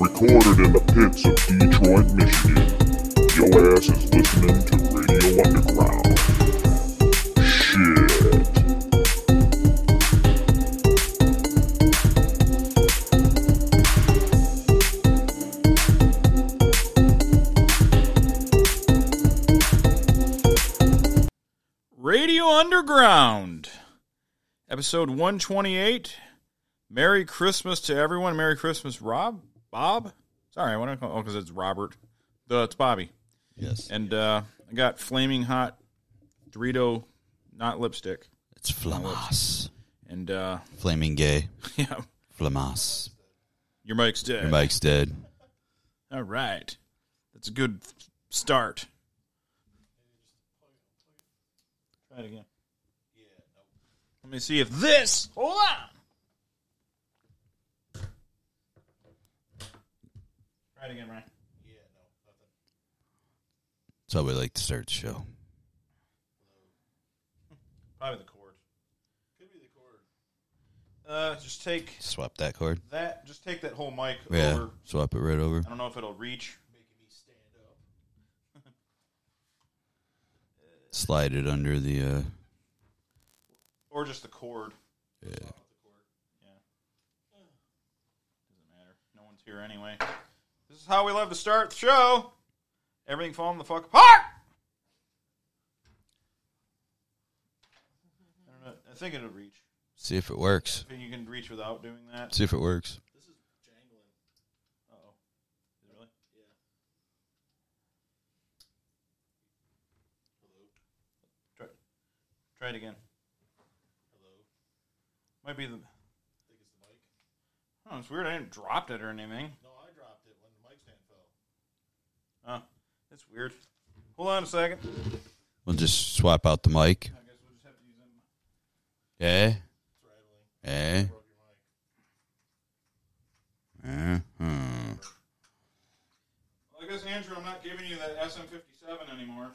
Recorded in the pits of Detroit, Michigan. Your ass is listening to Radio Underground. Shit. Radio Underground, episode 128. Merry Christmas to everyone. Merry Christmas, Rob. Bob? Sorry, what do I call Oh, because it's Robert. Uh, it's Bobby. Yes. And uh, I got flaming hot Dorito, not lipstick. It's Flamas. And uh, Flaming gay. yeah, Flamas. your mic's dead. Your mic's dead. All right. That's a good start. Try it again. Let me see if this. Hold on. Try it again, Ryan. That's how we like to start the show. Probably the cord. Could be the cord. Uh, just take Swap that cord. that. Just take that whole mic Yeah. over. Swap it right over. I don't know if it'll reach. Slide it under the. Uh, Or just the cord. Yeah. Yeah. Doesn't matter. No one's here anyway. This is how we love to start the show. Everything falling the fuck apart. I don't know. I think it'll reach. see if it works. I think you can reach without doing that. See if it works. Uh oh. Really? Yeah. Hello. Try, try it again. Hello. Might be the. I think it's the mic. Oh, it's weird. I didn't drop it or anything. No, I dropped it when the mic stand fell. Oh, that's weird. Hold on a second. I We'll just swap out the mic. Eh? guess we'll just have to use that. mic. Yeah. Yeah. Uh-huh. Well, I guess Andrew, I'm not giving you that SM57 anymore.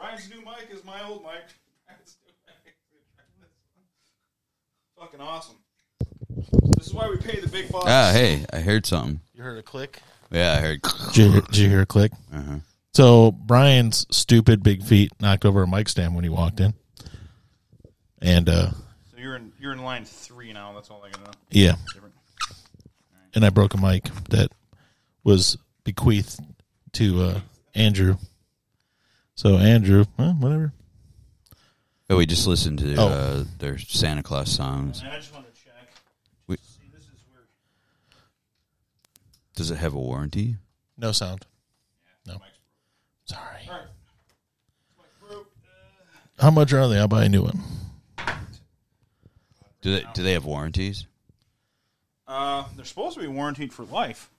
Ryan's new mic is my old mic. Ryan's new mic. Fucking awesome. This is why we pay the big bucks. Ah, hey, I heard something. You heard a click? Yeah, I heard. Did you, hear- did you hear a click? Uh-huh. So Brian's stupid big feet knocked over a mic stand when he walked in. And uh So you're in you're in line three now. That's all I gotta know. yeah, Different. and I broke a mic that was bequeathed to uh Andrew. So Andrew, well, whatever. Oh, we just listened to Oh. uh, their Santa Claus songs. And I just want to check. We- See, this is where Does it have a warranty? No sound. mic's Sorry. broke. All right. Mic broke. Uh, How much are they? I'll buy a new one. Do they do they have warranties? Uh, they're supposed to be warranted for life,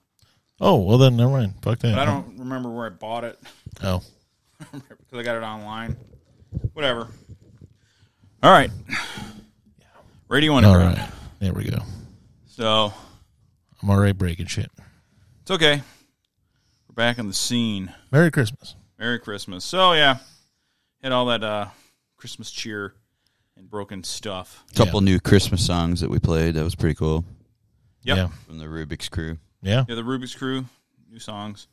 Oh well, then never mind. Fuck that. but I don't remember where I bought it. Oh, because I got it online. Whatever. All right. Radio all Underground. right. There we go. So I'm already breaking shit. it's okay. We're back on the scene. Merry Christmas. Merry Christmas. So yeah, had all that uh, Christmas cheer and broken stuff. couple new Christmas songs that we played. That was pretty cool Yep. Yeah. Yeah. from the Rubik's Crew. Yeah, the Rubik's Crew, new songs.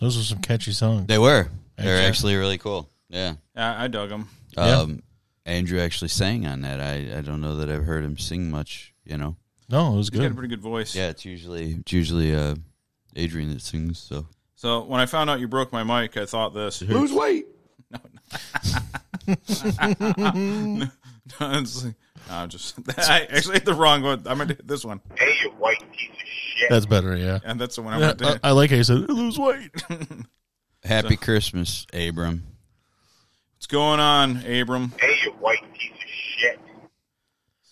those were some catchy songs. They were. They're Yeah. actually really cool. Yeah. Yeah, I dug them. Yeah. Um, Andrew actually sang on that. I, I don't know that I've heard him sing much. You know. No, it was He's got a good. pretty good voice. Yeah, it's usually it's usually uh, Adrian that sings. So So when I found out you broke my mic, I thought this. Lose weight. No, it's like- no, I'm just. I actually hit the wrong one. I'm gonna hit this one, Hey, you white piece of shit. That's better. Yeah. and that's the one I'm Yeah, uh, gonna do. I, I like how you said lose weight. happy Christmas, Abram. What's going on, Abram? Hey, you white piece of shit.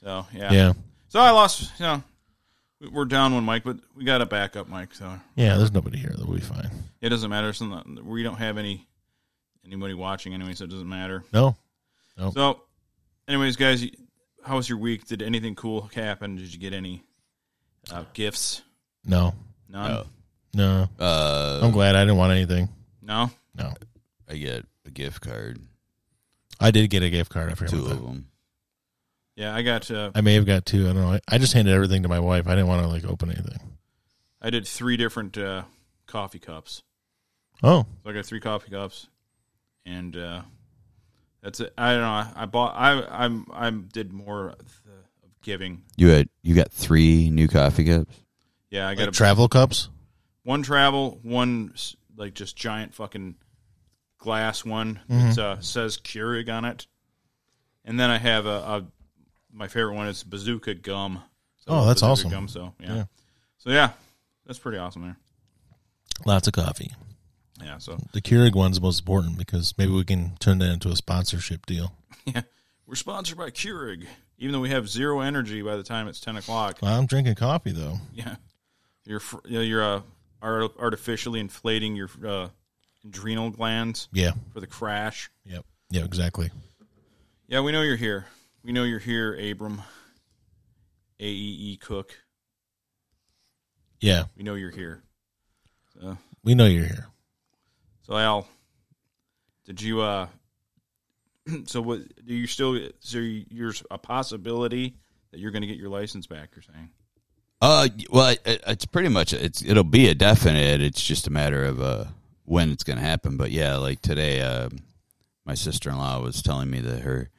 So yeah. Yeah, So I lost. You know, we- we're down one mic, but we got a backup mic, so yeah. There's nobody here. That'll be fine. it doesn't matter. It's not- we don't have any anybody watching anyway, so it doesn't matter. No, So, anyways, guys, you- how was your week? Did anything cool happen? Did you get any uh, gifts? no, None. No. no. Uh, I'm glad I didn't want anything. No, I get a gift card, I did get a gift card. I forgot two about of that. them. Yeah, I got. Uh, I may have got two. I don't know. I, I just handed everything to my wife. I didn't want to like open anything. I did three different uh, coffee cups. Oh, So I got three coffee cups, and uh, that's it. I don't know. I, I bought. I I'm I did more of the, of giving. You had you got three new coffee cups. Yeah, I got like a, travel cups. one travel, one s- like just giant fucking glass one Mm-hmm. that uh, says Keurig on it, and then I have a, a my favorite one is Bazooka gum. So Oh, that's Bazooka awesome. Gum, so yeah. Yeah. so yeah, that's pretty awesome there. Lots of coffee. Yeah, so The Keurig one's the most important because maybe we can turn that into a sponsorship deal. yeah, we're sponsored by Keurig, even though we have zero energy by the time it's ten o'clock. Well, I'm drinking coffee though. Yeah, you're fr- you know, you're uh, ar- artificially inflating your uh, adrenal glands Yeah. for the crash. Yep. Yeah. Exactly. Yeah, we know you're here. We know you're here, Abram. AEE Cook. Yeah. We know you're here. So, We know you're here. so Al, did you uh so what do you still so you- there's a possibility that you're going to get your license back you're saying. Uh, well, it, it's pretty much it's it'll be a definite. It's just a matter of uh when it's going to happen. But yeah, like today, um, my sister in law was telling me that her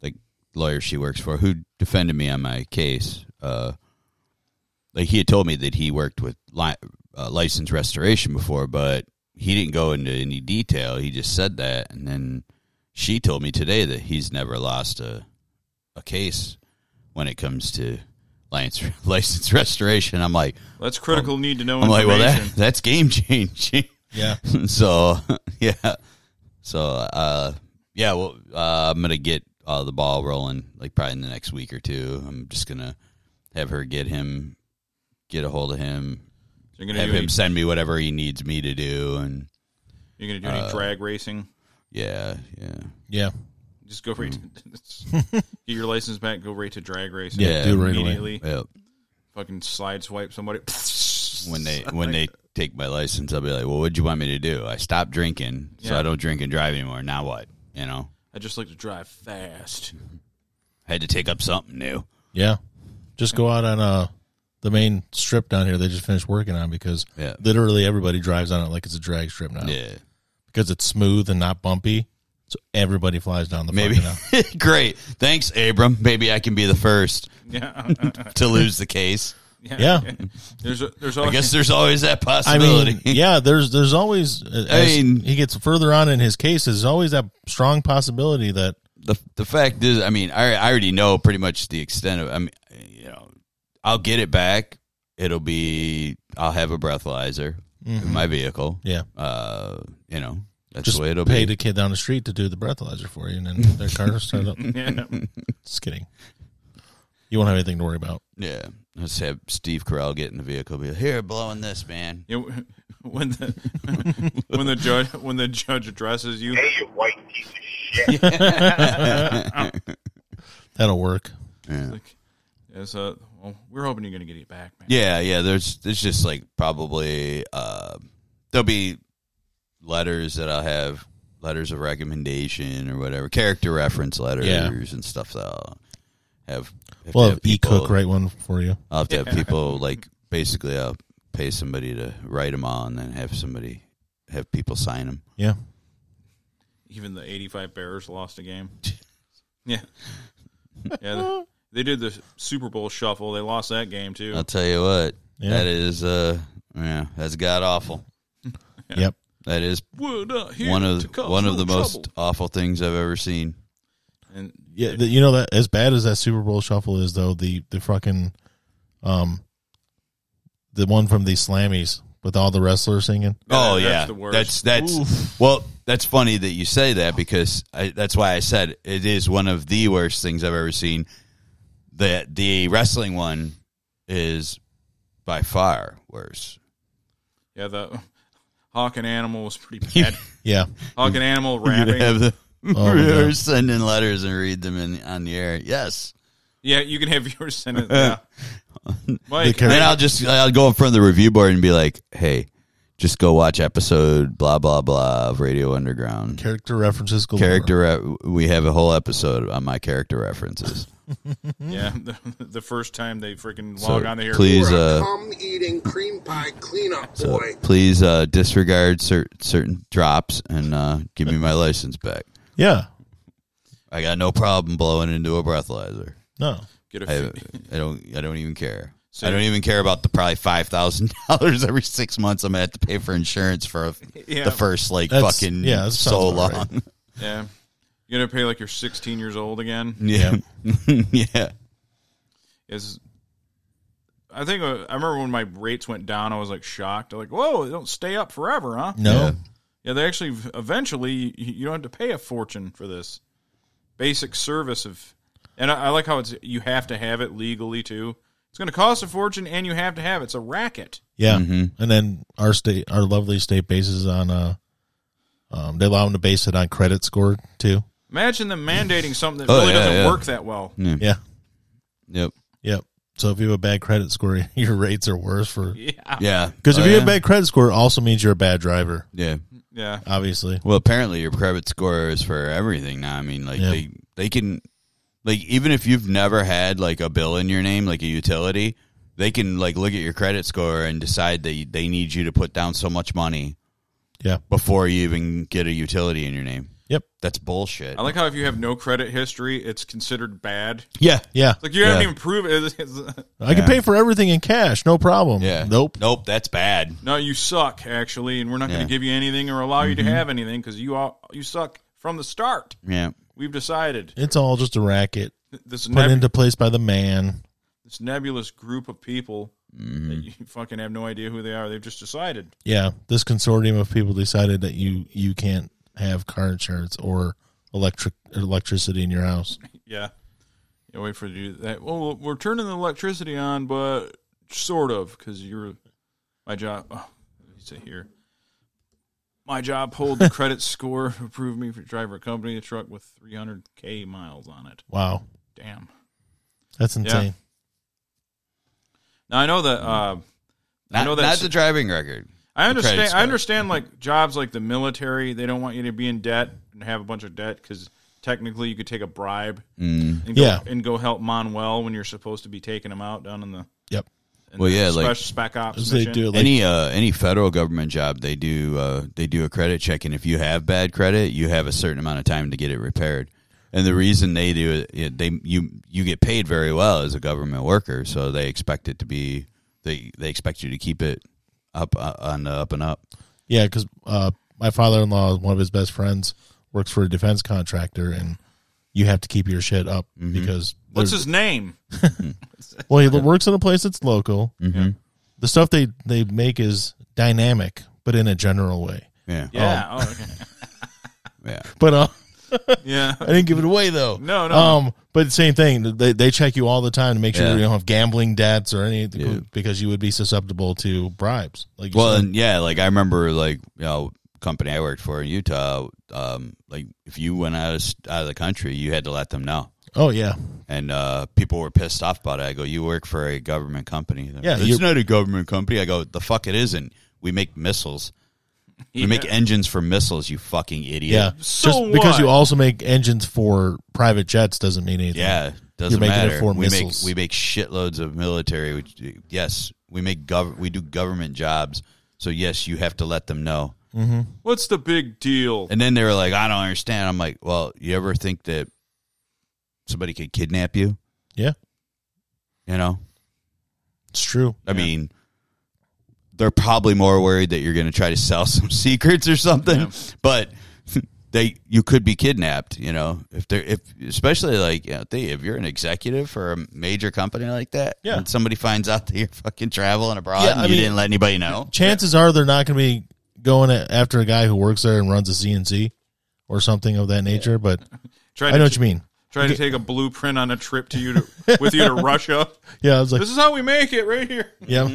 like lawyer she works for, who defended me on my case, uh, like he had told me that he worked with li- uh, license restoration before, but he didn't go into any detail. He just said that, and then she told me today that he's never lost a a case when it comes to license license restoration. I'm like, That's critical need to know I'm like, well, that information. that's game changing. Yeah. so yeah, so uh, yeah, well, uh, I'm gonna get uh, the ball rolling like probably in the next week or two. I'm just gonna have her get him, get a hold of him, you're going to have do any, him send me whatever he needs me to do, and you're going to do uh, any drag racing. yeah, yeah, Yeah. Just go right to get your license back, go right to drag racing. mm. Yeah, do it right away. immediately. yeah. Fucking slide swipe somebody. When they when they take my license, I'll be like, well, what'd you want me to do? I stopped drinking, so Yeah. I don't drink and drive anymore. Now what? You know, I just like to drive fast. I had to take up something new. Yeah. Just go out on uh the main strip down here they just finished working on because Yeah. literally everybody drives on it like it's a drag strip now. Yeah. Because it's smooth and not bumpy. So everybody flies down the Maybe. fucking aisle. Great. Thanks, Abram. Maybe I can be the first Yeah. to lose the case. Yeah. There's a, there's I always guess there's always that I possibility. mean, yeah, there's there's always uh, as mean- he gets further on in his case, there's always that strong possibility that the the fact is, I mean, I I already know pretty much the extent of. I mean, you know, I'll get it back. It'll be I'll have a breathalyzer in my vehicle. Mm-hmm. yeah, Uh, you know, that's just the way it'll pay be. the kid down the street to do the breathalyzer for you, and then their car started up. yeah. Just kidding. You won't have anything to worry about. yeah, let's have Steve Carell get in the vehicle. Be like, here, blowing this man. You know, when the when the judge when the judge addresses you, Hey, you white piece of shit. That'll work. it's like, it's a, well, we're hoping you're going to get it back, man. Yeah, yeah. There's there's just like probably uh, there'll be letters that I'll have letters of recommendation or whatever character reference letters Yeah. and stuff that I'll have. have We'll to have E people- Cook write one for you. I'll have to have people like basically I'll pay somebody to write them all and then have somebody have people sign them. Yeah. Even the 85 Bears lost a game. Yeah, yeah. They did the Super Bowl shuffle. They lost that game too. I'll tell you what, Yeah. that is uh yeah, that's god awful. Yep. That is We're not here one to of cause one of no the most trouble. awful things I've ever seen. And Yeah. th- you know that as bad as that Super Bowl shuffle is, though the the fucking um the one from the Slammies with all the wrestlers singing. Yeah, Oh that's yeah, the worst. that's that's well, that's funny that you say that because I, that's why I said it is one of the worst things I've ever seen. The the wrestling one is by far worse. yeah, the Hawk and Animal was pretty bad. Yeah. Hawk and Animal You could rapping. have the God. viewers send in letters and read them in on the air. Yes, Yeah, you can have yours send it. Yeah. Mike, and Right. then I'll just I'll go in front of the review board and be like, hey, just go watch episode blah blah blah of Radio Underground. Character references galore. Character, re- we have a whole episode on my character references. yeah, the, the first time they freaking So log on the air. please, You're a uh, cum eating cream pie cleanup so boy. please uh, disregard cer- certain drops and uh, give me my license back. Yeah. I got no problem blowing into a breathalyzer. No. Get a I, fi- I don't. I don't even care. So- I don't even care about the probably five thousand dollars every six months I'm gonna have to pay for insurance for Yeah. the first like That's- fucking yeah, that sounds so long. about right. yeah. You're gonna pay like you're 16 years old again. Yeah, yeah. is I think uh, I remember when my rates went down, I was like shocked. I'm like, whoa, they don't stay up forever, huh? No. Yeah. Yeah, they actually eventually you you don't have to pay a fortune for this basic service of, and I, I like how it's you have to have it legally too. It's going to cost a fortune, and you have to have it. It's a racket. Yeah, Mhm. and then our state, our lovely state bases on. Uh, um, they allow them to base it on credit score too. Imagine them mandating something that Oh, really yeah, doesn't yeah. work that well. Yeah, Yep. yep. So if you have a bad credit score, your rates are worse for Yeah, Yeah. because if Oh, you yeah. have a bad credit score, it also means you're a bad driver. Yeah. yeah. Obviously, Well, apparently your credit score is for everything now. I mean, like Yeah. they they can like even if you've never had like a bill in your name, like a utility, they can like look at your credit score and decide they they need you to put down so much money yeah, before you even get a utility in your name. yep, That's bullshit. I like how if you have no credit history, it's considered bad. yeah. yeah. Like you haven't Yeah. even proven it. It's- uh, I can Yeah. pay for everything in cash, no problem. Yeah. nope. Nope, that's bad. No, you suck actually, and we're not Yeah. going to give you anything or allow you to have anything because you all you suck from the start. Yeah. We've decided It's all just a racket this put neb- into place by the man. this nebulous group of people that you fucking have no idea who they are. They've just decided. Yeah, this consortium of people decided that you you can't have car insurance or electric electricity in your house. Yeah, yeah. Wait for you that. Well, we're turning the electricity on, but sort of because you're my job. Oh, you say here. My job pulled the credit score, approved me for driver company a truck with 300k miles on it. Wow, Damn. that's insane. Now I know that. Uh, Not, know that's- not the driving record. I Mm-hmm. The credit understand. score. Mm-hmm. I understand. Like jobs, like the military, they don't want you to be in debt and have a bunch of debt because technically you could take a bribe Mm. and go, Yeah. and go help Manuel when you're supposed to be taking him out down in the Yep. in Well, the yeah, special like- spec ops. As they mission. do it like any uh, any federal government job, they do uh, they do a credit check, and if you have bad credit, you have a certain amount of time to get it repaired. And the reason they do it, it, they you you get paid very well as a government worker, so they expect it to be they they expect you to keep it up uh, on the up and up. Yeah, because uh, my father in law, one of his best friends, works for a defense contractor, and you have to keep your shit up because What's there's- his name? well, he works in a place that's local. Mm-hmm. The stuff they they make is dynamic, but in a general way. Yeah, Yeah. Oh, okay. yeah. But uh, yeah. I didn't give it away though. No, no. Um, but same thing. They they check you all the time to make sure Yeah. you don't have gambling debts or anything Yeah. because you would be susceptible to bribes. Like you Well, said. and yeah, like I remember, like you know, company I worked for in Utah, um, like if you went out of, s- out of the country, you had to let them know. oh yeah, and uh, people were pissed off about it. I go, "You work for a government company." They're, Yeah, it's you're- not a government company. I go, "The fuck it isn't. We make missiles. We make engines for missiles. You fucking idiot." yeah. So Just because you what? also make engines for private jets doesn't mean anything. yeah. Doesn't You're making it matter. for we missiles. make we make shitloads of military. Which, yes, we make gov- We do government jobs. So yes, you have to let them know. What's the big deal? And then they were like, "I don't understand." I'm like, "Well, you ever think that somebody could kidnap you? Yeah, You know, it's true. I mean, they're probably more worried that you're going to try to sell some secrets or something. But they, you could be kidnapped. You know, if they're if especially like you know, they, if you're an executive for a major company like that, Yeah. and somebody finds out that you're fucking traveling abroad Yeah, and I you mean- didn't let anybody know. Chances are they're not going to be going a- after a guy who works there and runs a CNC or something of that nature. But Try I know to, what you mean. Try to take a blueprint on a trip to you to, with you to Russia. Yeah, I was like, This is how we make it right here. yeah,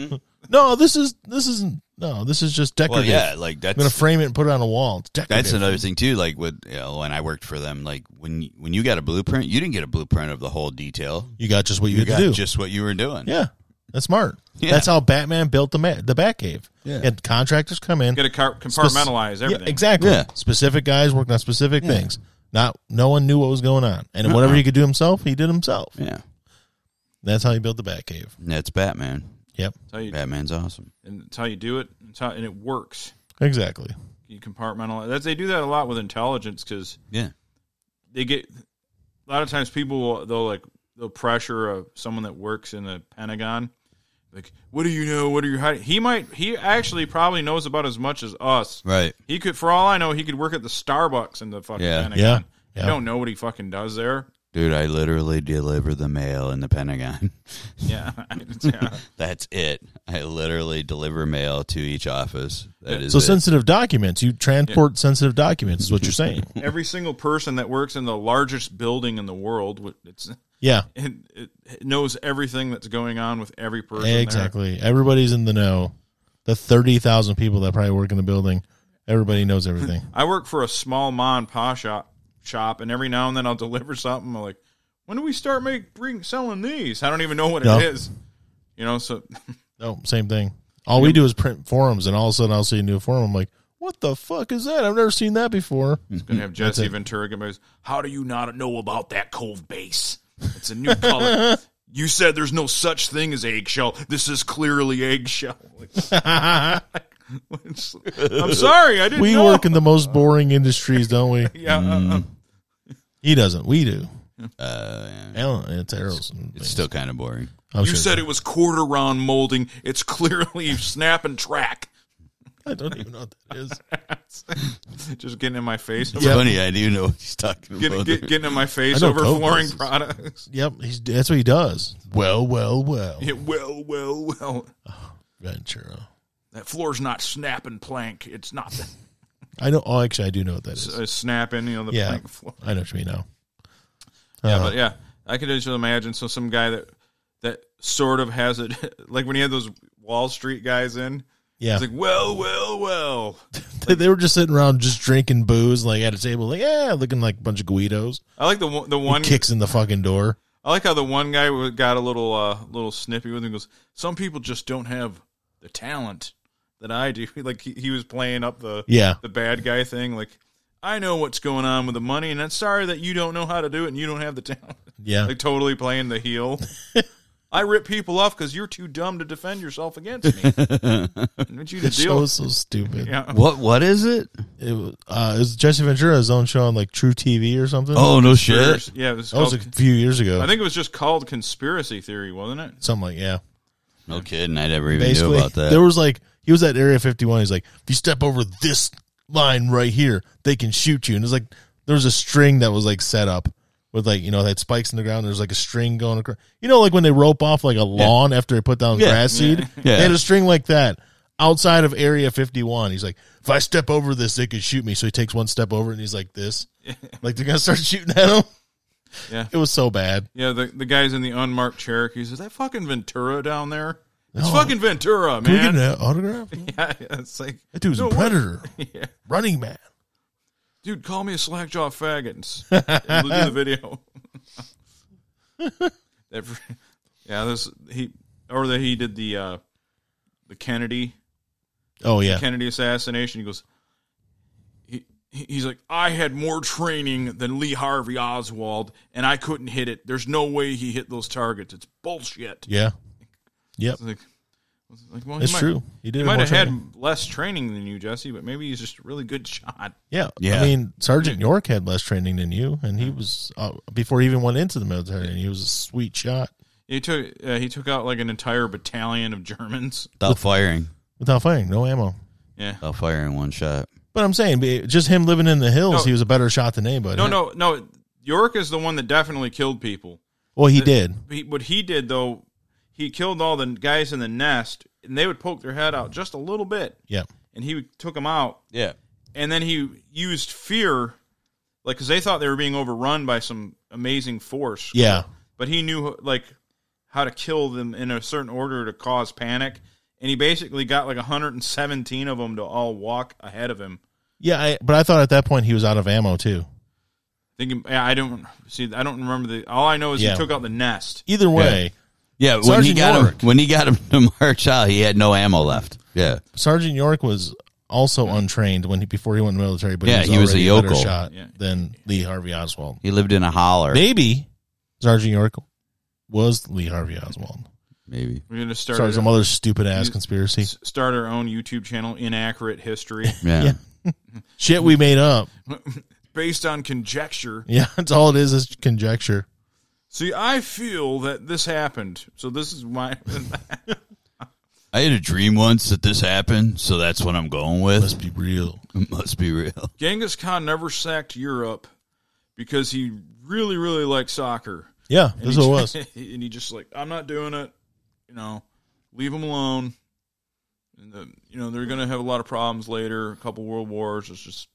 no, this is this isn't no, this is just Mm-hmm. Well, decorative. yeah, like I'm going that's to frame it and put it on a wall. It's decorative. That's another thing too. Like with you know, when I worked for them, like when when you got a blueprint, you didn't get a blueprint of the whole detail. you got just what you, You had got to do. just what you were doing. yeah, that's smart. Yeah. That's how Batman built the ma- the Batcave. Yeah. and contractors come in. Got to car- spec- compartmentalize everything. Yeah, exactly. Yeah. Specific guys working on specific things. Not no one knew what was going on, and whatever he could do himself, he did himself. Yeah. That's how he built the Batcave. And that's Batman. Yep, That's how you, Batman's awesome. and that's how you do it. It's how, and it works. exactly. You compartmentalize. That's, they do that a lot with intelligence because Yeah. they get a lot of times people will they'll like they'll pressure uh someone that works in the Pentagon. Like, what do you know? What are you hiding? He might. He actually probably knows about as much as us. Right. He could, for all I know, he could work at the Starbucks in the fucking Yeah. Pentagon. Yeah, I yeah. don't know what he fucking does there. Dude, I literally deliver the mail in the Pentagon. Yeah, yeah. That's it. I literally deliver mail to each office. That is So it. sensitive documents, you transport sensitive documents, is what you're saying. Every single person that works in the largest building in the world, wh- it's yeah, it, it it knows everything that's going on with every person. there. exactly. Everybody's in the know. The thirty thousand people that probably work in the building, everybody knows everything. I work for a small ma and pa shop, shop, and every now and then I'll deliver something. I'm like, when do we start make bring selling these? I don't even know what No. it is. You know, so No, same thing. All we do is print forums, and all of a sudden I'll see a new forum. I'm like, what the fuck is that? I've never seen that before. it's gonna have Jesse Ventura. come back, How do you not know about that cove base? It's a new color. You said there's no such thing as eggshell. This is clearly eggshell. Like, I'm sorry, I didn't. we know. work in Mm, the most boring industries, don't we? Yeah, uh, uh, He doesn't. We do. Uh, yeah. Alan, it's arrows. and It's things. still kind of boring. I'm you sure said it was quarter round molding. It's clearly snap and track. I don't even know what that is. Just getting in my face. It's funny. I do know what he's talking Get, about. get, getting in my face I know over Coke flooring is- products. Yep, he's, that's what he does. Well, well, well. Yeah, well, well, well. Ventura. That floor's not snapping plank. It's not the, I know. Oh, actually, I do know what that is. uh, snapping. You know the Yeah. plank floor. I know what you mean now. Yeah, Uh, but yeah, I could just imagine. So some guy that that sort of has it, like when he had those Wall Street guys in. yeah. It's like well, well, well. They- they were just sitting around just drinking booze, like at a table, like, yeah, looking like a bunch of Guidos. I like the one- the one. Kicks in the fucking door. I like how the one guy wa- got a little uh, little snippy with him. He Goes, some people just don't have the talent that I do. Like he, he was playing up the Yeah. the bad guy thing. Like, I know what's going on with the money, and I'm sorry that you don't know how to do it and you don't have the talent. Yeah. like, totally playing the heel. I rip people off because you're too dumb to defend yourself against me. What you to The deal? show was so stupid. yeah. what? What is it? It was, uh, it was Jesse Ventura's own show on like True TV or something. Oh no shit! Yeah, it was that was called, a few years ago. I think it was just called conspiracy theory, wasn't it? something like yeah. No kidding. I never even knew Basically, about that. there was like he was at Area 51. He's like, if you step over this line right here, they can shoot you. And it's like there was a string that was like set up with like you know they had spikes in the ground. There's like a string going across. You know, like when they rope off like a lawn after they put down Yeah. grass seed. Yeah. They had a string like that outside of Area 51. He's like, if I step over this, they can shoot me. So he takes one step over and he's like this, like they're gonna start shooting at him. Yeah. it was so bad. Yeah, the the guys in the unmarked Cherokees. Is that fucking Ventura down there? It's No. fucking Ventura, Can we get man. an autograph? Yeah, yeah, it's like That dude's No, a what- predator, Yeah. running man. dude, call me a slackjaw faggot. and s- and look at the video. Every, yeah, this he or that he did the uh, the Kennedy Oh yeah, Kennedy assassination. He goes, he he's like, I had more training than Lee Harvey Oswald, and I couldn't hit it. There's no way he hit those targets. It's bullshit. yeah. It's like, it's like, well, he It's might- true. He did. He might more have had training. less training than you, Jesse, but maybe he's just a really good shot. Yeah. Yeah. I mean, Sergeant York had less training than you, and he was uh, before he even went into the military. And he was a sweet shot He took uh, he took out like an entire battalion of Germans. Without firing. without firing, no ammo. Yeah. Without firing one shot. But I'm saying, but just him living in the hills, No. he was a better shot than anybody. No, no, no. York is the one that definitely killed people. Well, he did. He, what he did though, he killed all the guys in the nest, and they would poke their head out just a little bit, Yeah. and he took them out. Yeah. And then he used fear, like because they thought they were being overrun by some amazing force. Yeah. but he knew like how to kill them in a certain order to cause panic and he basically got like 117 of them to all walk ahead of him Yeah. I, but I thought at that point he was out of ammo too. thinking yeah, i don't see i don't remember the all i know is Yeah. he took out the nest Either way, Yeah. When he Sergeant got York. him, when he got him to march out, he had no ammo left. Yeah. Sergeant York was also untrained when he before he went in the military, but Yeah, he he was, was a already a better yokel. shot Yeah. than Lee Harvey Oswald. He lived in a holler. Maybe Sergeant Yorkel was Lee Harvey Oswald. Maybe. We're gonna start Sorry, our, some other stupid ass You- conspiracy s- start our own YouTube channel, Inaccurate History, Yeah. Yeah. shit we made up. based on conjecture. Yeah, that's all it is is conjecture. See, I feel that this happened, so this is my. I had a dream once that this happened, so that's what I'm going with. Let's be real. It must be real. Genghis Khan never sacked Europe because he really, really liked soccer. Yeah, And that's he what it was. just- and he just like, I'm not doing it. You know, leave them alone. And the, you know they're gonna have a lot of problems later. A couple world wars. It's just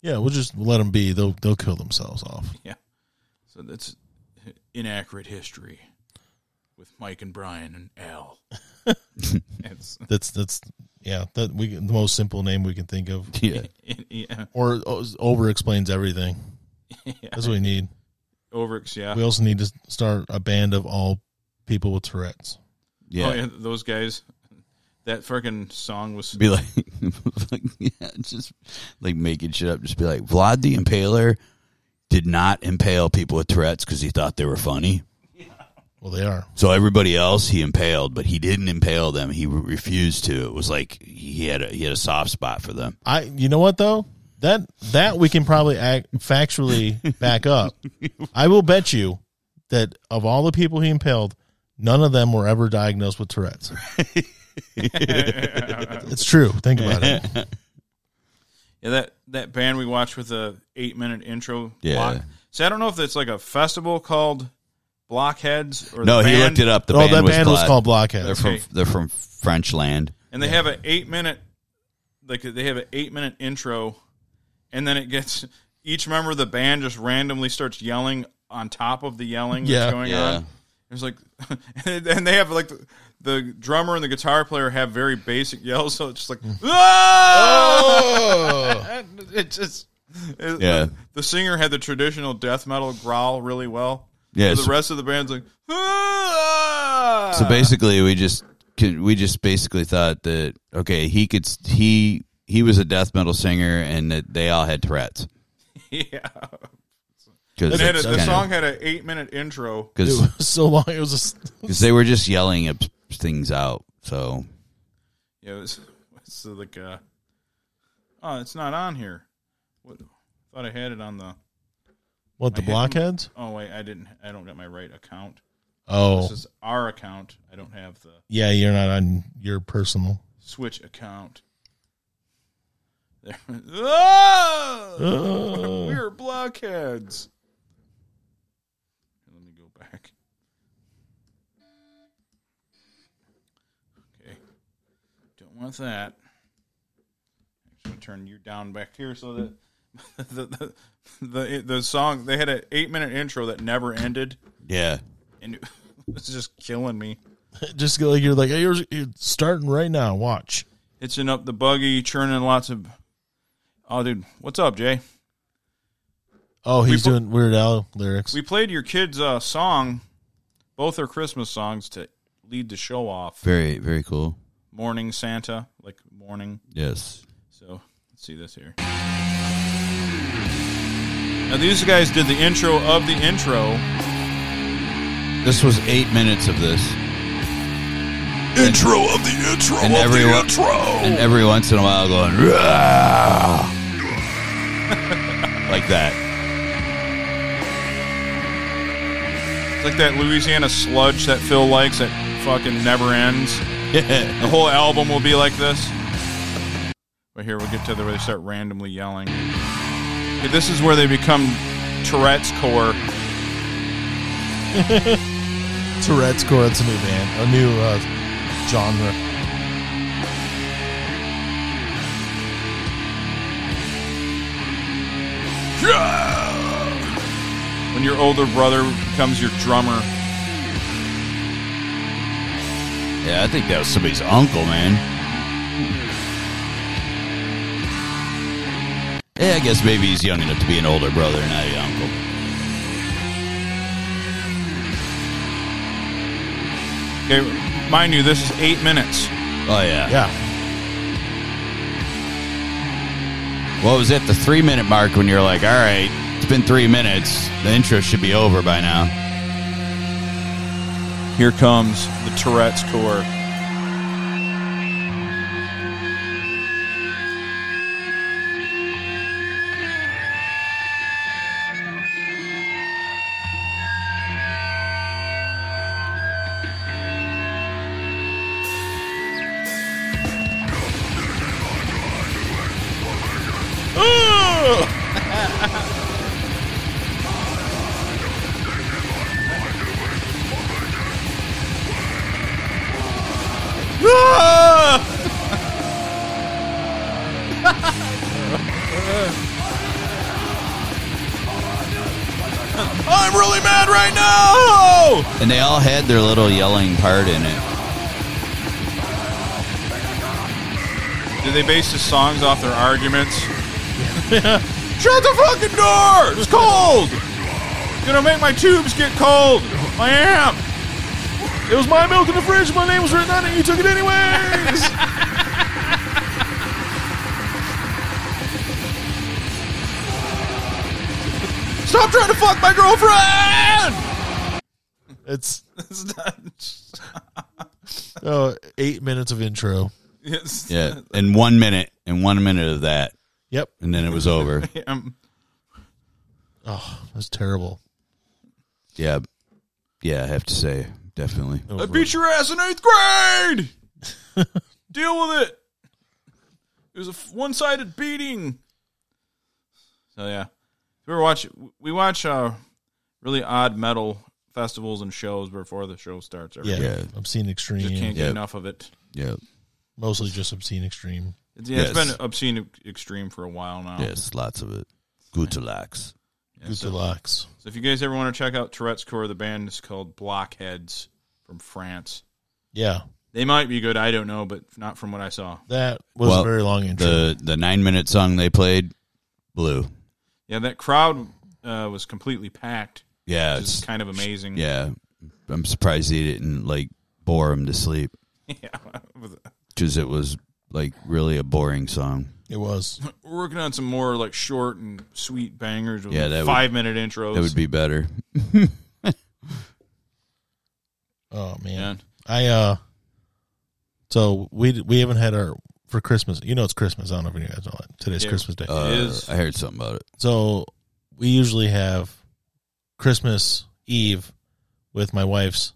Yeah, we'll just let them be. They'll they'll kill themselves off. so that's inaccurate history with Mike and Brian and Al. it's, That's that's yeah. That we the most simple name we can think of, Yeah. yeah, or uh, over explains everything. yeah. That's what we need. Over, yeah. We also need to start a band of all people with Tourette's. Yeah. Oh, yeah, those guys. That freaking song was. Be like, like, yeah, just like making shit up. Just be like, Vlad the Impaler did not impale people with Tourette's because he thought they were funny. Well, they are. So everybody else he impaled, but he didn't impale them. He re- refused to. It was like he had a, he had a soft spot for them. I. You know what though? That that we can probably act factually back up. I will bet you that of all the people he impaled, none of them were ever diagnosed with Tourette's. it's true. Think about it. Yeah, that that band we watched with the eight minute intro. Yeah. Block. So I don't know if it's like a festival called Blockheads or No, the he band, looked it up. The oh, band that was band was Vlad. called They're Blockhead. from Okay. they're from French land. and they have an eight minute like they have an eight minute intro, and then it gets each member of the band just randomly starts yelling on top of the yelling Yeah. that's going Yeah. on. It's like, and they have like the, the drummer and the guitar player have very basic yells, so it's just like, Hmm. "Ah!" it just, it- Oh! Yeah. The singer had the traditional death metal growl really well. Yeah, So it's- the rest of the band's like, "Ah!" So basically, we just could- we just basically thought that okay, he could s- he he was a death metal singer, and that they all had Tourette's yeah. because It had a, the song had an eight minute intro. because It was so long. It was just they were just yelling ab- things out. So Yeah, it was, it's like, uh, oh, it's not on here. What? Thought I had it on the. what the I hate them. blockheads. Oh wait, I didn't. I don't got my right account. Oh, This is our account. I don't have the yeah. You're not on your personal. Switch account. There. Ah! Uh, We're blockheads. Let me go back. Okay. Don't want that. I'm going to turn you down back here so that the, the, the, the song, they had an eight minute intro that never ended. yeah, And it's just killing me. just go like you're like hey, you're, you're starting right now. Watch. Hitching up the buggy, churning lots of. Oh, dude. What's up, Jay? Oh, he's put- doing Weird Al lyrics. We played your kids' uh, song, both are Christmas songs to lead the show off. very very cool. Morning Santa, like morning. Yes, So let's see this here. Now these guys did the intro of the intro. this was eight minutes of this, Intro of the intro And of everyone- the intro. and every once in a while going "Rah!" like that. It's like that Louisiana sludge that Phil likes that fucking never ends. The whole album will be like this. But here we'll get to the where they start randomly yelling. Okay, this is where they become Tourette's core. Tourette's core. It's a new band, a new uh, genre. when your older brother becomes your drummer. yeah, I think that was somebody's uncle, man. Yeah, I guess maybe he's young enough to be an older brother, not an uncle. Okay, mind you, this is eight minutes. Oh yeah, Yeah. Well, it was at the three minute mark when you're like, all right, it's been three minutes. The intro should be over by now. Here comes the Tourette's tour. I'm really mad right now. And they all had their little yelling part in it. Do they base the songs off their arguments? Shut the fucking door! It's cold. It's gonna make my tubes get cold. My amp. It was my milk in the fridge. My name was written on it. You took it anyways. Stop trying to fuck my girlfriend. It's It's not- uh, eight minutes of intro. Yes. Yeah. In one minute, in one minute of that. Yep, And then it was over. Um, that's terrible. Yeah. Yeah, I have to say, definitely. I beat your ass in eighth grade. Deal with it. It was a one sided beating. So yeah, we were watching. We watch uh, really odd metal festivals and shows before the show starts. Every Yeah, Yeah. obscene just extreme. can't get Yeah. enough of it. Yeah. Mostly just obscene extreme. It's, yeah, it's Yes. been obscene extreme for a while now. Yes, lots of it. Gutulax. Yeah, Good so- deluxe. so if you guys ever want to check out Tourette's core, the band is called Blockheads from France. Yeah, They might be good. I don't know, but not from what I saw. that was Well, a very long intro. The the nine minute song they played, Blue. Yeah, that crowd uh, was completely packed, Yeah. which is It's, kind of amazing. yeah. I'm surprised they didn't like bore him to sleep yeah. because it was like really a boring song. it was. We're working on some more like short and sweet bangers with Yeah, that would- five minute intros. That would be better. Oh man. yeah. I uh so we we haven't had our for Christmas. You know it's Christmas. I don't know if you guys know that. Today's Yeah. Christmas Day. Uh, is. I heard something about it. so we usually have Christmas Eve with my wife's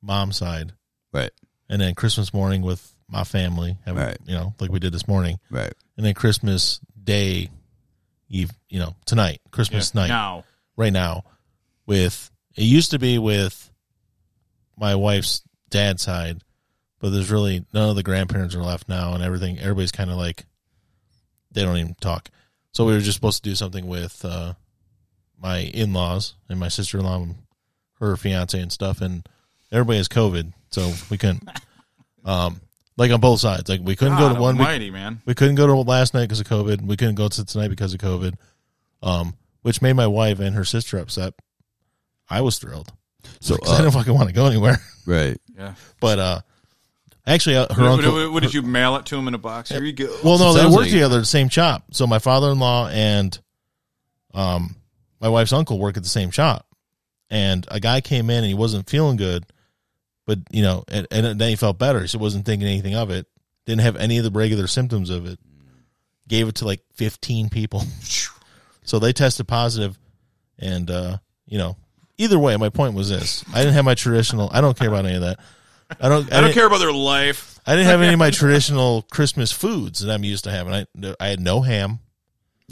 mom's side Right, and then Christmas morning with my family. Have, Right. You know, like we did this morning. right. And then Christmas Day Eve, you know, tonight, Christmas Yeah. night Now, right now with it used to be with my wife's dad's side, but there's really none of the grandparents are left now and everything everybody's kinda like they don't even talk. So we were just supposed to do something with uh my in laws and my sister in law and her fiance and stuff and everybody has COVID, so we couldn't um like on both sides. Like we couldn't go God to one we almighty, man. we couldn't go to last night because of COVID. and We couldn't go to tonight because of COVID, um, which made my wife and her sister upset. I was thrilled. So, 'Cause I uh, didn't fucking want to go anywhere. right. Yeah. But uh, actually, uh, her What, uncle. what- what did you mail it to him in a box? Here you go. well, no, they Sounds worked like- together at the same shop. So my father-in-law and um, my wife's uncle work at the same shop. And a guy came in and he wasn't feeling good, but you know, and, and then he felt better. So he wasn't thinking anything of it. Didn't have any of the regular symptoms of it. Gave it to like 15 people. So they tested positive, and uh, you know, either way, my point was this: I didn't have my traditional. I don't care about any of that. I don't. I don't didn't- care about their life. I didn't have any of my traditional Christmas foods that I'm used to having. I I had no ham,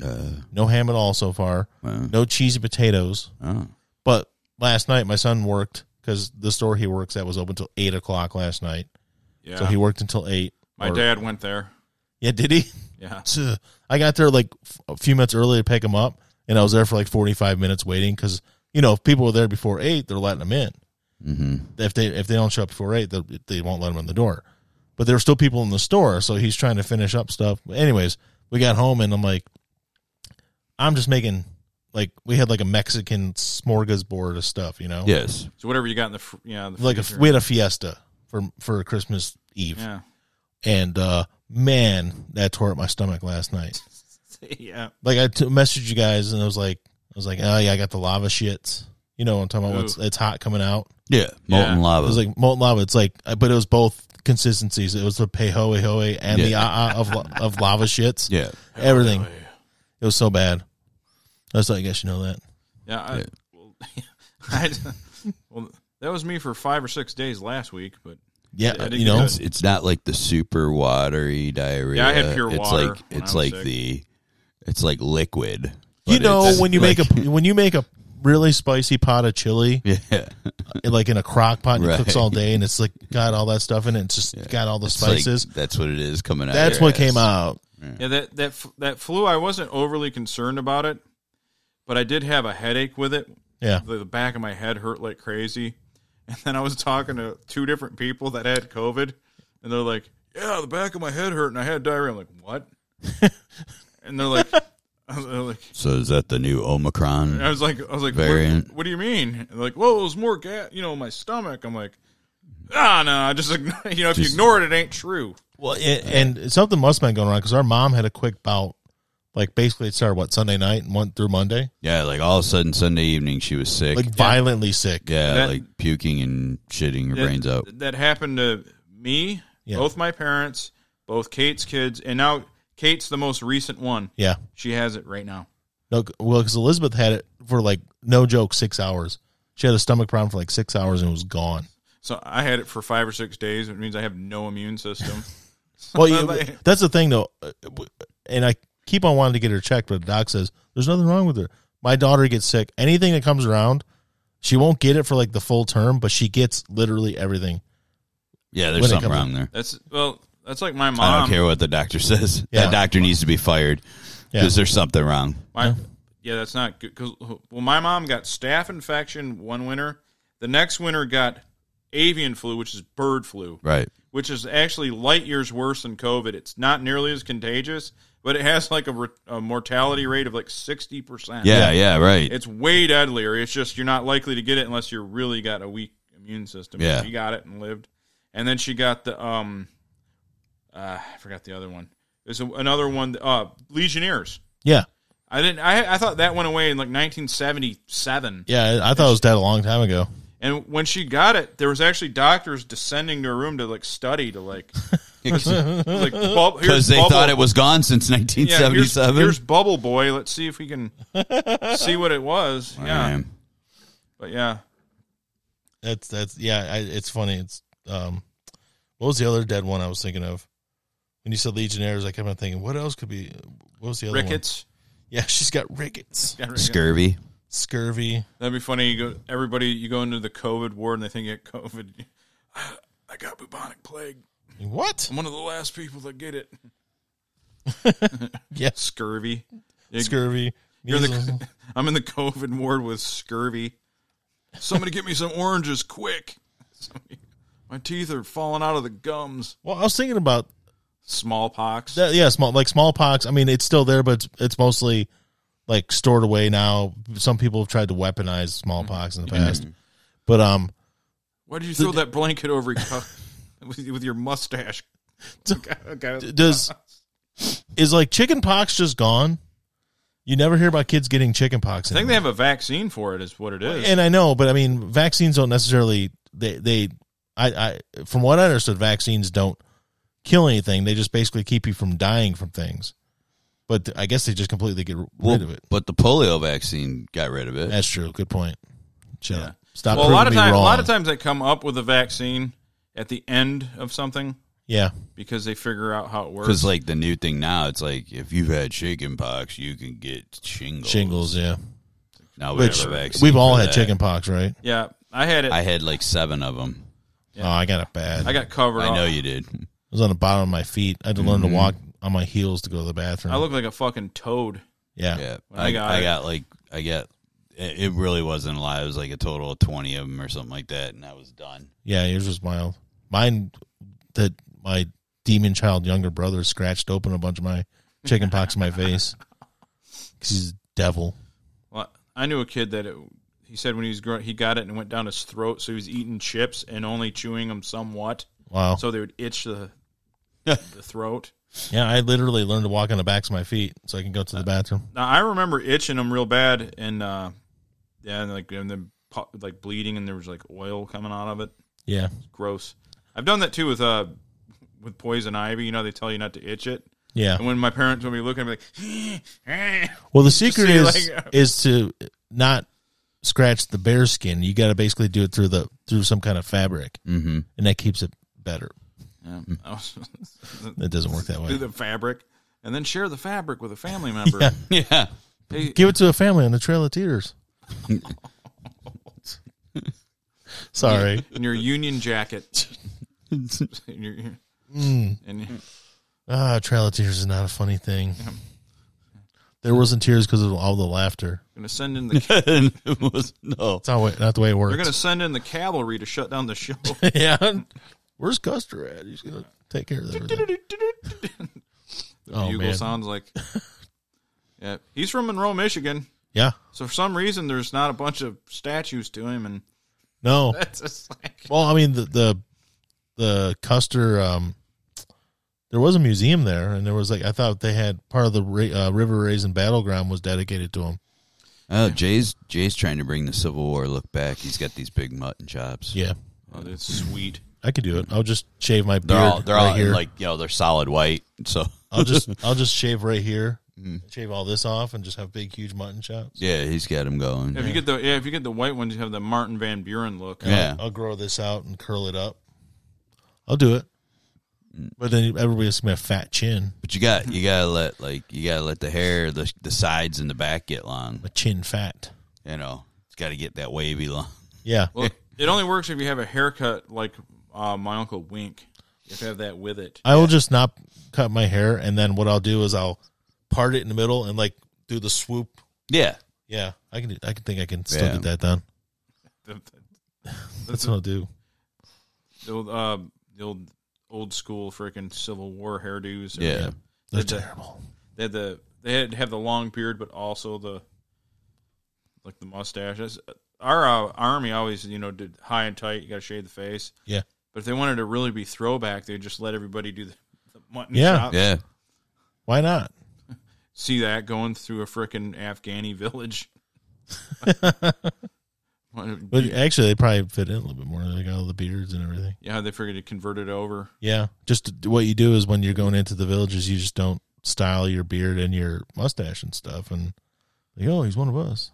Uh, no ham at all so far. wow. No cheesy potatoes. Oh. But last night my son worked because the store he works at was open till eight o'clock last night. Yeah. So he worked until eight. My or- dad went there. Yeah, did he? Yeah. Ugh. I got there like f- a few minutes early to pick him up, and I was there for like 45 minutes waiting because you know if people were there before eight, they're letting them in. hmm If they if they don't show up before eight, they they won't let them in the door. But there were still people in the store, so he's trying to finish up stuff. But anyways, we got home and I'm like, I'm just making like we had like a Mexican smorgasbord of stuff, you know, Yes. So whatever you got in the fr- yeah the like a, freezer. we had a fiesta for for Christmas Eve, yeah. and uh man, that tore up my stomach last night. yeah. Like I t- messaged you guys and I was like, I was like, oh yeah, I got the lava shits. You know, what I'm talking about it's, Ooh. it's hot coming out. Yeah, molten Yeah. It lava. was like molten lava. It's like, uh, but it was both consistencies. It was the pehoe hoe and the ah ah of la- of lava shits. yeah, everything. It was so bad. I just thought I guess you know that. Yeah. I, Yeah. Well, I, well, that was me for five or six days last week, but Yeah, Yeah, I didn't you know, get it's, it's not like the super watery diarrhea. Yeah, I had pure it's water Like, when I was it's like sick. the, it's like liquid. you but know it's when you like- make a when you make a really spicy pot of chili, yeah, like in a crock pot, and Right. it cooks all day, and it's like got all that stuff in it. It's just got all the It's like- spices. that's what it is coming out. That's your what ass. came out. yeah, that that f- that flu, I wasn't overly concerned about it, but I did have a headache with it. Yeah, The, the back of my head hurt like crazy, and then I was talking to two different people that had COVID, and they're like, "Yeah, the back of my head hurt, and I had diarrhea." I'm like, "What?" and they're like, I was- "They're like." So is that the new Omicron? I was like, I was like, Variant. What, what do you mean? And they're like, well, it was more gas, you know, my stomach. I'm like, ah, no, I just, ign- you know, if you Just- ignore it, it ain't true. well, it, and something must have been going wrong because our mom had a quick bout. Like basically, it started what Sunday night and went through Monday. Yeah, like all of a sudden Sunday evening she was sick. Like violently sick. yeah, That- like puking and shitting her That- brains out. That happened to me, Yeah. both my parents, both Kate's kids, and now Kate's the most recent one. yeah. She has it right now. No, well, because Elizabeth had it for like no joke six hours. She had a stomach problem for like six hours and it was gone. So I had it for five or six days, which means I have no immune system. Well, you, that's the thing though, Uh, w- and I keep on wanting to get her checked, but the doc says there's nothing wrong with her. My daughter gets sick. Anything that comes around, she won't get it for like the full term, but she gets literally everything. Yeah, when there's it something comes wrong there. That's well, that's like my mom. I don't care what the doctor says. Yeah. That doctor needs to be fired Yeah. because there's something wrong. My, Yeah, that's not good. 'cause- well, my mom got staph infection one winter. The next winter got avian flu, which is bird flu, Right. which is actually light years worse than COVID. It's not nearly as contagious, but it has like a, re- a mortality rate of like 60%. Yeah, yeah, right. It's way deadlier. It's just you're not likely to get it unless you really got a weak immune system. Yeah. She got it and lived. And then she got the, um, uh, I forgot the other one. There's a, another one, uh, Legionnaires. Yeah, I didn't. I, I thought that went away in like 1977. yeah. I I thought it was dead a long time ago. And when she got it, there was actually doctors descending to her room to like study to like like Because they thought it was gone since 1977. here's, Bubble Boy. Let's see if we can see what it was. Yeah, Oh, Man. but yeah, That's that's yeah. I, it's funny. It's um, what was the other dead one I was thinking of? When you said Legionnaires, I kept on thinking, what else could be? uh, What was the other one? rickets. Yeah, she's got rickets, Yeah, rickets. Scurvy. scurvy. That'd be funny. You go, everybody, you go into the COVID ward and they think you get COVID. I got bubonic plague. What? I'm one of the last people that get it. Yes, Scurvy. You- scurvy. You're measles. the, I'm in the COVID ward with scurvy. Somebody get me some oranges quick. Somebody- my teeth are falling out of the gums. well, I was thinking about Smallpox. that. Yeah, small like smallpox. I mean, it's still there, but it's, it's mostly like stored away now. Some people have tried to weaponize smallpox in the Mm-hmm. past, but um, Why did you throw that blanket over your cu- with, with your mustache? d- does is like chicken pox just gone? You never hear about kids getting chicken pox. I think they have a vaccine for it. Is what it is. and I know, but I mean, vaccines don't necessarily they they I I from what I understood, vaccines don't kill anything. They just basically keep you from dying from things. But I guess they just completely get rid Well, of it. but the polio vaccine got rid of it. That's true. Good point. Shut Yeah. up. Stop. well, a lot of times, times, a lot of times they come up with a vaccine at the end of something Yeah, because they figure out how it works. Because like the new thing now, it's like if you've had chickenpox, you can get shingles. shingles. Yeah, Now we which have a vaccine we've all for had that. chickenpox, right? yeah, I had it. I I, had like seven of them. Oh, I got it bad. I, got covered. I know up. you did. was on the bottom of my feet. I had to learn to walk on my heels to go to the bathroom. Mm-hmm. I look like a fucking toad. yeah. Yeah, When I I, I got got it. like I got. It it really wasn't a lot. It was like a total of twenty of them or something like that, and I was done. Yeah, yours was mild. Mine that my demon child younger brother scratched open a bunch of my chicken pox in my face. 'Cause he's a devil. Well, I knew a kid that it, he said when he was growing, he got it and it went down his throat, so he was eating chips and only chewing them somewhat, Wow. so they would itch the the throat. Yeah, I literally learned to walk on the backs of my feet so I can go to the bathroom. Now I remember itching them real bad, and uh, yeah, and like and then pu- like bleeding, and there was like oil coming out of it. Yeah. It's gross. I've done that too with uh with poison ivy. You know they tell you not to itch it, Yeah. Hmm. and when my parents would be looking, I'd be like, Well, the secret see, is like, uh, is to not scratch the bear skin. You got to basically do it through the through some kind of fabric, Mm. Mm-hmm. and that keeps it better. yeah, I was- It doesn't work that do way. the fabric, and then share the fabric with a family member. Yeah. Hey, Give it to a family on the Trail of Tears. Sorry. in your union jacket. in your, and Ah, Trail of Tears is not a funny thing. There wasn't tears because of all the laughter. gonna send in the And it was- no. It's not, wa- not the way it works. they're gonna send in the cavalry to shut down the show. yeah. Where's Custer at? He's going to take care of everything. The Oh, bugle man. sounds like. Yeah, he's from Monroe, Michigan. Yeah. So for some reason, there's not a bunch of statues to him, and No. that's just like Well, I mean the the the Custer. Um, there was a museum there, and there was like I thought they had part of the ra- uh, River Raisin battleground was dedicated to him. Oh, Jay's Jay's trying to bring the Civil War look back. He's got these big mutton chops. Yeah, oh, that's sweet. I could do it. I'll just shave my beard They're all they're right all here. like you know they're solid white. So I'll just I'll just shave right here, Mm. shave all this off, and just have big, huge mutton chops. yeah, he's got him going. If you get the yeah, if you get the white ones, you have the Martin Van Buren look. yeah. I'll grow this out and curl it up. I'll do it. Mm. But then everybody will see my fat chin, But you got you gotta let like you gotta let the hair the the sides and the back get long. my chin fat. You know, it's got to get that wavy long. Yeah, Well, it only works if you have a haircut like uh, my uncle Wink. You have to have that with it. I will just not cut my hair, and then what I'll do is I'll part it in the middle and like do the swoop. Yeah, Yeah, I can. Do, I can think I can still Yeah. get that done. Uh, That's what I'll do. The old, uh, the old old school freaking Civil War hairdos. Or- yeah. They're Did that. terrible. They had the they had to have the long beard, but also the like the mustache. That's- Our uh, army always, you know, did high and tight. You got to shave the face. Yeah. But if they wanted to really be throwback, they just let everybody do the, the mutton Yeah. chop. Yeah. Why not? See that going through a freaking Afghani village. But actually, they probably fit in a little bit more. They got all the beards and everything. yeah, they figured to convert it over. Yeah, just to- what you do is when you're going into the villages, you just don't style your beard and your mustache and stuff, and like, oh, he's one of us.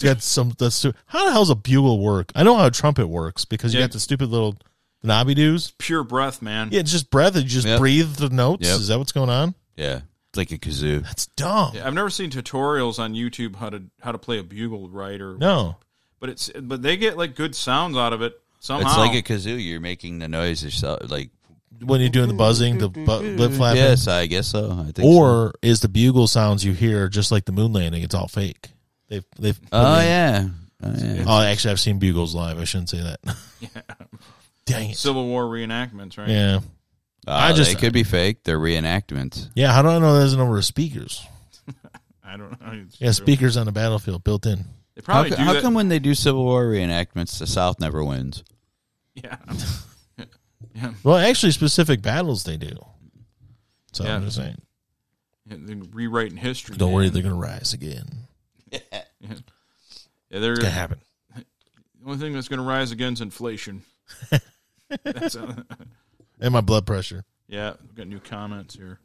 Got some. That's stu- how the hell's a bugle work? I know how a trumpet works because you Yeah. got the stupid little knobby doos. Pure breath, man. Yeah, it's just breath. You just Yep. breathe the notes. Yep. Is that what's going on? Yeah. It's like a kazoo. That's dumb. Yeah, I've never seen tutorials on YouTube how to how to play a bugle right or No, but it's but they get like good sounds out of it somehow. It's like a kazoo. You're making the noise yourself. Like when you're doing the buzzing, the bu- lip flapping, yes, I guess so. I think. so. or is the bugle sounds you hear just like the moon landing? It's all fake. They've they've. put oh in- yeah. Oh, yeah. Oh, actually, I've seen bugles live. I shouldn't say that. Dang it. Civil War reenactments, right? yeah. I I just- just, Oh, they could be fake. They're reenactments. Yeah. How do I know there's a number of speakers? I don't know. It's Yeah, true. speakers on the battlefield built in. They How, probably co- do how that. come when they do Civil War reenactments, the South never wins? yeah. Well, actually, specific battles they do. So I'm Yeah. just saying. yeah. They're rewriting history. Don't worry, man. they're gonna rise again. Yeah, they're, It's gonna happen. the only thing that's going to rise against inflation. that's, uh, And my blood pressure. yeah, we've got new comments here.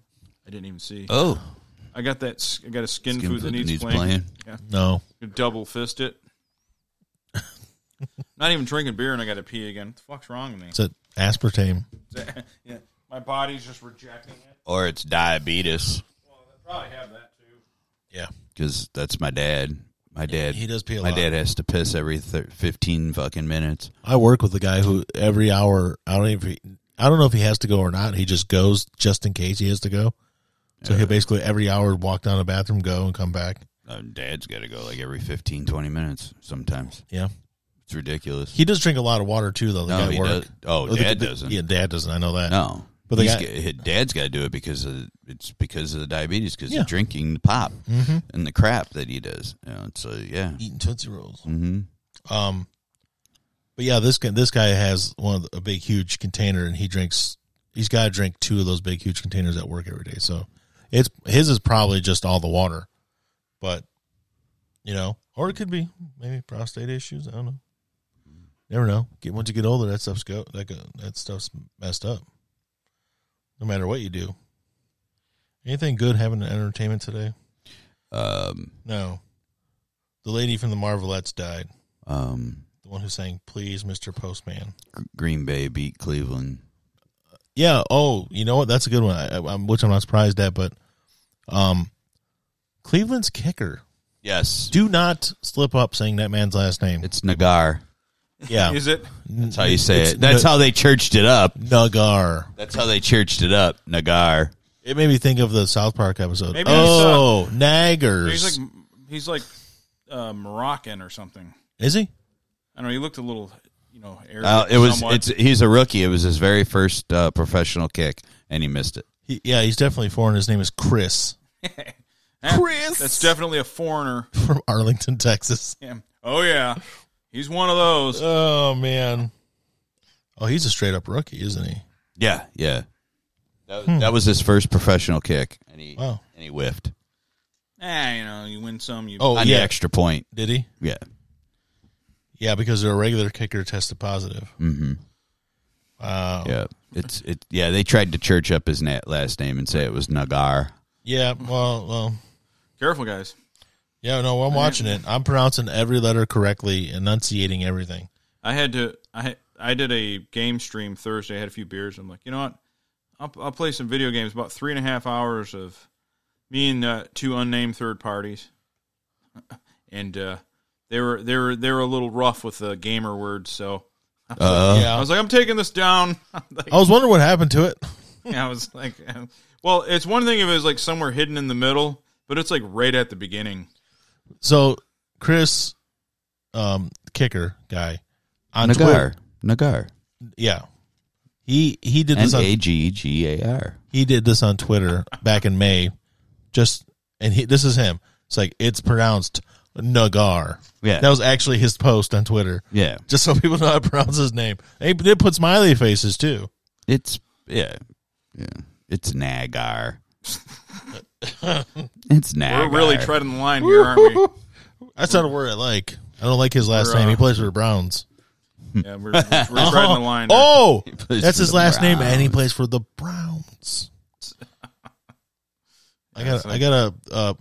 I didn't even see. Oh, I got that. s- I got a skin, Skin food that Food needs, Needs playing. Playing. Yeah, No. double fist it. Not even drinking beer, and I got to pee again. What the fuck's wrong with me? It's an aspartame. Is that- yeah, my body's just rejecting it. or it's diabetes Well, I probably have that too. Yeah. because that's my dad. My dad. He does pee a my lot. dad has to piss every thir- fifteen fucking minutes. I work with a guy who every hour I don't even I don't know if he has to go or not. He just goes just in case he has to go. So he'll basically every hour walk down the bathroom, go and come back. Uh, Dad's got to go like every 15, 20 minutes sometimes. Yeah. It's ridiculous. He does drink a lot of water too, though. The no, guy he at work. does. Oh, Oh, the- dad the- doesn't. Yeah, dad doesn't. I know that. No, But but the he's, guy- got- his dad's got to do it because of, it's because of the diabetes because Yeah. Mm-hmm. of drinking the pop and the crap that he does. You know, so yeah, Eating tootsie rolls. hmm Um, but yeah, this guy, this guy has one of the, a big, huge container, and he drinks He's got to drink two of those big, huge containers at work every day. So it's his is probably just all the water, but you know, or it could be maybe prostate issues. I don't know. Never know. Get once you get older, that stuff's go that go, that stuff's messed up. No matter what you do. Anything good happened in entertainment today? Um, No. The lady from the Marvelettes died. um, The one who sang "Please, Mr. Postman." Gr- Green Bay beat Cleveland. Yeah. Oh, you know what? That's a good one. I, I'm, which I'm not surprised at, but um, Cleveland's kicker. Yes, Do not slip up saying that man's last name. it's Nagar. yeah, Is it? That's how you say It's it. That's N- how they churched it up. Nagar. That's how they churched it up. Nagar. It made me think of the South Park episode. Maybe it's, oh, He's Naggers. like he's like uh, Moroccan or something. Is he? I don't know. He looked a little, you know, Arabic. Uh, it was. somewhat. It's. He's a rookie. It was his very first uh, professional kick, and he missed it. he? Yeah, he's definitely foreign. His name is Chris Eh, Chris! That's definitely a foreigner. from Arlington, Texas. Yeah. Oh yeah, he's one of those. Uh, Oh man. Oh, he's a straight up rookie, isn't he? Yeah. Yeah. That, that was his first professional kick, and he Hmm. Wow. and he whiffed Eh, you know, you win some, you. Oh on yeah, the extra point. did he? Yeah. Yeah, because their regular kicker tested positive. Uh, Mm-hmm. Wow. Yeah. Yeah. It's. It. Yeah. They tried to church up his na- last name and say it was Nagar. well, well, Careful, guys. yeah. No, I'm watching it. I'm pronouncing every letter correctly, enunciating everything. I had to. I I did a game stream Thursday. I had a few beers. I'm like, you know what? I'll, I'll play some video games. About three and a half hours of me and uh, two unnamed third parties, and uh, they were they were they were a little rough with the gamer words. So Uh, yeah. I was like, I'm taking this down. Like, I was wondering what happened to it. I was like, well, it's one thing if it was like somewhere hidden in the middle, but it's like right at the beginning. So Chris, um, kicker guy on Twitter, Nagar. Nagar. yeah, he he did this N on a g g a r. he did this on Twitter back in May, just and he this is him. It's like it's pronounced Nagar. Yeah. that was actually his post on Twitter. Yeah. Just so people know how to pronounce his name. They did put smiley faces too. It's yeah, yeah. It's Nagar. it's Nagar. We're really treading the line here, aren't we? That's not a word I like. I don't like his last name. He plays for the Browns. Yeah, we're, we're, we're treading the line. Oh, plays that's for his the last name, and he Browns. plays for the Browns. I got it's I got a, uh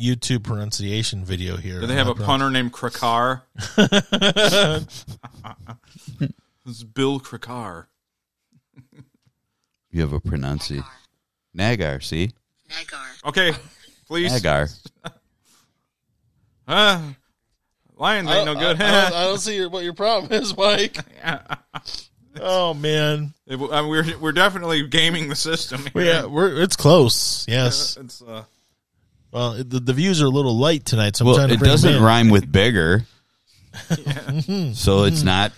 YouTube pronunciation video here. Do they have a Uh, punter named Krakar? it's Bill Krakar. You have a pronunciation. Nagar. See Nagar. Okay, please. Nagar. Uh, Lions ain't no good. don't see what your problem is, Mike. oh man, I mean, uh, we're we're definitely gaming the system. Here. yeah, we're it's close. Yes. It's, uh, Well, it- the, the views are a little light tonight, so I'm Well, trying to it bring 'em doesn't in. rhyme with bigger, so it's not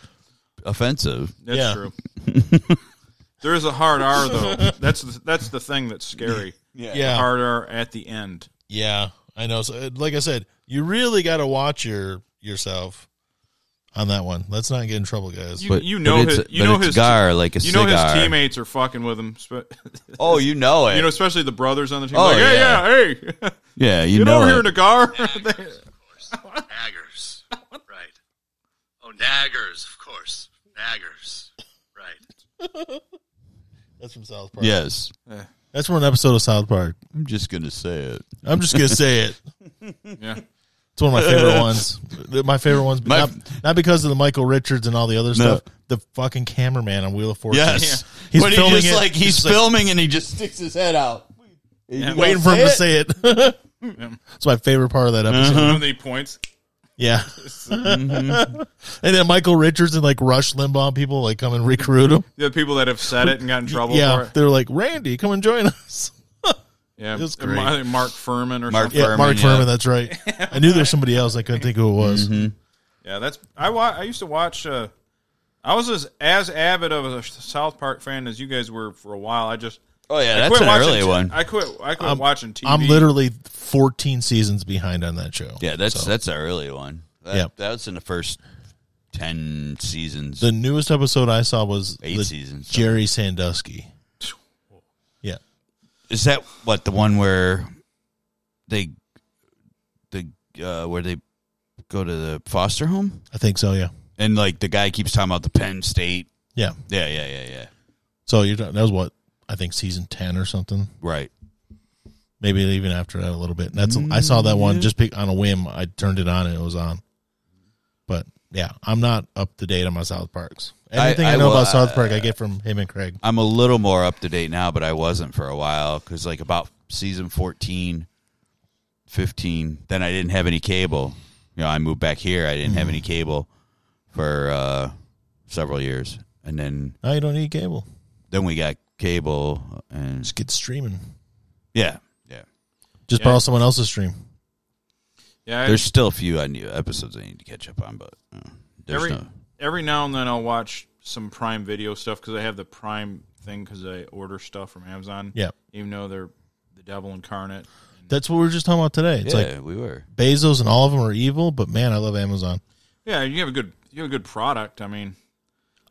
offensive. that's Yeah. true. there is a hard R though. That's the, that's the thing that's scary. Yeah. hard R at the end. Yeah, I know. So, uh, like I said, you really got to watch your yourself on that one. Let's not get in trouble, guys. You, But you know but his, it's, you but know it's his gar like a you know his cigar. teammates are fucking with him. spe- Oh, you know it. You know, especially the brothers on the team. Oh, like, hey, yeah. yeah, hey, yeah, you get know over it. here, Nagar. Naggers. right. Oh, naggers, of course. Naggers. Right. That's from South Park. yes, that's from an episode of South Park. I'm just gonna say it. I'm just gonna say it. yeah. It's one of my favorite ones. My favorite ones, My- not, not because of the Michael Richards and all the other stuff. The fucking cameraman on Wheel of Fortune. Yes, He's but filming he just it. like he's, He's like- filming and he just sticks his head out, waiting for him to say it. It's my favorite part of that episode. Uh-huh. One of the points. Yeah, Mm-hmm. and then Michael Richards and like Rush Limbaugh people like come and recruit him. The people that have said it and got in trouble for Yeah, it. they're like Randy, come and join us. Yeah. was and Ma- Mark Furman or Mark something. Yeah, Furman, Mark yeah. Mm-hmm. Furman. That's right. I knew there was somebody else. I couldn't think who it was. Yeah, that's I wa- I used to watch uh I was as, as avid of a South Park fan as you guys were for a while. I just Oh yeah, I that's quit an watching early t- one. I quit I quit watching TV. I'm literally 14 seasons behind on that show. Yeah, that's that's an early one. That, Yeah. that was in the first ten seasons. The newest episode I saw was Eight the seasons. Jerry Sandusky. is that what the one where they the uh, where they go to the foster home I think so. Yeah. and like the guy keeps talking about the Penn State? Yeah. Yeah, yeah, yeah, yeah. So you're talking- that was what I think season ten or something. Right. Maybe even after that a little bit. That's I saw that one just pick, on a whim. I turned it on and it was on. But yeah, I'm not up to date on my South Parks. I- Anything I, I know will- uh, about South Park, I get from him and Craig. I'm a little more up to date now, but I wasn't for a while because, like, about season 14, 15, then I didn't have any cable. You know, I moved back here. I didn't have any cable for uh, several years. And then, Now you don't need cable. then we got cable. And Just get streaming. yeah, yeah. Just borrow someone else's stream. Yeah, I- There's still a few I need, episodes I need to catch up on, but uh, there's every no. every now and then I'll watch some Prime Video stuff because I have the Prime thing because I order stuff from Amazon. Yeah. even though they're the devil incarnate. That's what we were just talking about today. It's yeah, like we were. Bezos and all of them are evil, but man, I love Amazon. Yeah, you have a good you have a good product. I mean,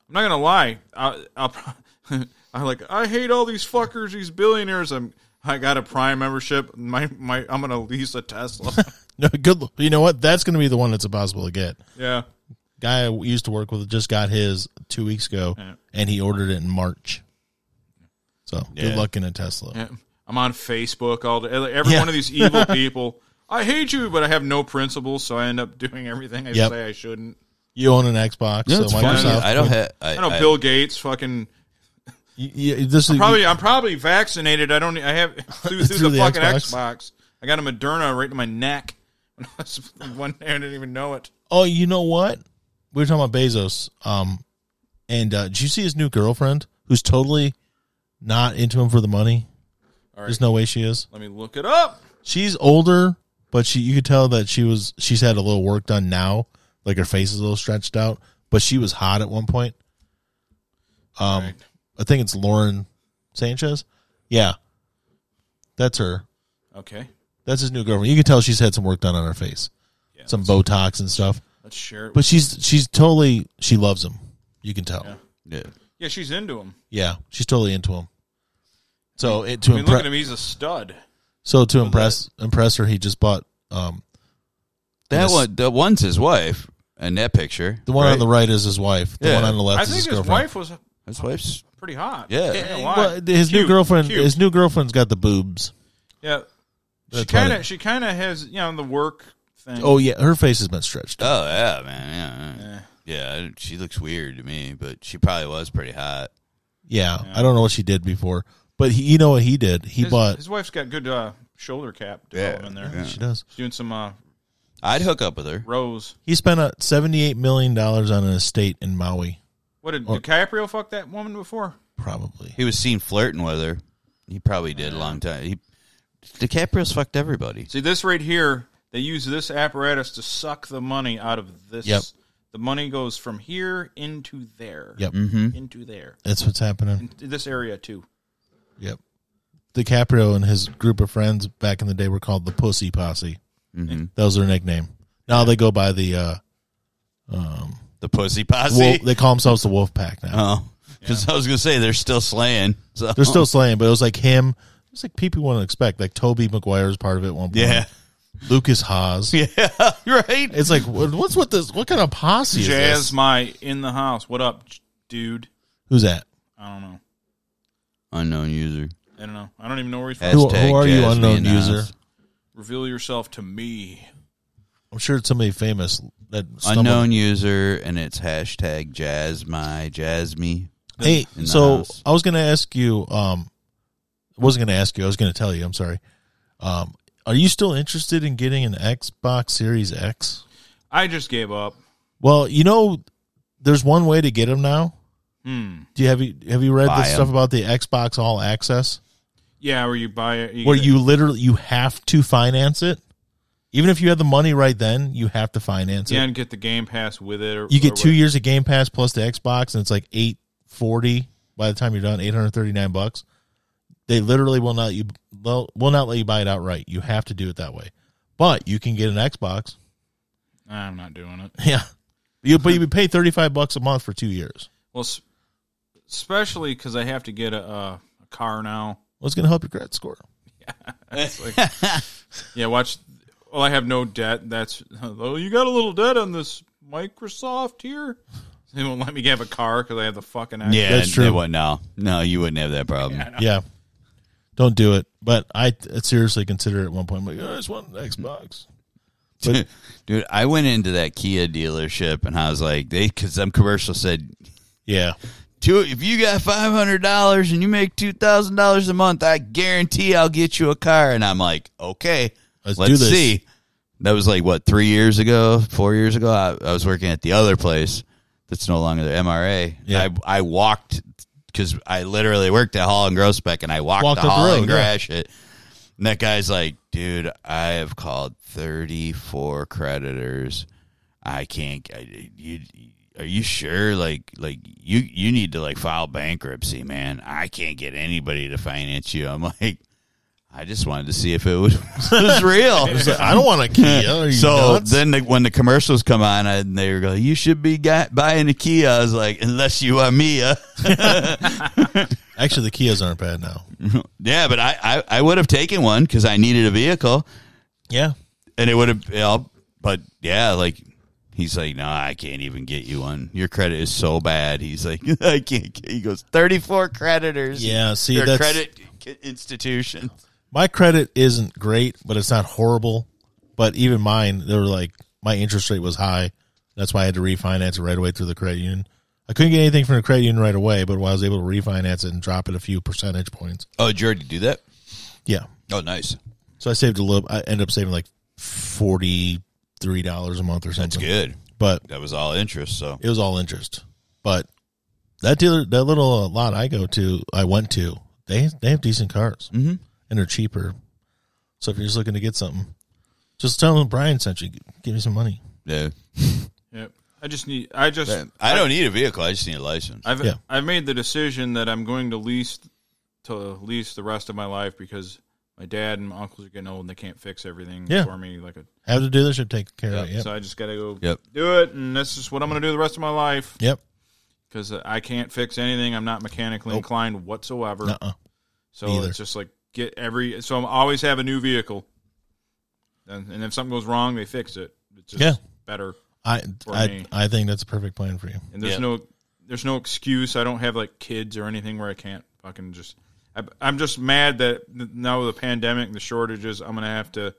I'm not gonna lie. I, I'll, pro- I'm like I hate all these fuckers, these billionaires. I'm I got a Prime membership. My my I'm gonna lease a Tesla. No, good. l- You know what? That's going to be the one that's impossible to get. yeah, Guy I used to work with just got his two weeks ago, Yeah. and he ordered it in March. So Yeah. good luck in a Tesla. Yeah. I'm on Facebook all day. Every Yeah. one of these evil people. I hate you, but I have no principles, so I end up doing everything I Yep. say I shouldn't. You own an Xbox, No, so it's fine. Microsoft. I don't have. I, I know Bill Gates fucking You- you- this is probably I'm probably vaccinated. I don't I have through, through, Through the, the fucking Xbox. Xbox. I got a Moderna right to my neck. When I was one day I didn't even know it. Oh, you know what? We were talking about Bezos. Um, and uh, did you see his new girlfriend, who's totally not into him for the money? All right. There's no way she is. Let me look it up. She's older, but she you could tell that she was she's had a little work done now. Like her face is a little stretched out, but she was hot at one point. Um, Right. I think it's Lauren Sanchez. Yeah, that's her. Okay. That's his new girlfriend. You can tell she's had some work done on her face, Yeah, some Botox and stuff. Let's share it. But she's she's totally she loves him. You can tell. Yeah. Yeah, yeah. yeah, she's into him. she's totally into him. So it, I to mean, look at impress him. He's a stud. so to impress impress her, he just bought um That Yes. one, the one's his wife, in that picture. the one right? on the right is his wife. The Yeah. one on the left I is think his his girlfriend. wife was His wife's pretty hot. Yeah. I ain't gonna lie. well, his new Cute, girlfriend, cute. his new girlfriend's got the boobs. Yeah. She That's why kind they- of she kind of has you know the work thing. Oh yeah, her face has been stretched. Oh yeah, man. Yeah, yeah. Yeah, I don't- she looks weird to me, but she probably was pretty hot. Yeah, I don't know what she did before, but he, you know what he did? He his, bought. his wife's got good uh, shoulder cap development there. yeah. she does. She's doing some uh, I'd hook up with her. rows. He spent uh, seventy-eight million dollars on an estate in Maui, What did Or- DiCaprio fuck that woman before? probably. He was seen flirting with her. He probably did a long time. He, DiCaprio's fucked everybody. See this right here. They use this apparatus to suck the money out of this. Yep. The money goes from here into there. Mm-hmm. Yep. Into there. That's what's happening. Into this area too. Yep. DiCaprio and his group of friends back in the day were called the Pussy Posse. Mm-hmm. That was their nickname. Now they go by the uh, The pussy posse. wolf, they call themselves the Wolf Pack now. oh, because I was gonna say they're still slaying. So They're still slaying, but it was like him. It was like people wouldn't expect. Like Toby McGuire was part of it at one point. yeah, Lucas Haas. yeah, right. It's like what- what's with this? What kind of posse is Jazz this? my in the house. What up, j- dude? Who's that? I don't know. Unknown user. I don't know. I don't even know where he's from. Who- who Hashtag are you, Jazz unknown Vietnams. user? Reveal yourself to me. I'm sure it's somebody famous that stumbled- Unknown user, and it's hashtag jazz my jazz me. Hey, in the so house. I was going to ask you. Um, I wasn't going to ask you. I was going to tell you. I'm sorry. Um, are you still interested in getting an Xbox Series X? I just gave up. Well, you know, there's one way to get them now. Hmm. Do you have you have you read Buy the 'em. stuff about the Xbox All Access, Yeah, where you buy it. where get- you literally you have to finance it, even if you had the money right then, you have to finance yeah, it. and get the Game Pass with it. Or, You get or two whatever. years of Game Pass plus the Xbox, and it's like eight forty by the time you're done, eight hundred thirty nine bucks. They literally will not you will will not let you buy it outright. You have to do it that way, but you can get an Xbox. I'm not doing it. Yeah, you but you would pay thirty five bucks a month for two years. Well, s- especially because I have to get a, a, a car now. What's going to help your credit score? Yeah, watch. Well, I have no debt. That's oh, you got a little debt on this Microsoft here. They won't let me have a car because I have the fucking act- Yeah, That's they true. wouldn't- No, no, you wouldn't have that problem. Yeah. Don't do it. But I t- seriously considered it at one point. I'm like, oh, I just want an Xbox. But- Dude, I went into that Kia dealership and I was like, they because some commercial said, Yeah. Two, if you got five hundred dollars and you make two thousand dollars a month, I guarantee I'll get you a car. And I'm like, okay, Let's let's, do this. see. That was like what three years ago, four years ago. I, I was working at the other place that's no longer the MRA. Yeah. I, I walked because I literally worked at Hall and Grossbeck, and I walked, Walked to up the Hall road, and yeah. Grash it. And that guy's like, dude, I have called thirty four creditors. I can't. I, you are you sure? Like like you you need to like file bankruptcy, man. I can't get anybody to finance you. I'm like, I just wanted to see if it was, was real. It's like, I don't want a Kia. Are you So nuts? then, the, when the commercials come on and they were going, "You should be got, buying a Kia," I was like, "Unless you uh." are Mia." Actually, the Kias aren't bad now. yeah, but I, I, I would have taken one because I needed a vehicle, Yeah. and it would have. You know, but yeah, like he's like, "No, I can't even get you one. Your credit is so bad." He's like, "I can't." Get, he goes, 34 creditors." Yeah, see, your that's- credit institution. My credit isn't great, but it's not horrible. But even mine, they were like, my interest rate was high. That's why I had to refinance it right away through the credit union. I couldn't get anything from the credit union right away, but I was able to refinance it and drop it a few percentage points. Oh, did you already do that? Yeah. Oh, nice. So I saved a little. I ended up saving like $43 a month or something. That's good. But That was all interest. So it was all interest. But that dealer, that little uh, lot I go to, I went to, they they have decent cars mm-hmm. and they're cheaper. So if you're just looking to get something, just tell them Brian sent you. Give me some money. yeah. Yep. I just need. I just. I don't need a vehicle. I just need a license. I've Yeah. I've made the decision that I'm going to lease to lease the rest of my life because my dad and my uncles are getting old and they can't fix everything Yeah. for me. Like a Have the dealership take care of it. Yep. so, I just got to go Yep. do it, and this is what I'm going to do the rest of my life yep. because I can't fix anything. I'm not mechanically Nope. inclined whatsoever. Nuh-uh. So Me either. it's just like get every. So I'm always have a new vehicle, and, and if something goes wrong, they fix it. It's just Yeah. better. I For I me. I think that's a perfect plan for you. and there's Yeah. no there's no excuse. I don't have like kids or anything where I can't fucking just. I, I'm just mad that now with the pandemic, and the shortages, I'm gonna have to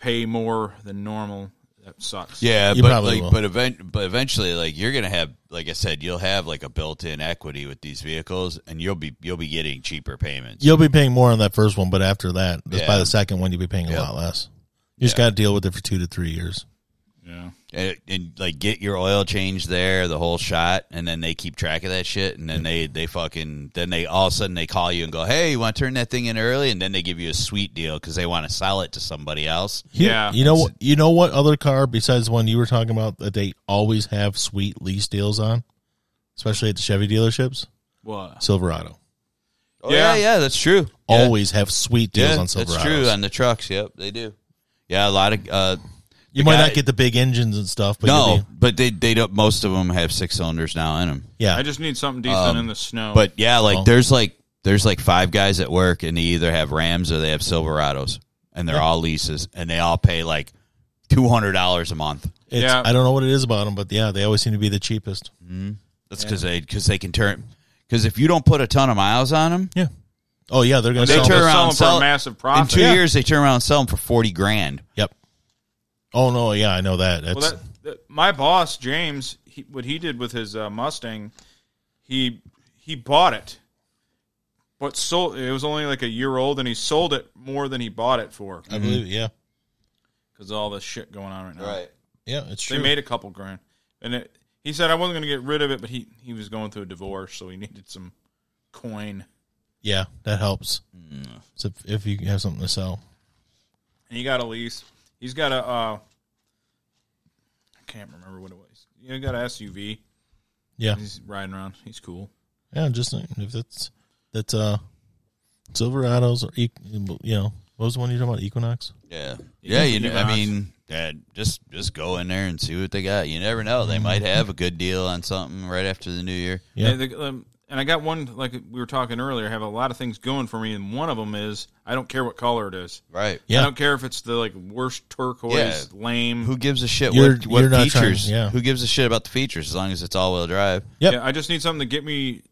pay more than normal. That sucks. Yeah, You but probably like, will. but event, but eventually, like you're gonna have, like I said, you'll have like a built-in equity with these vehicles, and you'll be you'll be getting cheaper payments. You'll be paying more on that first one, but after that, just by Yeah. the second one, you'll be paying a Yeah. lot less. You just got to deal with it for two to three years. Yeah. And, and like get your oil change there, the whole shot, and then they keep track of that shit, and then they they fucking then they all of a sudden they call you and go, hey, you want to turn that thing in early, and then they give you a sweet deal because they want to sell it to somebody else. You- Yeah. You know what? You know what other car besides the one you were talking about that they always have sweet lease deals on, especially at the Chevy dealerships. What? Silverado Oh, Yeah. yeah, yeah, that's true. Yeah. always have sweet deals yeah, on Silverados. that's true on the trucks. Yep, they do. Yeah, a lot of uh, You might guy- not get E. the big engines and stuff, but no, you'll be- but they they don't. Most of them have six cylinders now in them. yeah, I just need something decent Um, in the snow. But yeah, like Oh. there's like there's like five guys at work, and they either have Rams or they have Silverados, and they're all leases, and they all pay like two hundred dollars a month. it's, Yeah. I don't know what it is about them, but yeah, they always seem to be the cheapest. That's because they because they can turn because if you don't put a ton of miles on them, Yeah. Oh yeah, they're going to they sell. turn they'll those- sell around 'em and for a massive sell in profit. two Yeah. years they turn around and sell them for forty grand. Yep. Oh no, yeah, I know that. That's Well, that, that- my boss James, he, what he did with his uh, Mustang, he he bought it, but sold. It was only like a year old, and he sold it more than he bought it for I believe. Yeah, because all this shit going on right now. yeah, it's They true. made a couple grand, and it, he said I wasn't going to get rid of it, but he he was going through a divorce, so he needed some coin, yeah, that helps. So if, if you have something to sell, and he got a lease. He's got a uh, I can't remember what it was. He got a SUV. yeah, He's riding around. He's cool. Yeah, just uh, if it's that's uh Silverados or equ- you know what was the one you talking about Equinox? Yeah, yeah. You know, I Equinox. mean, yeah, just just go in there and see what they got. You never know; they might have a good deal on something right after the new year. Yeah. Yeah. the, um, and I got one like we were talking earlier. I have a lot of things going for me, and one of them is I don't care what color it is. Right. I Yeah. don't care if it's the like worst turquoise, Yeah. lame. Who gives a shit You're- what, what you're not trying- features? yeah. Who gives a shit about the features as long as it's all wheel drive? Yep. Yeah, I just need something to get me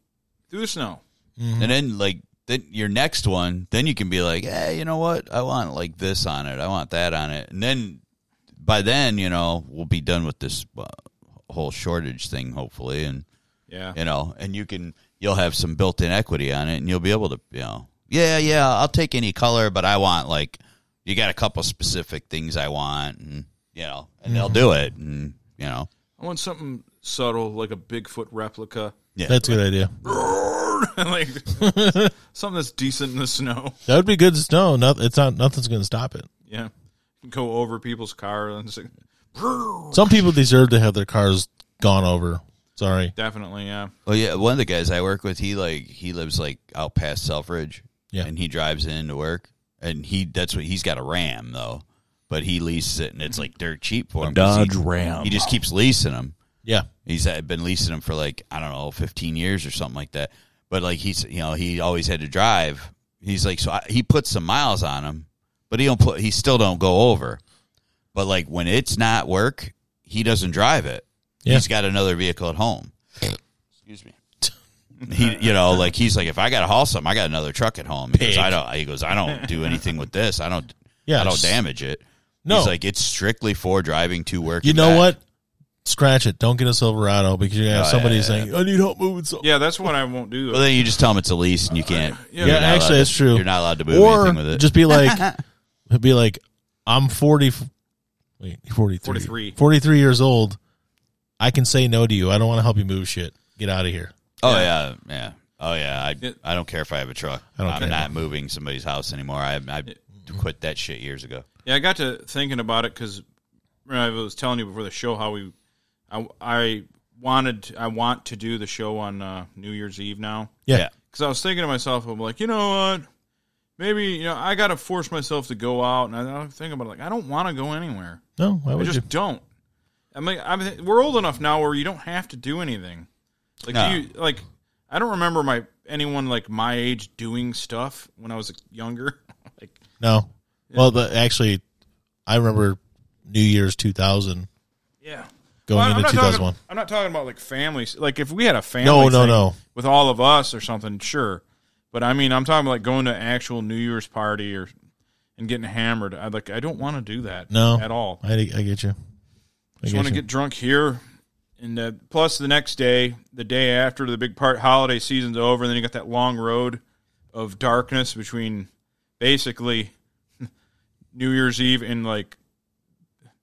through the snow. And then like then your next one, then you can be like, hey, you know what? I want like this on it. I want that on it. And then by then, you know, we'll be done with this uh, whole shortage thing, hopefully, and Yeah. you know, and you can you'll have some built-in equity on it, and you'll be able to, you know, yeah, yeah, I'll take any color, but I want like you got a couple specific things I want, and you know, and they'll do it, and you know, I want something subtle, like a Bigfoot replica, That's a good idea. like something that's decent in the snow. That would be good to know. No, it's not. Nothing's going to stop it. Yeah, go over people's car and just, Some people deserve to have their cars gone over. Sorry. definitely, yeah. Well, yeah, one of the guys I work with, he like he lives like out past Selfridge, Yeah. and he drives in to work, and he that's what he's got a Ram though, but he leases it, and it's like dirt cheap for him. 'cause Dodge he, Ram. He just keeps leasing them. Yeah. He's had- been leasing them for like I don't know, fifteen years or something like that. But like he's you know he always had to drive. He's like so I, he puts some miles on them, but he don't put he still don't go over. But like when it's not work, he doesn't drive it. Yeah. He's got another vehicle at home. Excuse me. He, you know, like he's like, if I got to haul something, I got another truck at home. He goes, I don't. He goes, I don't do anything with this. I don't. Yeah, I don't just- damage it. No. he's like it's strictly for driving to work. You and know back. what? Scratch it. Don't get a Silverado because you're gonna have Oh, somebody yeah, saying, "I need help moving something." Yeah, that's what I won't do. Well, then you just tell him it's a lease, and you can't. Yeah, you're not actually, allowed to- it's true. You're not allowed to move or anything with it. just be like, be like, I'm 40, f- wait, 43, 43. 43 years old. I can say no to you. I don't want to help you move shit. Get out of here. oh yeah, yeah. Oh yeah. I Yeah. I don't care if I have a truck. I don't I'm care. not moving somebody's house anymore. I I quit that shit years ago. Yeah, I got to thinking about it because I was telling you before the show how we, I, I wanted, I want to do the show on uh, New Year's Eve now Yeah. Yeah. because I was thinking to myself, I'm like, you know what? Maybe you know I got to force myself to go out, and I don't think about it. Like I don't want to go anywhere. No, why I would just you? don't. I mean, I mean, we're old enough now where you don't have to do anything. Like No. you, like I don't remember my anyone like my age doing stuff when I was younger. like No. Well, but actually, I remember New Year's 2000 yeah. going Well, I'm into not talking- 2001. I'm not talking about like families. Like if we had a family, No, no, thing no. with all of us or something, sure. But I mean, I'm talking like going to actual New Year's party or and getting hammered. I like I don't want to do that. No. at all. I, I get you. I Just want to you. get drunk here. And uh, plus, the next day, the day after the big part, holiday season's over, and then you got that long road of darkness between basically New Year's Eve and like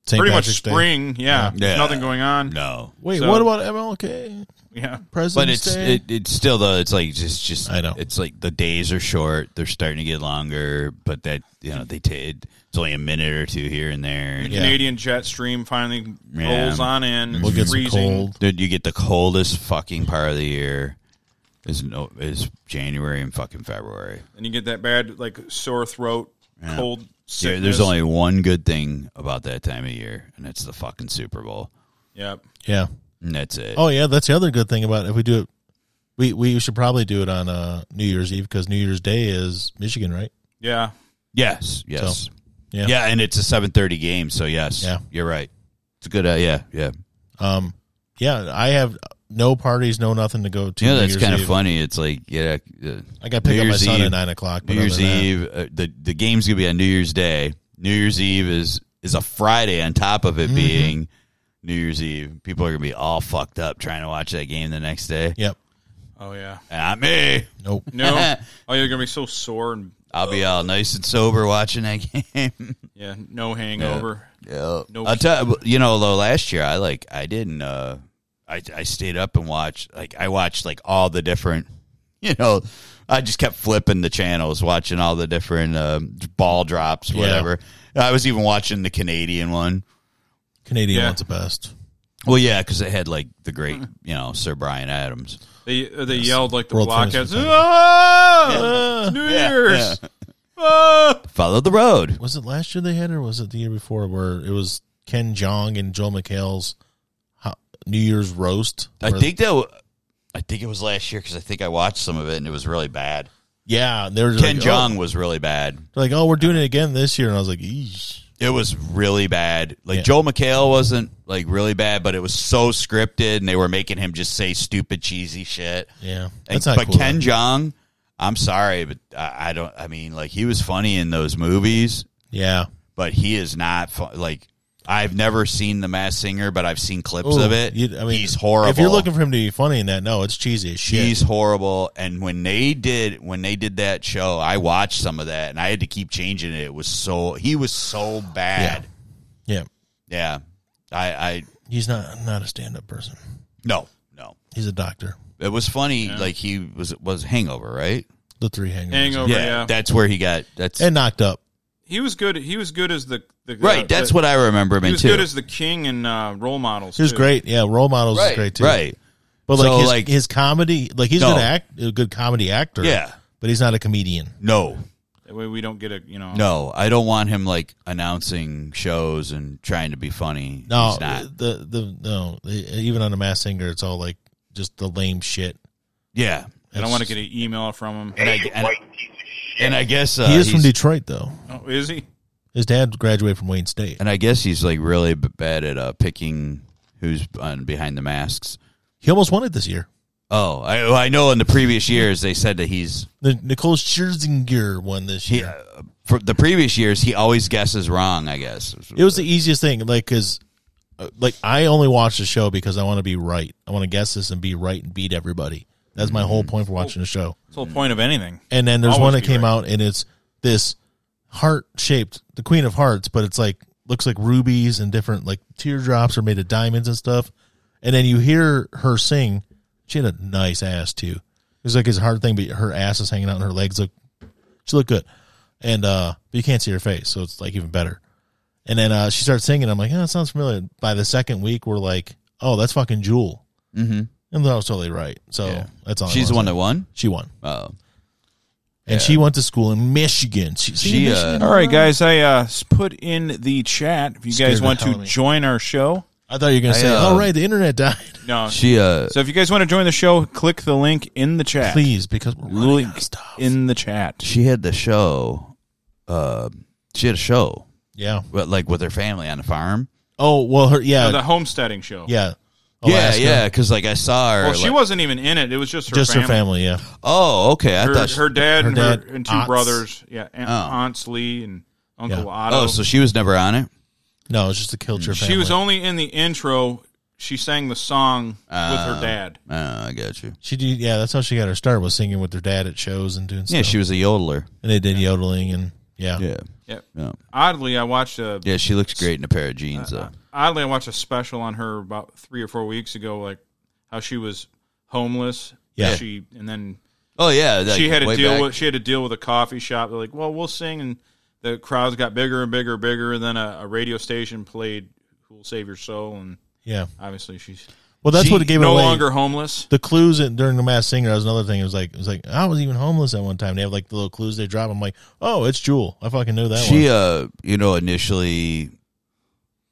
St. pretty Patrick's much Day. spring. Yeah, Yeah. there's nothing going on. No. Wait, So- what about MLK? Yeah, President's But it's Day? it, it's still though it's like just just I know. it's like the days are short they're starting to get longer but that you know they did it's only a minute or two here and there the and Yeah. Canadian jet stream finally Yeah. rolls on in. we'll get some freezing. cold. Dude, you get the coldest fucking part of the year is no is January and fucking February. and you get that bad like sore throat, cold. Yeah, Sickness. there's only one good thing about that time of year, and it's the fucking Super Bowl, yeah. Yeah. and that's it. Oh yeah, that's the other good thing about it. if we do it. We we should probably do it on uh, New Year's Eve because New Year's Day is Michigan, right? Yeah, yes, yes, yeah. yeah. and it's a 7:30 game, so yes, Yeah. you're right. It's a good, uh, yeah, yeah. Um, yeah, I have no parties, no nothing to go to. You know New that's Year's kind of Eve. funny. It's like yeah, uh, I got to pick New up my Year's son Eve. at nine o'clock. but New Year's other than that- Eve. Uh, the the game's gonna be on New Year's Day. New Year's Eve is is a Friday on top of it Mm-hmm. being New Year's Eve. People are gonna be all fucked up trying to watch that game the next day. Yep. oh yeah. Not me. Nope. No, oh you're gonna be so sore and I'll be all nice and sober watching that game. yeah, no hangover. yeah. No. I'll tell you, you know though. Last year, I like I didn't. uh I I stayed up and watched. Like I watched like all the different. You know, I just kept flipping the channels, watching all the different uh, ball drops, whatever. I was even watching the Canadian one. Canadian Yeah. one's the best. Well, yeah, because it had like the great, you know, Sir Brian Adams. They uh, they yelled like the World blockheads. Finishers League. "Ah! It's New Yeah, Year's. yeah. Ah!" Follow the road. Was it last year they had, or was it the year before, where it was Ken Jong and Joel McHale's ho- New Year's roast? I where- think that w- I think it was last year because I think I watched some of it and it was really bad. Yeah, they were just Ken like, Jong Oh. was really bad. They're like, oh, we're doing it again this year, and I was like, Eesh. It was really bad. Like Yeah. Joel McHale wasn't like really bad, but it was so scripted and they were making him just say stupid cheesy shit. yeah, And- that's not but cool. Ken Jong, I'm sorry, but I, I don't. I mean, like he was funny in those movies, yeah, but he is not fun, like. I've never seen The Mass Singer, but I've seen clips Ooh, of it. you- I mean, he's horrible. If you're looking for him to be funny in that, no, it's cheesy as shit. He's horrible. And when they did when they did that show, I watched some of that and I had to keep changing it. It was so he was so bad. yeah, Yeah. I I he's not not a stand up person. no, no. He's a doctor. It was funny like he was was hangover, right? The three hangers Hangover, yeah. That's where he got that's and knocked up. he was good. He was good as the, the Right, that's what I remember him he in was too. good as the king and uh, role models. He was too. great. Yeah, role models is right, great too. right. but like So, his, like- his comedy, like he's No. an act, a good comedy actor. Yeah. but he's not a comedian. No. That way we don't get a you know. No, I don't want him like announcing shows and trying to be funny. No, He's not. the the no, even on the mass singer, it's all like just the lame shit. Yeah. I don't want to get an email from him. And I, you and, white piece of shit. and I guess uh, he is from he's- Detroit though. Oh, is he? His dad graduated from Wayne State. and I guess he's like really b- bad at uh, picking who's on behind the masks. He almost won it this year. Oh, I, I know. In the previous years, they said that he's The Nicole Scherzinger won this he. year. uh, For the previous years, he always guesses wrong. I guess It was the easiest thing, like because, like I only watch the show because I want to be right. I want to guess this and be right and beat everybody. That's my whole point for watching the show. That's the whole point of anything. And then there's Always one that be came right. out, and it's this heart shaped, the Queen of Hearts, but it's like looks like rubies and different like teardrops are made of diamonds and stuff. And then you hear her sing. She had a nice ass too. It was like his hard thing, but her ass is hanging out, and her legs look. She looked good, and uh, but you can't see her face, so it's like even better. And then uh, she starts singing. I'm like, oh, that sounds familiar. By the second week, we're like, oh, that's fucking Jewel. Mm-hmm. And that was totally right. So Yeah. that's all. I she's the wanna one that say. won. she won. Oh, And she went to school in Michigan. She, she. Uh, All right, guys. I uh, s- put in the chat if you Scared guys the want hell out of to me. join our show. I thought you were going to I, say, uh, "All right, the internet died." No. she. Uh, So if you guys want to join the show, click the link in the chat. Please, because we're running Link out of stuff. in the chat. she had the show. Uh, she had a show, yeah. but like with her family on the farm. Oh well, her yeah, the homesteading show. yeah, Yeah, Alaska. yeah. Because like I saw her. Well, she like- wasn't even in it. It was just her Just family. her family. Yeah, Oh, okay. I Her, thought. She, her dad her and dad, her and two aunts. brothers. Yeah, aunt, Oh. aunts Lee and Uncle Yeah. Otto. oh, so she was never on it. no, it's just to kill your family. she was only in the intro. She sang the song with Oh. Ah. her dad. Oh, I got you. She did, yeah, that's how she got her start was singing with her dad at shows and doing stuff. Yeah, she was a yodeler. and they did yodeling and yeah, Yeah. Yep. Yeah. Oddly, I watched a Yeah, she looks great in a pair of jeans, Uh, though. oddly I watched a special on her about three or four weeks ago, like how she was homeless. Yeah. she and then Oh yeah, like, she had to way deal back. with she had to deal with a coffee shop. They're like, well, we'll sing, and the crowds got bigger and bigger and bigger. And then a, a radio station played "Who'll Save Your Soul," and yeah. obviously she's Well, that's She what gave it no away. longer homeless. the clues in, during the Mass Singer that was another thing. It was like it was like I was even homeless at one time. They have like the little clues they drop. I'm like, oh, it's Jewel. I fucking knew that She, one. uh, you know, initially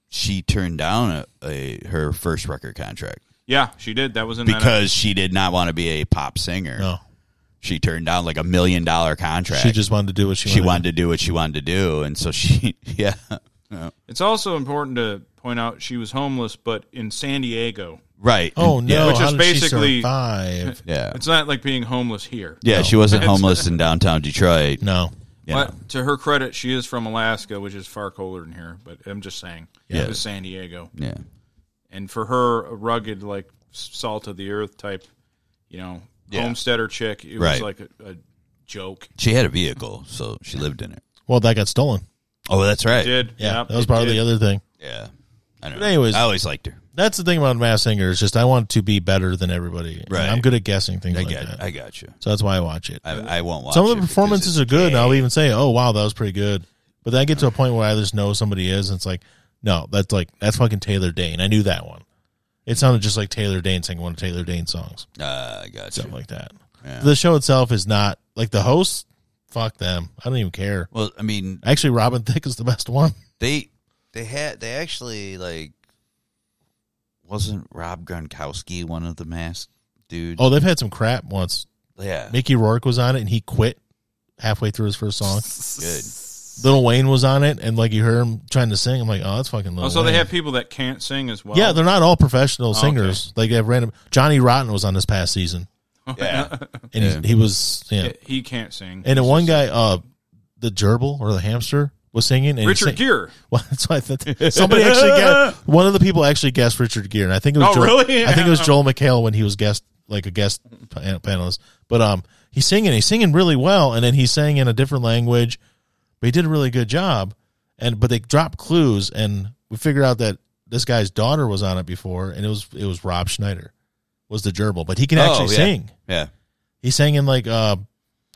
she turned down a, a her first record contract Yeah, she did. That was in that. because she did not want to be a pop singer. no, She turned down like a million dollar contract. she just wanted to do what she, she wanted. wanted to do what she wanted to do, and so she, yeah, It's also important to point out she was homeless, but in San Diego. right. Oh no! yeah, Which how is did basically- she survive? yeah, It's not like being homeless here. yeah. She wasn't It's- homeless in downtown Detroit. No, Yeah. But to her credit, she is from Alaska, which is far colder than here. But I'm just saying, Yeah. it was San Diego, Yeah, and for her, a rugged, like salt of the earth type, you know, Yeah. homesteader chick. It was Right. like a, a joke. she had a vehicle, so she lived in it. well, that got stolen. Oh, that's right. Did Yeah, Yep, that was it probably did. the other thing. Yeah. I don't But anyways- I always liked her. That's the thing about Mass Singer is just I want to be better than everybody. And Right. I'm good at guessing things I like got, that, I got you. so that's why I watch it. I, I won't watch Some it of the because performances it's are good. and I'll gay. even say, "Oh wow, that was pretty good." But then I get to a point where I just know somebody is, and it's like, no, that's like that's fucking Taylor Dane. I knew that one. It sounded just like Taylor Dane singing one of Taylor Dane's songs, Uh, I got you. something like that. Yeah. The show itself is not like the hosts. Fuck them. I don't even care. Well, I mean, Actually, Robin Thicke is the best one. they they had they actually like wasn't Rob Gronkowski one of the masked dude. Oh, they've had some crap once. yeah, Mickey Rourke was on it and he quit halfway through his first song. good. Little Wayne was on it and like you heard him trying to sing. I'm like, oh, that's fucking. Lil Oh, so they Wayne. have people that can't sing as well. yeah, they're not all professional okay. singers. Like they have random. Johnny Rotten was on this past season Yeah, and Yeah. he, he was yeah. He- He can't sing. And then one guy, uh, the gerbil or the hamster was singing. And he Richard sang- Gere. Well, that's why I thought somebody actually guessed. One of the people actually guessed Richard Gere, and I think it was Oh, Joel, really? I think it was Joel McHale when he was guest, like a guest pa- panelist. But um, he's singing, he's singing really well, and then he sang in a different language, but he did a really good job. And but they dropped clues, and we figured out that this guy's daughter was on it before, and it was it was Rob Schneider, was the gerbil, but he can Oh, actually yeah. sing. yeah. He sang in like uh,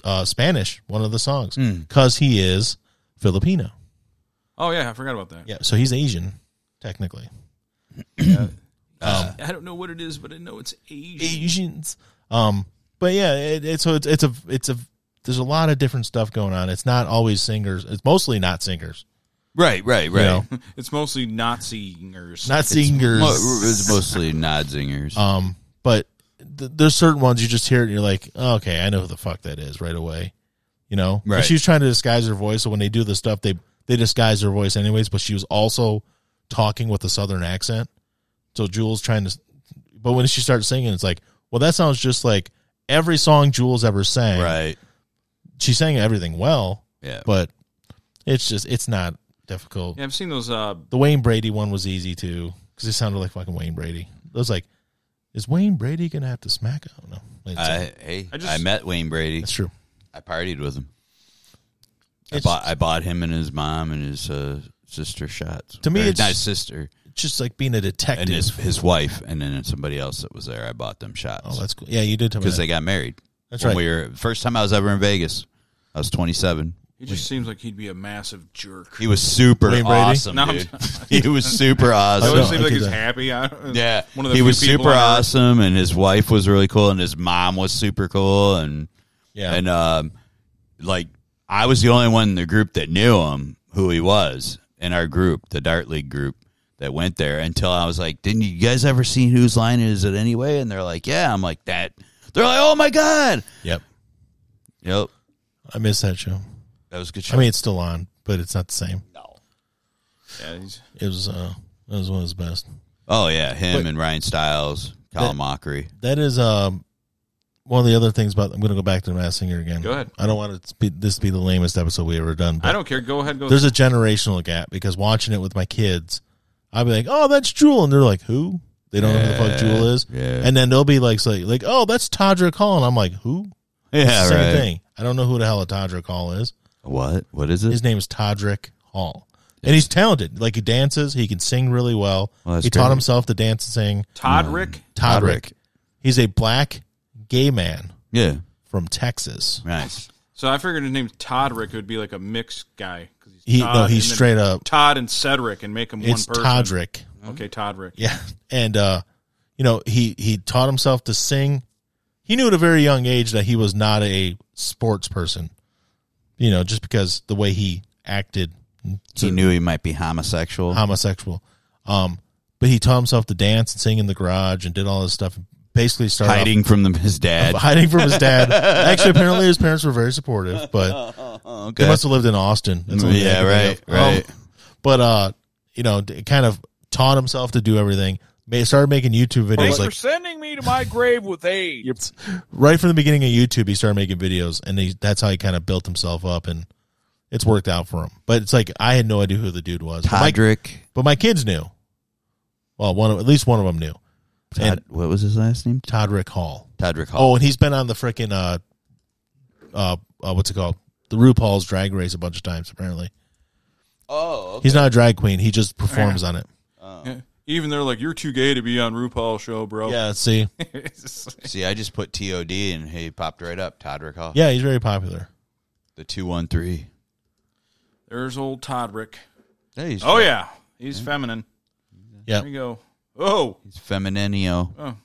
uh, Spanish, one of the songs, because he is Filipino. Oh yeah, I forgot about that. Yeah, so he's Asian, technically. I don't know what it is, but I know it's Asian. Asians. Um, but yeah, it, it, so it's it's a it's a there's a lot of different stuff going on. It's not always singers. It's mostly not singers. Right, right, right. You know, It's mostly Nazi singers. not singers. Mo- it's mostly nod singers. um, but th- there's certain ones you just hear it and you're like, "Oh, okay, I know who the fuck that is right away. You know, And Right. She was trying to disguise her voice, so when they do this stuff, they they disguise their voice anyways. But she was also talking with a southern accent, so Jules trying to. But when she starts singing, it's like, well, that sounds just like every song Jules ever sang. right. She sang everything well, Yeah. but it's just it's not difficult. Yeah, I've seen those. Uh, The Wayne Brady one was easy too because it sounded like fucking Wayne Brady. It was like, is Wayne Brady gonna have to smack? I don't know. It's- I, hey, I, I just- met Wayne Brady. that's true. I partied with him. I It's- bought I bought him and his mom and his uh, sister shots. To me, Or it's- not his sister It's just like being a detective. and his his wife, and then somebody else that was there. I bought them shots. oh, that's cool. Yeah, you did tell me because that. they got married. That's when right. We were first time I was ever in Vegas. I was 27. he just seems like he'd be a massive jerk. He was super Wayne Brady? awesome, No, I'm dude. he was super I awesome. always no, seems I like get he's that. happy. I, don't- uh, Yeah, one of the he few was people super on Earth. awesome, and his wife was really cool, and his mom was super cool, and yeah, and um, like I was the only one in the group that knew him, who he was in our group, the Dart League group that went there. Until I was like, "Didn't you guys ever see whose line is it anyway?" And they're like, "Yeah." I'm like, "That." They're like, "Oh my god!" yep. Yep, I miss that show. that was a good. I Show. mean, it's still on, but it's not the same. Yeah, he's- It was uh, it was one of his best. oh yeah, him But- and Ryan Stiles, Colin That- Mockery. That is um one of the other things about. I'm going to go back to the Mass Singer again. Go ahead. I don't want it to be, this to be the lamest episode we ever done. But I don't care. Go ahead. Go. there's a generational gap because watching it with my kids, I'll be like, "Oh, that's Jewel," and they're like, "Who?" They don't know who the fuck Jewel is. yeah. And then they'll be like, so, "Like, oh, that's Tadra Call," and I'm like, "Who?" It's Yeah, the same right. thing. I don't know who the hell a Todrick Hall is. What? What is it? His name is Todrick Hall. And he's talented. Like he dances, he can sing really well. Well, that's he taught great. himself to dance and sing. Todd Rick. Todrick. He's a black gay man Yeah, from Texas. nice. So I figured his name's Todd Rick. It would be like a mixed guy. 'cause he's He no, Todd he's and then straight up. Todd and Cedric, and make him It's one person. Todrick. Okay, Todd Rick. Yeah. And uh you know, he he taught himself to sing. He knew at a very young age that he was not a sports person. You know, just because the way he acted He knew he might be homosexual. homosexual. Um, but he taught himself to dance and sing in the garage and did all this stuff. Basically, started hiding from the, his dad. off, hiding from his dad. Actually, apparently his parents were very supportive, but Okay. they must have lived in Austin. That's the only thing I Oh, Mm, yeah, can right, think of. Um, right. but uh, you know, d- kind of taught himself to do everything. May, started making YouTube videos like sending me to my grave with AIDS. right from the beginning of YouTube. He started making videos, and he, that's how he kind of built himself up, and it's worked out for him. But it's like I had no idea who the dude was. But my- Todrick. but my kids knew. Well, one of, at least one of them knew. Todd, what was his last name? Todrick Hall. Todrick Hall. Oh, and he's been on the freaking uh, uh, uh, what's it called? The RuPaul's Drag Race a bunch of times. Apparently, Oh, he's not a drag queen. He just performs on it. Yeah. Even they're like, you're too gay to be on RuPaul's show, bro. Yeah, let's see. see, I just put TOD and he popped right up. Todrick Hall. Yeah, he's very popular. The 213. There's old Todd Rick. Yeah, he's, Oh yeah, he's feminine. Yeah, There you go. Oh, He's femininio.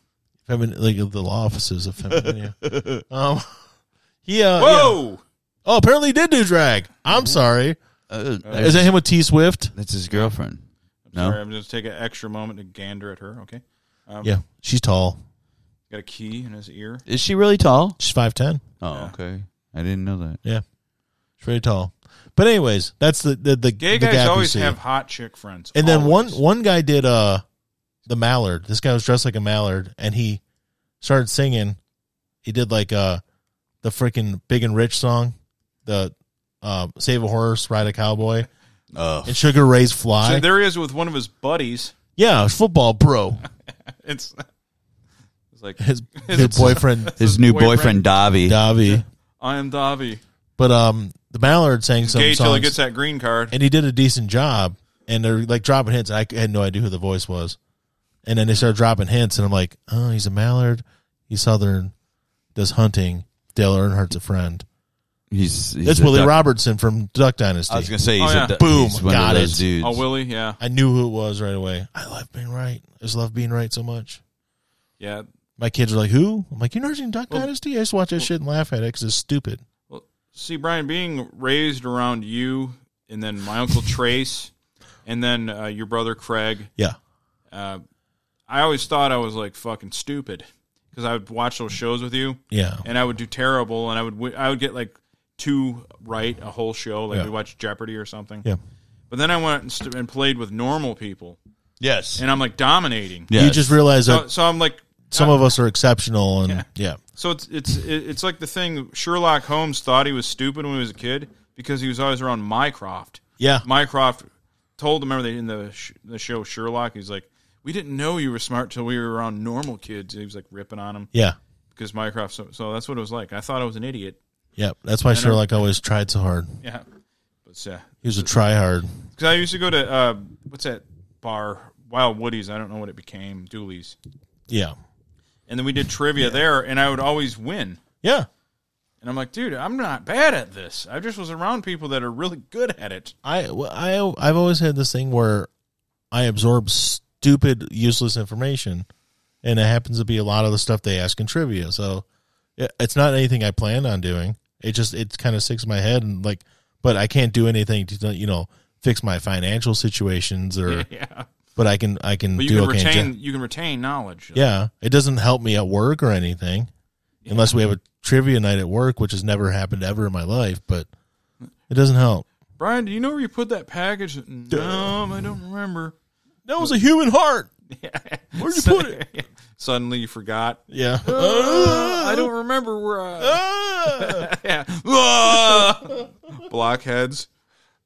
Femin- like the law offices of femininity. um, he uh, yeah. whoa. Oh, apparently he did do drag. I'm sorry. Uh, Is that him with T Swift? that's his girlfriend. No? Sorry, I'm just take an extra moment to gander at her. Okay. Yeah, she's tall. Got a key in his ear. Is she really tall? She's five ten. Oh, okay. I didn't know that. Yeah, she's very tall. But anyways, that's the the the Gay the guys gap you always see. have hot chick friends. And then one Always. one guy did uh the mallard. This guy was dressed like a mallard, and he started singing. He did like uh the freaking big and rich song, the uh save a horse, ride a cowboy, Oh, and sugar rays So fly. there he is with one of his buddies. yeah, football bro. It's it's like His his boyfriend his new boyfriend. boyfriend, Davi. Davi. I am Davi. But um the mallard sang some Gay till he songs, gets that green card. and he did a decent job. And they're like dropping hints. I had no idea who the voice was. And then they started dropping hints, and I'm like, oh, he's a mallard. He's southern, does hunting. Dale Earnhardt's a friend. He's, he's That's a Willie duck- Robertson from Duck Dynasty. I was gonna say he's Oh, yeah. a duck- Boom, he's one got of those it. dudes. Oh, Willie, yeah, I knew who it was right away. I love being right. I just love being right so much. yeah. My kids are like, who? I'm like, you never seen Duck Well- Dynasty? I just watch that shit and laugh at it because it's stupid. See, Brian, being raised around you, and then my uncle Trace, and then uh, your brother Craig. Yeah. Uh, I always thought I was like fucking stupid because I would watch those shows with you, Yeah. and I would do terrible, and I would wi- I would get like two right a whole show, like Yeah. we watched Jeopardy or something. Yeah. But then I went and, st- and played with normal people, Yes. and I'm like dominating. Yes. You just realize that So, so I'm like some of us are exceptional. And Yeah. yeah. So it's it's it- it's like the thing Sherlock Holmes thought he was stupid when he was a kid because he was always around Mycroft. Yeah. Mycroft told remember they, in the sh- the show Sherlock, he's like, "We didn't know you were smart till we were around normal kids." He was like ripping on him Yeah. because Mycroft. So, so that's what it was like. I thought I was an idiot. Yeah. That's why Sherlock always tried so hard. Yeah, but yeah, He was a tryhard. because I used to go to uh, what's that bar Wild Woody's? I don't know what it became, Dooley's, Yeah. and then we did trivia there, and I would always win. Yeah. And I'm like, dude, I'm not bad at this. I just was around people that are really good at it. I, well, I, I've always had this thing where I absorb stupid, useless information, and it happens to be a lot of the stuff they ask in trivia. So it- it's not anything I planned on doing. It just it kind of sticks in my head, and like, but I can't do anything to you know fix my financial situations or. Yeah, But I can I can but you do can okay. in retain gen- you can retain knowledge. yeah, it doesn't help me at work or anything, unless we have a trivia night at work, which has never happened ever in my life. But it doesn't help. Brian, do you know where you put that package? No, I don't remember. That was a human heart. Where'd you put it? Suddenly you forgot. Yeah. Uh-huh. I Uh, don't remember where. I... yeah. Ah! Blockheads.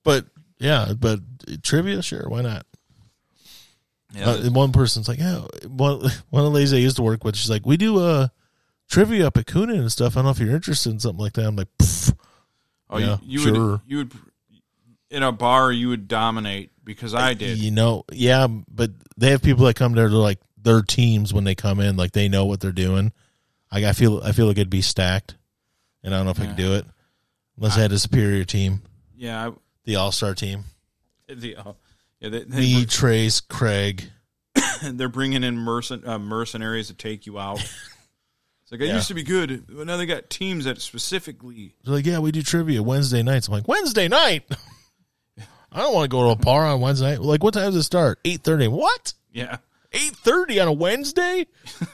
But yeah, but trivia, sure, why not? Yeah, Uh, and one person's like, yeah, one one of the ladies I used to work with, she's like, we do uh trivia up at Coonan and stuff. I don't know if you're interested in something like that. I'm like, "Pff, oh, yeah, you, you would sure. you would in a bar you would dominate because I did. you know, Uh, yeah, but they have people that come there. They're like their teams when they come in, like they know what they're doing. I, I feel I feel like it'd be stacked, and I don't know if I can do it unless I, had a superior team, Yeah. the All Star team, I, the, oh, yeah, they, they me, Trace, Craig. they're bringing in mercen- uh, mercenaries to take you out. It's like I Yeah. used to be good, but now they got teams that specifically. They're like, yeah, we do trivia Wednesday nights. I'm like, Wednesday night? I don't want to go to a bar on Wednesday night. Like, what time does it start? Eight thirty. What? Yeah, Eight thirty on a Wednesday?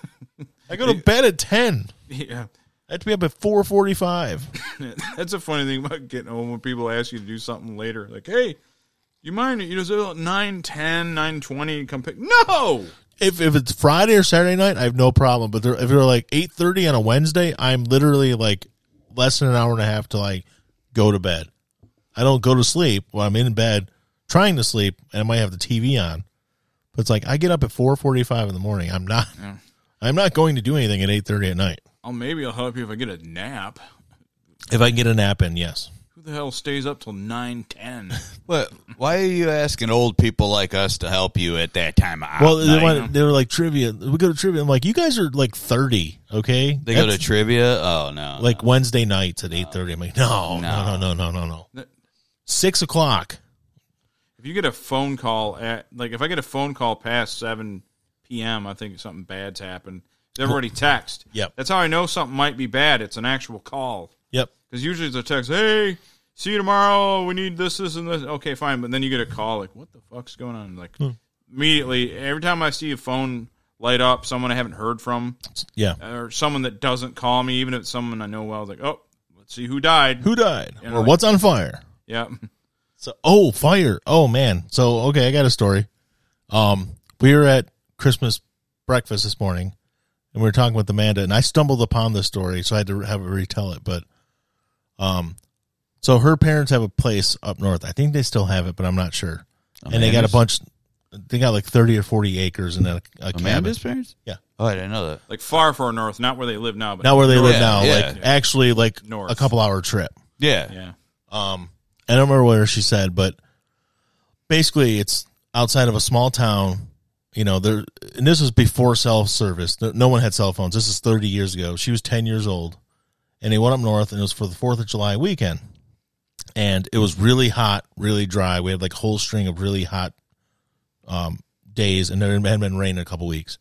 I go to bed at ten. yeah. I have to be up at four forty-five. That's a funny thing about getting home when people ask you to do something later. Like, hey, you mind? You know, nine ten, nine twenty. Come pick. No, If if it's Friday or Saturday night, I have no problem. But they're, if they're like eight thirty on a Wednesday, I'm literally like less than an hour and a half to like go to bed. I don't go to sleep when I'm in bed trying to sleep, and I might have the TV on. But it's like I get up at four forty-five in the morning. I'm not. I'm not going to do anything at eight thirty at night. I'll Oh, maybe I'll help you if I get a nap. If I can get a nap in, yes. Who the hell stays up till nine ten? What, why are you asking old people like us to help you at that time of Well, night? they, wanted, they were like trivia. We go to trivia. I'm like, you guys are like thirty, okay? They go to That's trivia. Oh no, like Wednesday nights at eight thirty. I'm like, no, no, no, no, no, no, no. That- Six o'clock. if you get a phone call at like if I get a phone call past seven p.m., I think something bad's happened. They've already text. Yep. that's how I know something might be bad. It's an actual call. Yep. Because usually it's a text, hey, see you tomorrow. We need this, this, and this. Okay, Hmm. fine. But then you get a call, like, what the fuck's going on? Like, immediately, every time I see a phone light up, someone I haven't heard from, Yeah. or someone that doesn't call me, even if it's someone I know well. Like, oh, let's see who died. Who died? You know, or like- what's on fire? Yeah, So, oh, fire. Oh, man. So, okay, I got a story. Um, we were at Christmas breakfast this morning and we were talking with Amanda, and I stumbled upon this story, so I had to have her retell it. But, um, so her parents have a place up north. I think they still have it, but I'm not sure. and they got a Amanda's- bunch, they got like 30 or 40 acres and a, a cabin. Amanda's parents? Yeah. Oh, I didn't know that. like far, far north, not where they live now, but Not where they live Yeah, now, yeah. like actually like North. a couple hour trip. Yeah. Yeah, Um, I don't remember where she said, but basically, it's outside of a small town. You know, there, and this was before cell service. No, no one had cell phones. This is 30 years ago. She was 10 years old, and they went up north, and it was for the 4th of July weekend. And it was really hot, really dry. We had like a whole string of really hot um, days, and there hadn't been rain in a couple weeks.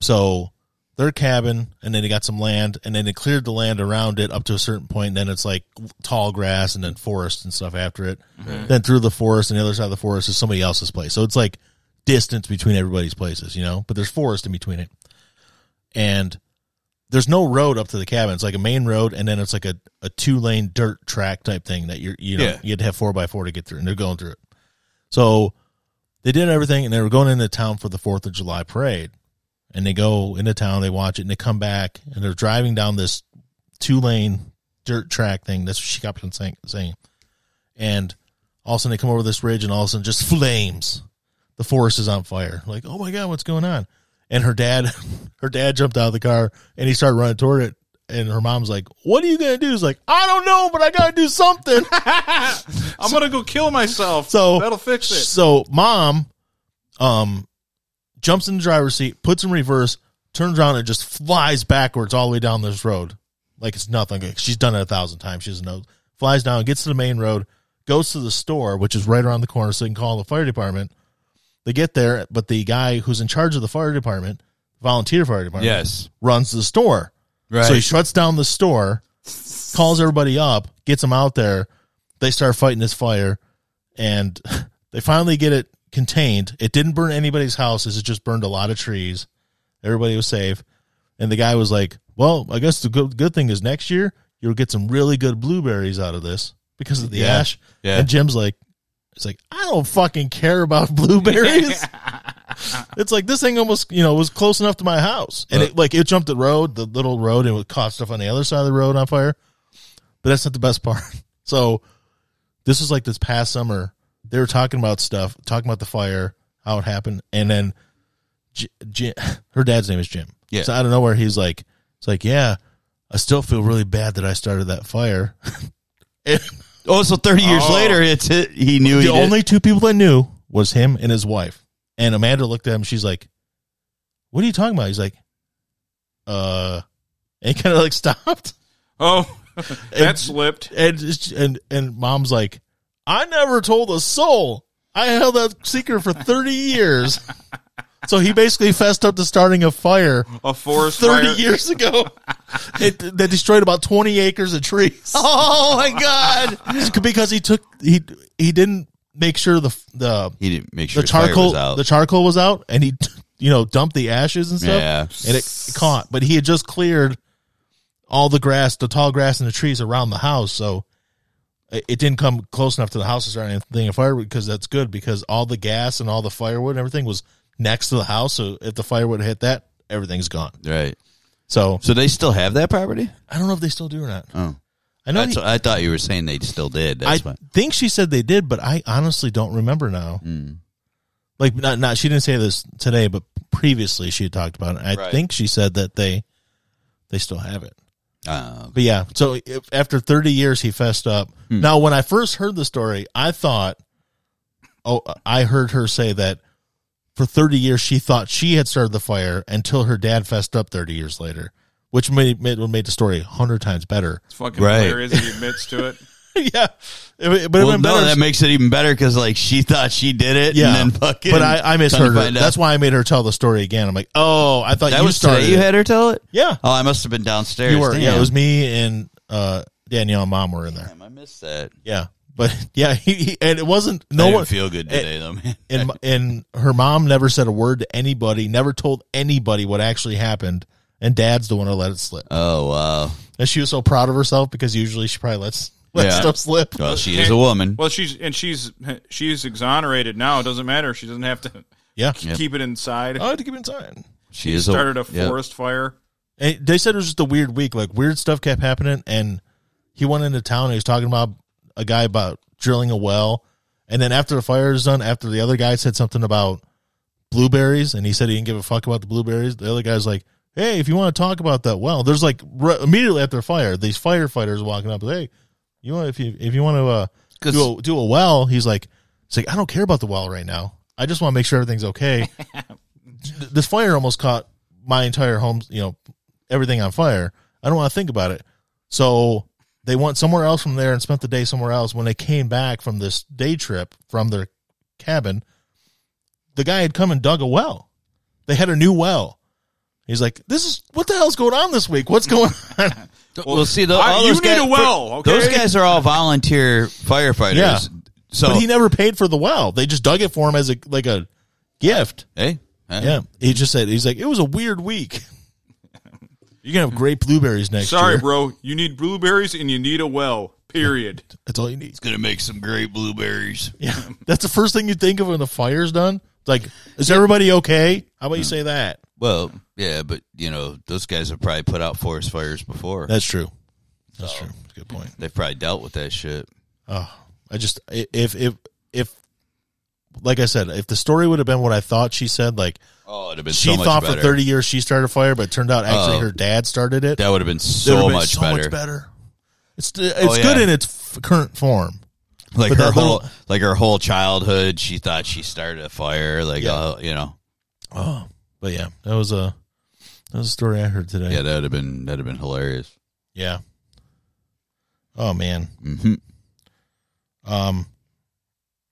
So their cabin and then they got some land and then they cleared the land around it up to a certain point and then it's like tall grass and then forest and stuff after it then through the forest and the other side of the forest is somebody else's place so it's like distance between everybody's places you know but there's forest in between it and there's no road up to the cabin it's like a main road and then it's like a, a two lane dirt track type thing that you're you know Yeah. you'd have four by four to get through and they're going through it so they did everything and they were going into town for the fourth of july parade and they go into town, they watch it, and they come back, and they're driving down this two lane dirt track thing. That's what she kept on saying, saying. And all of a sudden, they come over this ridge, and all of a sudden, just flames. The forest is on fire. Like, oh my god, what's going on? And her dad, her dad jumped out of the car, and he started running toward it. And her mom's like, "What are you gonna do?" He's like, "I don't know, but I gotta do something." I'm gonna go kill myself. So that'll fix it. So mom, um, jumps in the driver's seat, puts in reverse, turns around, and just flies backwards all the way down this road, like it's nothing. Like, She's done it a thousand times. She doesn't know. Flies down, gets to the main road, goes to the store, which is right around the corner, so they can call the fire department. They get there, but the guy who's in charge of the fire department, volunteer fire department, Yes. runs to the store. Right. So he shuts down the store, calls everybody up, gets them out there. They start fighting this fire, and they finally get it contained. It didn't burn anybody's houses; it just burned a lot of trees. Everybody was safe, and the guy was like, "Well, I guess the good, good thing is next year you'll get some really good blueberries out of this because of the Yeah. ash." Yeah. And Jim's like, "It's like I don't fucking care about blueberries." It's like this thing almost, you know, was close enough to my house, and it like it jumped the road, the little road, and it caught stuff on the other side of the road on fire. But that's not the best part. So, this was like this past summer. They were talking about stuff, talking about the fire, how it happened, and then J- J- her dad's name is Jim. Yeah. So I don't know where he's like, it's like, yeah, I still feel really bad that I started that fire. And oh, so 30 years later, it's it, he knew he the did. only two people that knew was him and his wife. And Amanda looked at him. She's like, "What are you talking about?" He's like, "Uh," and kind of like stopped. oh, that slipped. And it's- and and mom's like, "I never told a soul. I held that secret for thirty years." so he basically fessed up to starting a fire A forest 30 fire. years ago it, that destroyed about 20 acres of trees. Oh my god. because he took he he didn't make sure the the he didn't make sure the his fire charcoal was out. the charcoal was out and he you know dumped the ashes and stuff Yeah. and it caught but he had just cleared all the grass the tall grass and the trees around the house so it it didn't come close enough to the house to start anything on fire because that's good because all the gas and all the firewood and everything was next to the house so if the firewood hit that everything's gone right. so So they still have that property? i don't know if they still do or not Oh. i know That's he- what I thought you were saying they still did. i That's why. think she said they did but i honestly don't remember now Mm. like not not she didn't say this today, but previously she had talked about it. I Right. think she said that they they still have it. Uh, But yeah, so if, after 30 years he fessed up. Hmm. Now when I first heard the story, I thought oh I heard her say that for 30 years she thought she had started the fire until her dad fessed up 30 years later, which made made, made the story 100 times better. It's fucking Right. hilarious. that He admits to it. yeah. It, would- it would have well, been no, better. that makes it even better because like she thought she did it, yeah, and then fucking. but I, I come misheard to her. find out- That's why I made her tell the story again. I'm like, oh, I thought that you was started. today. You it. had her tell it. yeah, Oh, I must have been downstairs. You were, yeah. Damn. It was me and uh, Danielle and mom were in there. Damn, I missed that. Yeah, But yeah, he, he and it wasn't no didn't one feel good today though, man. and m- and her mom never said a word to anybody, never told anybody what actually happened, and dad's the one who let it slip. oh wow. And she was so proud of herself because usually she probably lets let Yeah. stuff slip. Well, she is a woman. Well, she's and she's she's exonerated now. It doesn't matter. She doesn't have to Yeah. keep it inside. I had to keep it inside. She is Started a, a yeah. forest fire. And they said it was just a weird week. Like weird stuff kept happening, and he went into town. And he was talking about a guy about drilling a well, and then after the fire is done, after the other guy said something about blueberries, and he said he didn't give a fuck about the blueberries. The other guy's like, "Hey, if you want to talk about that, well, there's like re- immediately after the fire, these firefighters walking up, hey, you want if you if you want to uh, 'Cause- do a, do a well, he's like, it's like I don't care about the well right now. I just want to make sure everything's okay. Th- this fire almost caught my entire home, you know, everything on fire. I don't want to think about it. So they went somewhere else from there and spent the day somewhere else. When they came back from this day trip from their cabin, the guy had come and dug a well. They had a new well. He's like, "This is what the hell's going on this week? What's going on?" Well, see, the, I- all you those need guys, a well, okay? Those guys are all volunteer firefighters. Yeah. So But he never paid for the well. They just dug it for him as a like a gift. hey, hey. Yeah, he just said he's like, "It was a weird week." You can have great blueberries next Sorry, year. bro. You need blueberries and you need a well. Period. That's all you need. gonna make some great blueberries. Yeah, that's the first thing you think of when the fire's done. It's like, is everybody okay? How about you say that? Well, yeah, but you know those guys have probably put out forest fires before. That's true. That's true. That's a good point. They've probably dealt with that shit. Oh, I just i- if if if like I said, if the story would have been what I thought she said, like Oh, it'd have been she so much thought better. for thirty years she started a fire, but it turned out actually Oh. her dad started it. that would have been That so, would've been much, better. Oh, It's it's yeah. good in its f- current form. Like But her that whole, little- like her whole childhood, she thought she started a fire. Like, Yeah. uh, you know, Oh, but yeah, that was a that was a story I heard today. yeah, that'd have been that'd have been hilarious. Yeah. Oh man. hmm Um,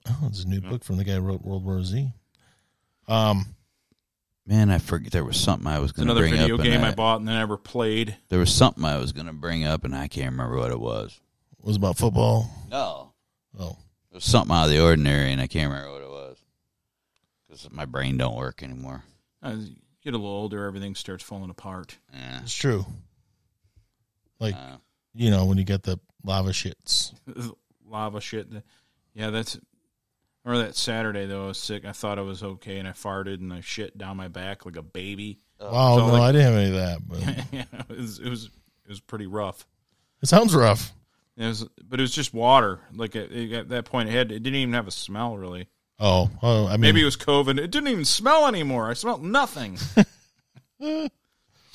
oh, it's a new book from the guy who wrote World War Z. Um, Man, I forget there was something I was It's going to another bring video up. and game I, I, bought and then never played. There was something I was going to bring up, and I can't remember what it was. it was about football. No, Oh, it was something out of the ordinary, and I can't remember what it was because my brain don't work anymore. As you get a little older, everything starts falling apart. Yeah. it's true. Like Uh, you know when you get the lava shits. Lava shit. Yeah, that's. Or that Saturday though, I was sick. I thought I was okay, and I farted and I shit down my back like a baby. wow, so no, Oh. like- I didn't have any of that. But it was it was it was pretty rough. it sounds rough. It was, but it was just water. Like at, at that point, it had it didn't even have a smell really. Oh, oh, I mean, Maybe it was COVID. It didn't even smell anymore. I smelled nothing. And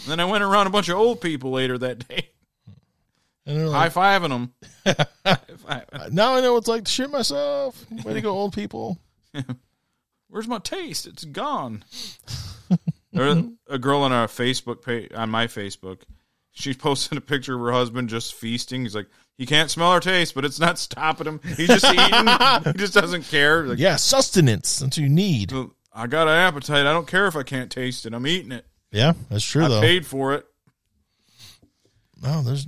then I went around a bunch of old people later that day, and they're high like, fiving them. now I know what it's like to shit myself. Way to go, old people. Where's my taste? It's gone. There- a girl on our Facebook page, on my Facebook, she posted a picture of her husband just feasting. He's like, he can't smell or taste, but it's not stopping him. He's just eating. he just doesn't care. Like, Yeah, sustenance. That's what you need. I got an appetite. I don't care if I can't taste it. I'm eating it. Yeah, that's true I though. paid for it. No, there's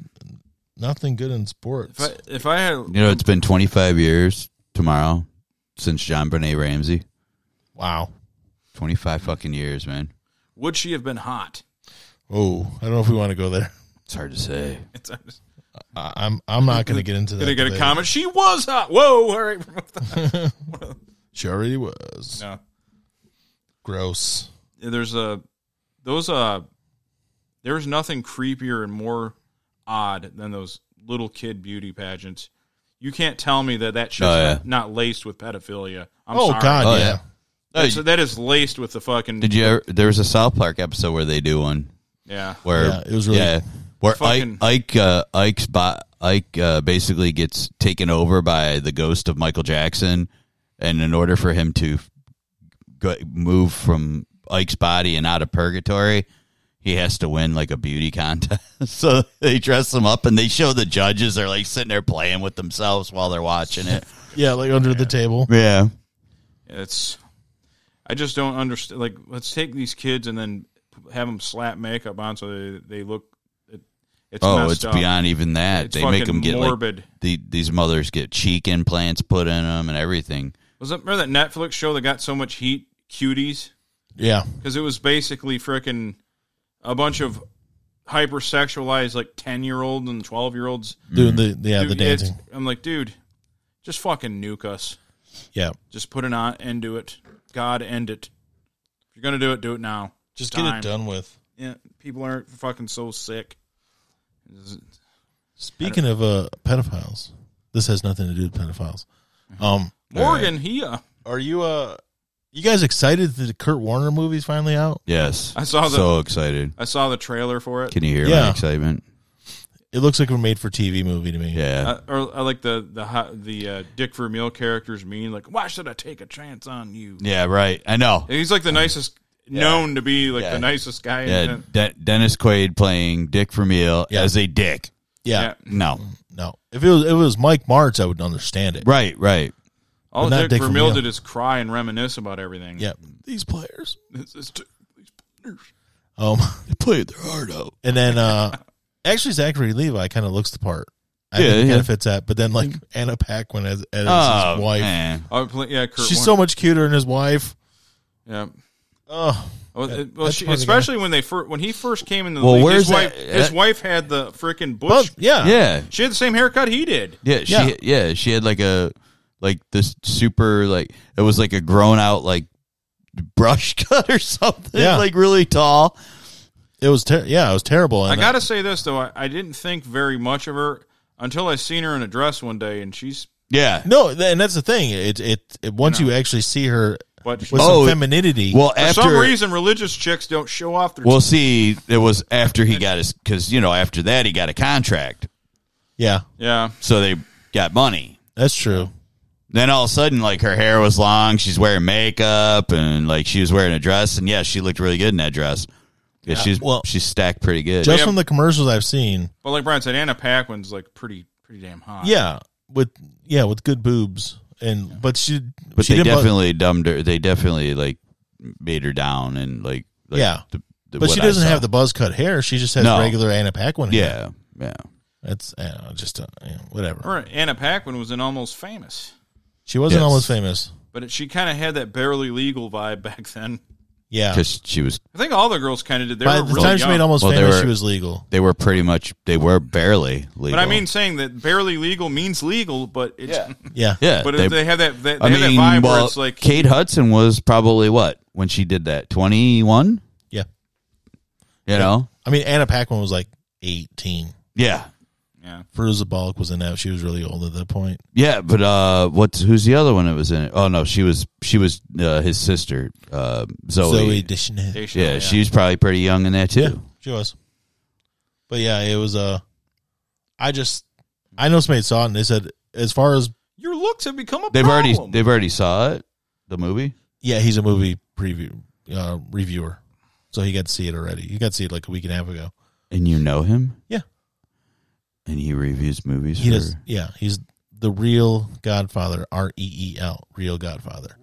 nothing good in sports. If I, if I had you know, it's been 25 years tomorrow since John Benet Ramsey. wow. 25 fucking years, man. Would she have been hot? Oh, I don't know if we want to go there. It's hard to say. It's, I'm just I- I'm I'm not going to get into that. gonna get a debate. comment. She was hot. Whoa! All right. She already was no, gross. there's a those uh there's nothing creepier and more odd than those little kid beauty pageants. You can't tell me that that shit's Oh, yeah. not, not laced with pedophilia. I'm oh sorry. God, Oh, yeah. yeah. That's- that is laced with the fucking Did you ever? There was a South Park episode where they do one yeah. where Yeah, it was really- yeah, where Fucking- Ike Ike uh, Ike's bo- Ike uh, basically gets taken over by the ghost of Michael Jackson, and in order for him to go, move from Ike's body and out of purgatory, he has to win like a beauty contest. so they dress him up and they show the judges. They're like sitting there playing with themselves while they're watching it. yeah, like under the table. yeah, It's I just don't understand. Like, let's take these kids and then have them slap makeup on so they, they look. It, It's oh, messed it's up. beyond even that. It's they make fucking them get like morbid. the, these mothers get cheek implants put in them and everything. Was that remember that Netflix show that got so much heat? Cuties, Yeah. because it was basically freaking a bunch of hypersexualized like ten year old and twelve year olds. Doing the yeah, the dancing. I'm like, dude, just fucking nuke us. Yeah. Just put an on- end to it. God, end it. If you're gonna do it, do it now. Just get it get Time. it done with. Yeah, people aren't fucking so sick. Speaking of uh pedophiles, this has nothing to do with pedophiles. Um Morgan, he. Uh, are you uh you guys excited that the Kurt Warner movie's finally out? Yes, I saw the- So excited! I saw the trailer for it. Can you hear my Yeah. excitement? It looks like a made for TV movie to me. Yeah, I, or I like the the ho- the uh, Dick Vermeil characters mean like, why should I take a chance on you? yeah, right. I know. And he's like the nicest, known to be like Yeah. the nicest guy. in Yeah, it. De- Dennis Quaid playing Dick Vermeil Yeah. as a dick. Yeah. Yeah. No, No. If it was if it was Mike Martz, I would understand it. right, right. All But not Dick, Dick Vermeil Vermeil. did is cry and reminisce about everything. Yeah. These players. It's- it's t- Um They played their heart out. and then uh actually Zachary Levi kind of looks the part. I Yeah, think he yeah. Mm-hmm. kind of fits that, but then like Anna Paquin as, as Oh, his wife. man. I would play- yeah, Kurt She's so Warner. much cuter than his wife. yeah. Oh, Well, That- it- well, that's she, part of the especially when they fir- when he first came in the Well, league, where's his wife that- his that- wife had the freaking but bush. yeah, Yeah, She had the same haircut he did. yeah. She, yeah, Yeah. She had like a like this super like it was like a grown out like brush cut or something. Yeah. like really tall. it was ter- yeah, it was terrible. I And uh, gotta say this though, I, I didn't think very much of her until I seen her in a dress one day, and she's Yeah. no, th- and that's the thing. It it, it once you actually see her but with Oh, some femininity, Well, for after some reason religious chicks don't show off their. we'll see. It was after he got his because you know after that he got a contract, yeah, yeah, so they got money. that's true. then all of a sudden, like her hair was long, she's wearing makeup, and like she was wearing a dress, and yeah, she looked really good in that dress. Yeah, she's well- she's stacked pretty good. Just Yeah. from the commercials I've seen, but like Brian said, Anna Paquin's like pretty pretty damn hot. yeah, with yeah, with good boobs, and but she but she they didn't bu- definitely dumbed her. They definitely like made her down, and like, like Yeah. the- the- but what she I doesn't saw. have the buzz cut hair. She just has No. regular Anna Paquin. hair. yeah yeah. that's I don't know, just uh, yeah, whatever. Or Anna Paquin was in Almost Famous, She wasn't Yes. almost famous. but it, she kind of had that barely legal vibe back then. Yeah, Because she was, I think all the girls kind of did. They by were the really time she young. made almost Well, they famous, were- she was legal. they were pretty much, they were barely But legal. I mean, saying that barely legal means legal, but it's, Yeah, yeah. but they- they, they have that they, they I have mean, that vibe where well, it's like Kate Hudson was probably what when she did that twenty one. Yeah. you know, I mean, Anna Paquin was like eighteen. yeah, yeah, Feruza Balk was in that. She was really old at that point. Yeah, but uh, what's who's the other one that was in it? Oh no, she was she was uh, his sister, uh, Zoe. Zoe Deschanel. they should- yeah, she was probably pretty young in that too. Yeah, she was. But yeah, it was. Uh, I just I know somebody saw it and they said as far as your looks have become a They've problem. already they've already saw it, the movie. yeah, he's a movie preview uh, reviewer, so he got to see it already. He got to see it like a week and a half ago. And you know him? Yeah. And he reviews movies He for does. Yeah, he's the real Godfather. R E E L, real Godfather.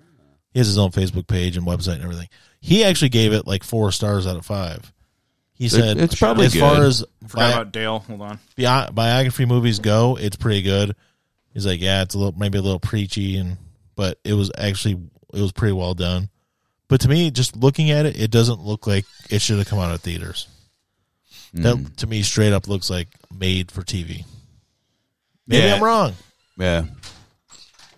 He has his own Facebook page and website and everything. He actually gave it like four stars out of five. He said it's probably as far good. as Forgot bi- about Dale. Hold on. bi- biography movies go, it's pretty good. He's like, yeah, it's a little maybe a little preachy, and but it was actually it was pretty well done. But to me, just looking at it, it doesn't look like it should have come out of theaters. Hmm. That to me straight up looks like made for TV. Maybe Yeah. I'm wrong. Yeah.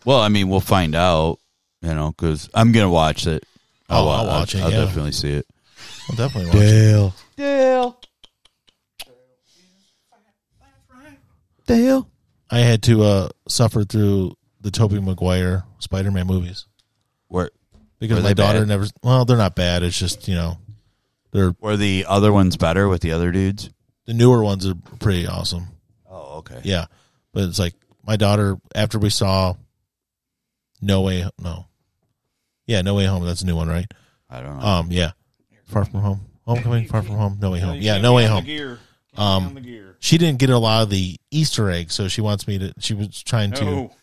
Well, I mean, we'll find out, you know, because I'm gonna watch it. Oh, I'll watch it, I'll yeah. definitely see it. I'll definitely watch it. Dale. I had to uh, suffer through the Tobey Maguire Spider-Man movies Where because Were my they daughter bad? never. Well, they're not bad. It's just you know, they're were the other ones better with the other dudes? the newer ones are pretty awesome. Oh, okay. Yeah. But it's like my daughter after we saw No Way No. Yeah, No Way Home, that's a new one, right? I don't know. Um yeah. Far from home. Homecoming, far from home, no way home. Oh, Yeah, no way home. Um she didn't get a lot of the Easter eggs, so she wants me to she was trying to No.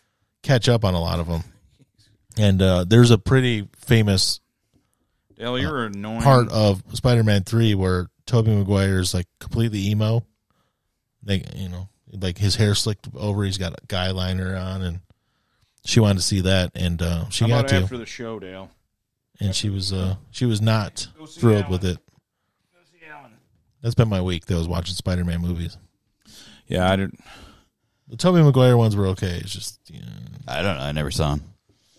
catch up on a lot of them. And uh there's a pretty famous Uh, Dale, you're annoying. part of Spider-Man 3 where Tobey Maguire's like completely emo like you know, like his hair slicked over. He's got a guy liner on, and she wanted to see that, and uh, she How got about to, after the show, Dale? and she was uh, she was not Go see thrilled Alan. with it. That's been my week. though, was watching Spider Man movies. Yeah, I didn't. The Tobey Maguire ones were okay. It's just you know, I don't know. I never saw him.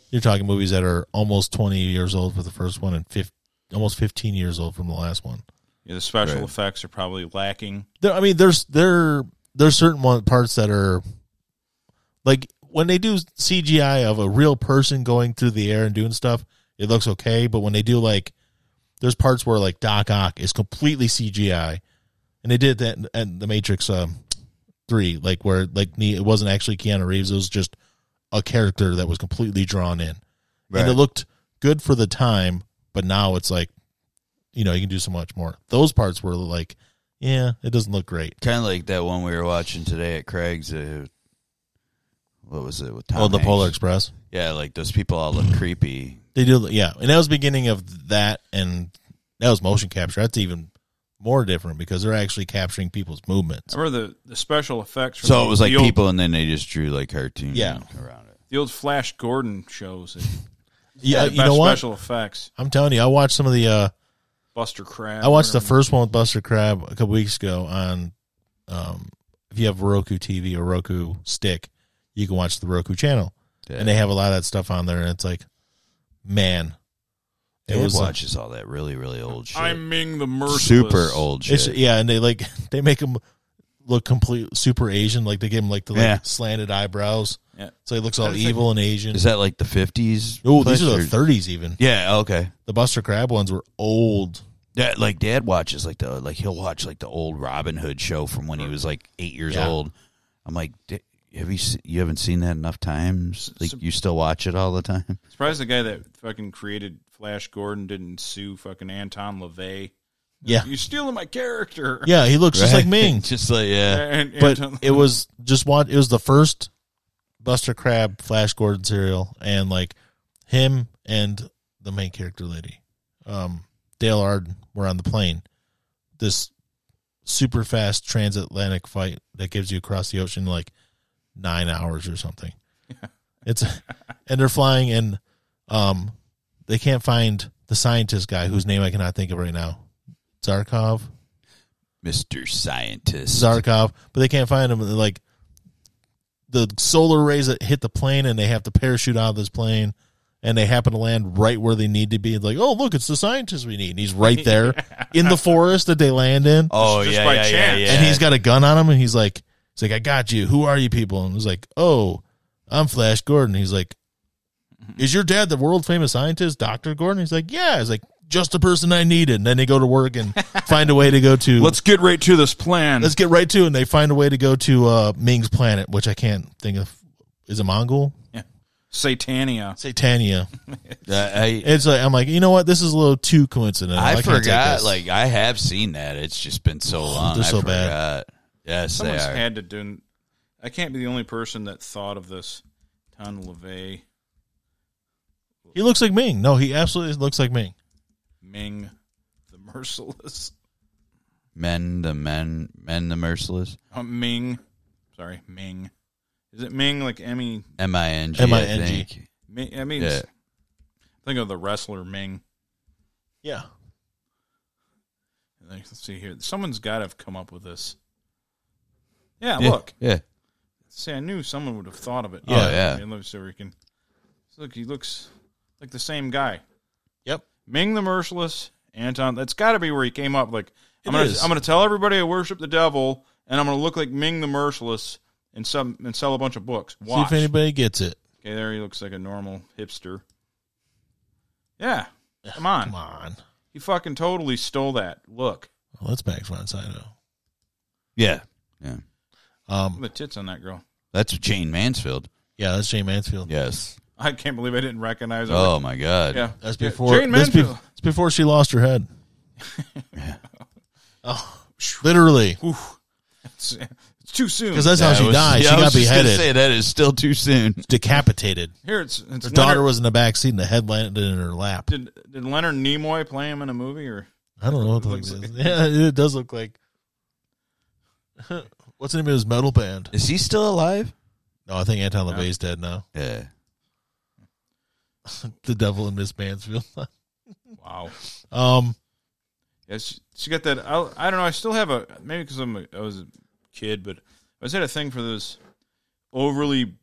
you're talking movies that are almost 20 years old for the first one and 15, almost 15 years old from the last one. Yeah, the special Right. effects are probably lacking. There, I mean, there's there there's certain one, parts that are like when they do CGI of a real person going through the air and doing stuff, it looks okay. But when they do like, there's parts where like Doc Ock is completely CGI, and they did that in- in the Matrix um, three, like where like the- it wasn't actually Keanu Reeves; it was just a character that was completely drawn in, and it looked good for the time. But now it's like, you know, you can do so much more. Those parts were like, yeah, it doesn't look great. Kind of like that one we were watching today at Craig's. Uh, what was it with Tom? oh, the Hanks? Polar Express. Yeah, like those people all look creepy. They do, yeah. And that was the beginning of that, and that was motion capture. That's even more different because they're actually capturing people's movements. I remember the, the special effects. from So it was like the old, people, and then they just drew like cartoon Yeah. around it. the old Flash Gordon shows. And Yeah, the you best know what? Special effects. I'm telling you, I watched some of the. uh Buster Crab. I watched the whatever. first one with Buster Crab a couple weeks ago on. um If you have Roku TV or Roku stick, you can watch the Roku channel, Yeah. and they have a lot of that stuff on there. And it's like, man, Dave uh, watches all that really, really old shit. I Ming the Merciless. super old shit. It's, e- yeah, and they like they make them look complete super Asian. Like they give him like the like, Yeah. slanted eyebrows, Yeah. so he looks all That's evil and Asian. Is that like the fifties? Oh, these are the thirties. Even Yeah. Okay. the Buster Crab ones were old. Yeah, like dad watches like the like he'll watch like the old Robin Hood show from when he was like eight years Yeah. old. I'm like, "D- have you se- you haven't seen that enough times? Like you still watch it all the time? Surprised the guy that fucking created Flash Gordon didn't sue fucking Anton LaVey. Yeah, You're stealing my character. yeah, he looks just like Right? Ming. just like yeah, And, But Anton- it was just one. It was the first Buster Crab Flash Gordon serial, and like him and the main character lady, um, Dale Arden, were on the plane. This super fast transatlantic fight that gives you across the ocean in, like nine hours or something. It's and they're flying and um they can't find the scientist guy whose name I cannot think of right now. Zarkov. Mister Scientist. Zarkov, but they can't find him. They're Like the solar rays that hit the plane, and they have to parachute out of this plane, and they happen to land right where they need to be. It's Like, oh look, it's the scientist we need. And he's right there in the forest that they land in, oh Just yeah, by yeah, yeah, chance. yeah. and he's got a gun on him, and he's like, he's like, I got you. Who are you people? And he's like, oh, I'm Flash Gordon. He's like, Mm-hmm. is your dad the world famous scientist, Doctor Gordon? He's like, yeah. He's like. Just the person I needed. And then they go to work and find a way to go to let's get right to this Mm-hmm. plan. Let's get right to it. And they find a way to go to uh, Ming's planet, which I can't think of. Is it Mongol? Satania. Satania. Uh, I, It's like I'm like, you know what? This is a little too coincidental. I, can't take forgot. this. Like I have seen that. It's just been so long. they're I so forgot. Yes, Someone's they are. had to do. I can't be the only person that thought of this. Ton LaVey, he looks like Ming. No, he absolutely looks like Ming. Ming, the Merciless. men the men men the merciless. Uh, Ming. Sorry, Ming. Is it Ming like E, Emmy? M I N G. M.I.N.G.. I think. Ming, I mean, Yeah. E think of the wrestler Ming. Yeah. Like, Let's see here. Someone's got to have come up with this. Yeah, Yeah, look. yeah. See, I knew someone would have thought of it. Oh, yeah. I mean, look, so we can. Look, he looks like the same guy. Yep. Ming the Merciless, Anton. That's got to be where he came up. Like, I'm It gonna, is. I'm gonna tell everybody I worship the devil, and I'm gonna look like Ming the Merciless and some and sell a bunch of books. Watch. See if anybody gets it. okay, there he looks like a normal hipster. Yeah, come on. Come on. He fucking totally stole that look. Well, that's Max von Sydow. Yeah. Yeah. Um, The tits on that girl. That's Jane Mansfield. yeah, that's Jay Mansfield. Yes. I can't believe I didn't recognize her. Oh my God. yeah, That's Yeah, before. Jane that's be- Mansfield. it's before she lost her head. oh, literally, Oof. It's, it's too soon. because that's how That she was- died. yeah, she I got was just gonna beheaded, Say that is still too soon. decapitated. Here, it's, it's Her Leonard, daughter was in the back seat, and the head landed in her lap. Did, did Leonard Nimoy play him in a movie or I don't know what the fuck Looks this is. Yeah, it does look like. What's the name of his metal band? Is he still alive? No, I think Anton LaVey's dead now. Yeah. the devil in Miss Mansfield. Wow. um, Yeah, she, she got that. I, I don't know. I still have a maybe because I'm a, I was a kid, but I always had a thing for this overly b-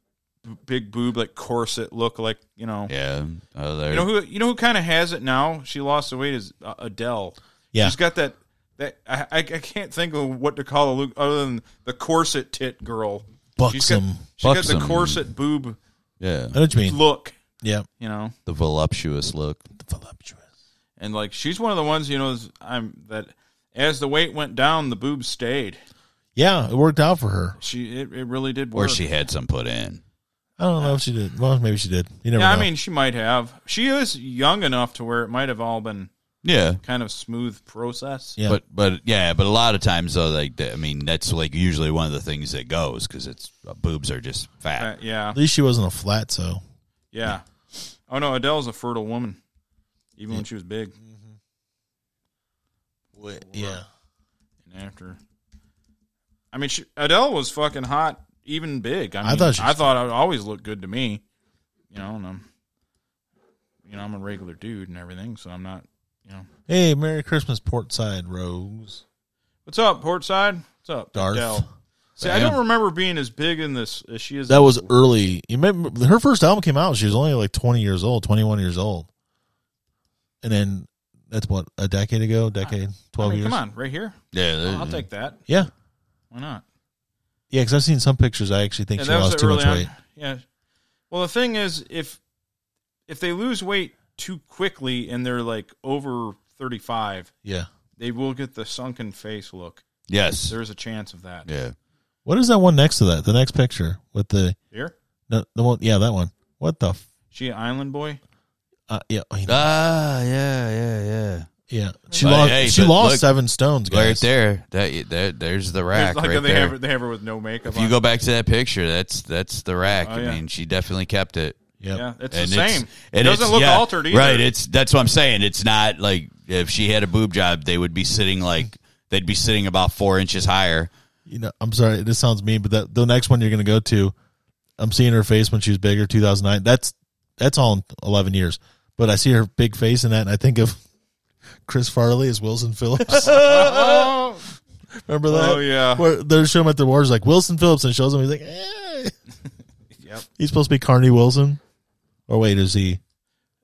big boob, like corset look, like you know, Yeah. Oh, there. you know who you know who kind of has it now. She lost the weight is uh, Adele. Yeah. she's got that. That I, I I can't think of what to call a look other than the corset tit girl. She's got, buxom. she got the Buxom. corset boob yeah. I know what you mean. look, Yeah. you know. The voluptuous look. Voluptuous. And like she's one of the ones you know is- I'm that as the weight went down, the boobs stayed. Yeah, it worked out for her. She it, it really did work. Or she had some put in. I don't know if she did. Well, maybe she did. You never Yeah, I know. mean she might have. She is young enough to where it might have all been Yeah. kind of smooth process. Yeah. But but yeah, but a lot of times though, like the, I mean, that's like usually one of the things that goes because it's uh, boobs are just Uh, fat. yeah. at least she wasn't a flat, so. Yeah. Oh no, Adele's a fertile woman. Even when she was big Yeah. and after. I mean she, Adele was fucking hot even big. I, I mean, thought she I was- thought it would always look good to me. You know, and I'm you know, I'm a regular dude and everything, so I'm not you know Hey, Merry Christmas, Portside Rose. What's up, Portside? What's up, Darth. Adele? See, I Damn. don't remember being as big in this as she is. That was early. You remember her first album came out. She was only like twenty years old, twenty one years old, and then that's what a decade ago, decade, Uh, I twelve mean, years. Mm-hmm. come on, right here. Yeah, there- I'll take that. Yeah, Why not? yeah. Because I've seen some pictures. I actually think Yeah, she that was lost too early much on. weight. Yeah. Well, the thing is, if if they lose weight too quickly and they're like over thirty five, Yeah. they will get the sunken face look. yes, There's a chance of that. yeah. What is that one next to that? The next picture with the Here, no, the one. Yeah, that one. What the? F- she an island boy. uh, yeah, I- Ah, yeah, yeah, yeah. yeah. She But lost. hey, she but lost look- seven stones, guys. Right there, that, that there's the rack There's like Ah, right they there. have her, they have her with no makeup. if you on. go back to that picture, that's that's the rack. Oh, I yeah. mean, she definitely kept it. Yep. yeah, it's And the same. it and doesn't it's- look yeah, altered either. Right. It's that's what I'm saying. It's not like if she had a boob job, they would be sitting like they'd be sitting about four inches higher. You know, I'm sorry. This sounds mean, but that, the next one you're going to go to, I'm seeing her face when she was bigger, 2009. That's that's all in 11 years. But I see her big face in that, and I think of Chris Farley as Wilson Phillips. Oh, Remember that? oh yeah. Where they're showing him at the wars like Wilson Phillips, and shows him. He's like, eh. Yep. he's supposed to be Carney Wilson. Or wait, is he?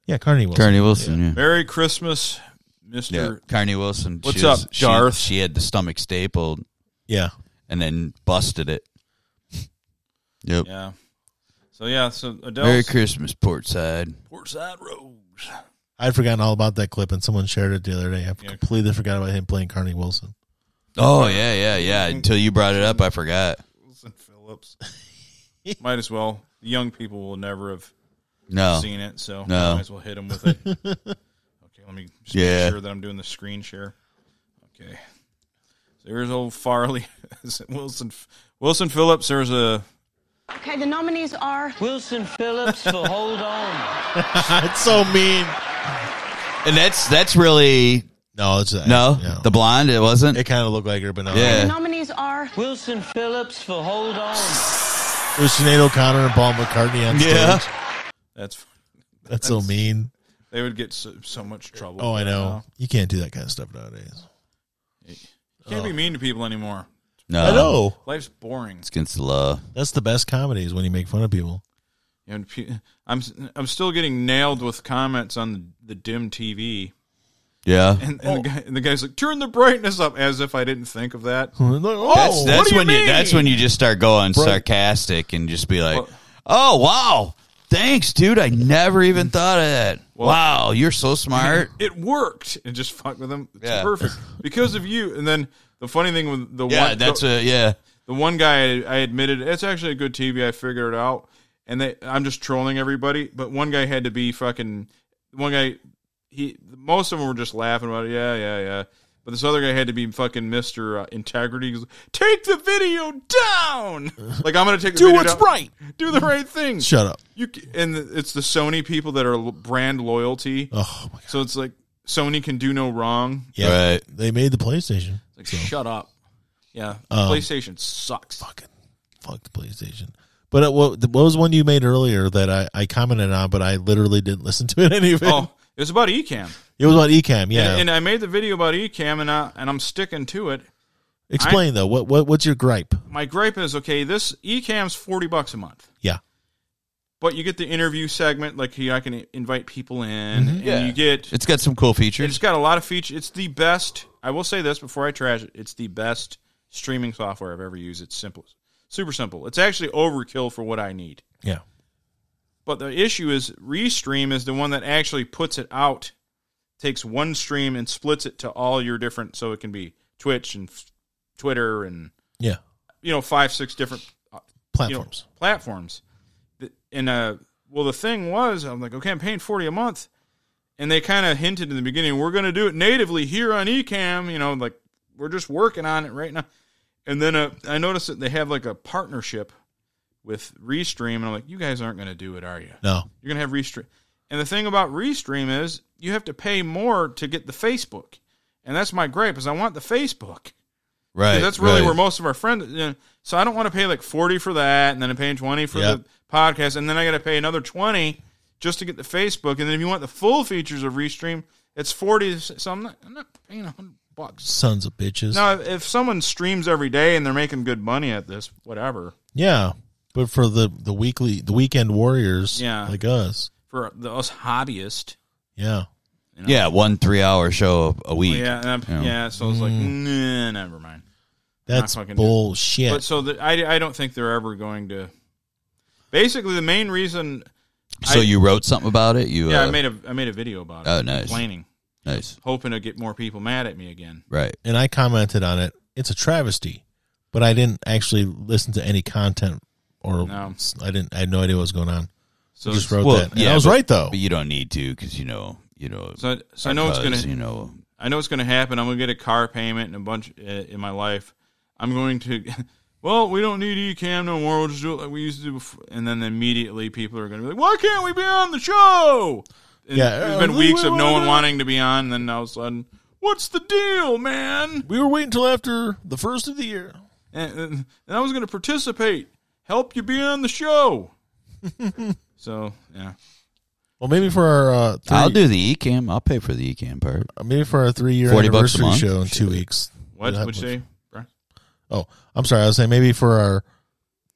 Yeah, Carney Wilson. Carney Wilson. Yeah. Merry Christmas, Mister. Carney Wilson. What's she was- up, she- Darth? She, had the stomach stapled Yeah, and then busted it. Yep. Yeah. So yeah, so Adele's Merry Christmas, Portside. Portside Rose. I'd forgotten all about that clip, and someone shared it the other day. I completely forgot about him playing Carney Wilson. Oh yeah, yeah, yeah. Until you brought it up, I forgot. Wilson Phillips. Might as well. The young people will never have No. seen it, so No. might as well hit them with it. okay, let me just Yeah. make sure that I'm doing the screen share. Okay. So here's old Farley Is it Wilson Wilson Phillips. There's a Okay, the nominees are Wilson Phillips for Hold On. it's so mean. And that's that's really No, it's uh, no the blonde. It wasn't. It kind of looked like her, but no. the yeah. nominees are Wilson Phillips for Hold On. It was Sinead O'Connor and Paul McCartney on stage. Yeah. that's That's so mean. they would get so, so much trouble. Oh, I know. Uh, You can't do that kind of stuff nowadays. Can't be mean to people anymore. No. I know. Life's boring. It's against the law. That's the best comedy is when you make fun of people. And pe- I'm I'm still getting nailed with comments on the, the dim TV, Yeah. and, and, Oh. the guy, and the guy's like, "Turn the brightness up," as if I didn't think of that. Like, oh, That's that's do you when you mean? that's when you just start going Right. sarcastic and just be like, Well- "Oh wow, thanks, dude. I never even thought of that. wow, you're so smart." It worked, and just fuck with them. It's Yeah. perfect because of you. And then the funny thing with the yeah, one, that's the, a yeah. the one guy I admitted it's actually a good TV. I figured it out, and they, I'm just trolling everybody. But one guy had to be fucking one guy. He most of them were just laughing about it. Yeah, yeah, yeah. But this other guy had to be fucking Mister uh, Integrity. He's like, take the video down. like I'm gonna take the Do video what's down. right. Do the right thing. shut up. You c- and it's the Sony people that are l- brand loyalty. Uh. Oh, my God. So it's like Sony can do no wrong. Yeah. Right. They made the PlayStation. It's like shut up. Yeah, Um, PlayStation sucks. fucking fuck the PlayStation. But uh, what, what was one you made earlier that I, I commented on, but I literally didn't listen to it any of it. Oh, it was about Ecamm. It was about Ecamm, yeah. And, and I made the video about Ecamm, and I, and I'm sticking to it. Explain though, what, what what's your gripe? My gripe is okay. This Ecamm's forty bucks a month. Yeah, but you get the interview segment like here i can invite people in and Yeah. you get It's got some cool it's features. got a lot of features it's the best i will say this before i trash it it's the best streaming software i've ever used it's simple super simple it's actually overkill for what i need yeah, but the issue is restream is the one that actually puts it out takes one stream and splits it to all your different so it can be twitch and f- twitter and yeah. you know five six different you know, Platforms. platforms. Th- And uh, well, the thing was, I'm like, okay, I'm paying forty a month, and they kind of hinted in the beginning, we're going to do it natively here on Ecamm. You know, like we're just working on it right now. And then uh, I noticed that they have like a partnership with Restream, and I'm like, you guys aren't going to do it, are you? no, You're going to have Restream. And the thing about Restream is you have to pay more to get the Facebook, and that's my gripe is I want the Facebook. Right. 'Cause that's really right. where most of our friends. You know, so I don't want to pay like forty for that, and then I'm paying twenty for Yep. the podcast, and then I got to pay another twenty just to get the Facebook. And then if you want the full features of Restream, it's forty. So I'm not, I'm not paying hundred bucks. sons of bitches. Now, if- if someone streams every day and they're making good money at this, whatever. Yeah, but for the the weekly the weekend warriors, Yeah. like us, For the us hobbyist, yeah. yeah, one three hour show a week. yeah, and I'm- Yeah. Mm. yeah. So I was like, nah, never mind. That's fucking doing it. bullshit. But so the, I, I don't think they're ever going to. Basically, the main reason. So I- you wrote something about it? You Yeah, uh, I made a I made a video about it. Oh, nice. Complaining, nice. hoping to get more people mad at me again. Right. and I commented on it. It's a travesty, but I didn't actually listen to any content or No. I didn't. I had no idea what was going on. So, just wrote Well, that. And yeah, I was but- right though. But you don't need to because you know you know. so, so I know it's gonna because, you know. I know it's gonna happen. I'm gonna get a car payment and a bunch uh, in my life. I'm going to. Well, we don't need eCam no more. We'll just do it like we used to do before. And then immediately people are going to be like, why can't we be on the show? And Yeah, There's uh, been we- weeks we of no wanna one do it. wanting to be on. And then all of a sudden, what's the deal, man? We were waiting until after the first of the year. and, and and I was going to participate, help you be on the show. so yeah, Well, maybe for our uh, three, I'll do the ecam. I'll pay for the ecam part. maybe for our three year 40 bucks a anniversary month? show in two weeks. what That would you much. say? Brian? Oh, I'm sorry. I was saying maybe for our,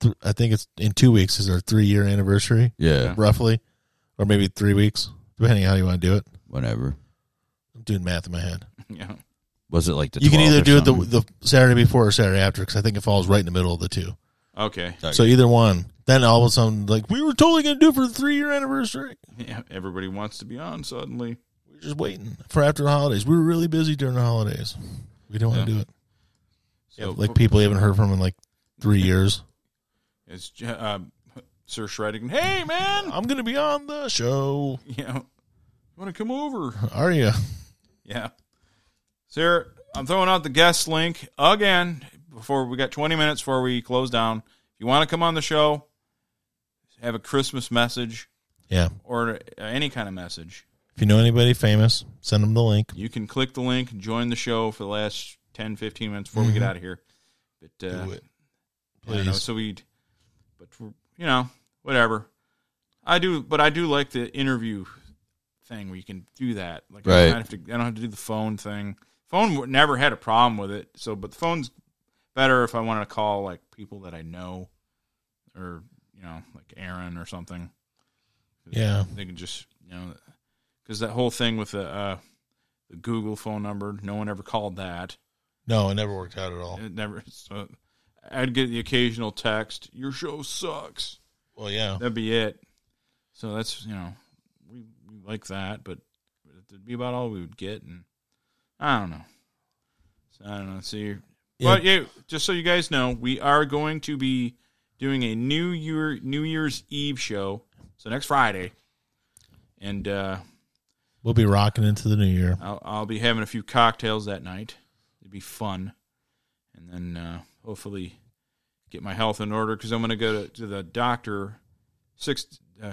th- I think it's in two weeks is our three year anniversary Yeah. roughly, or maybe three weeks depending on how you want to do it. Whatever. I'm doing math in my head. Yeah, Was it like the? you can 12th either or do it the, something? the Saturday before or Saturday after because I think it falls right in the middle of the two. okay. Okay. So either one. Then all of a sudden, like we were totally going to do it for the three year anniversary. Yeah, everybody wants to be on suddenly. We're just waiting for after the holidays. We were really busy during the holidays. We didn't want to Yeah. do it. So Like people you haven't heard from in like three years. it's J- uh, Sir Shreddigan. Hey man, I'm going to be on the show. you know, want to come over? Are you? Yeah, Sir, I'm throwing out the guest link again before we got 20 minutes before we close down. If you want to come on the show, have a Christmas message Yeah. or uh, any kind of message. If you know anybody famous, send them the link. You can click the link and join the show for the last 10, 15 minutes before we get out of here. But uh, Mm-hmm. Do it. I don't know, Please. so we, but we're- you know, whatever. I do, but I do like the interview thing where you can do that. Like I Right. don't have to. I don't have to do the phone thing. Phone w- never had a problem with it. So, but the phone's better if I want to call like people that I know, or you know, like Aaron or something. Yeah. They can just you know, because that whole thing with the uh, the Google phone number, no one ever called that. No, it never worked out at all. It never. So I'd get the occasional text, "Your show sucks." Well, yeah. That'd be it. So that's you know, we, we like that, but it'd be about all we would get. And I don't know. So I don't know. See, Yeah. but yeah, just so you guys know, we are going to be doing a New Year New Year's Eve show. So next Friday. And uh, We'll be rocking into the new year. I'll, I'll be having a few cocktails that night. It'd be fun, and then uh, hopefully get my health in order because I'm going to go to, to the doctor six uh,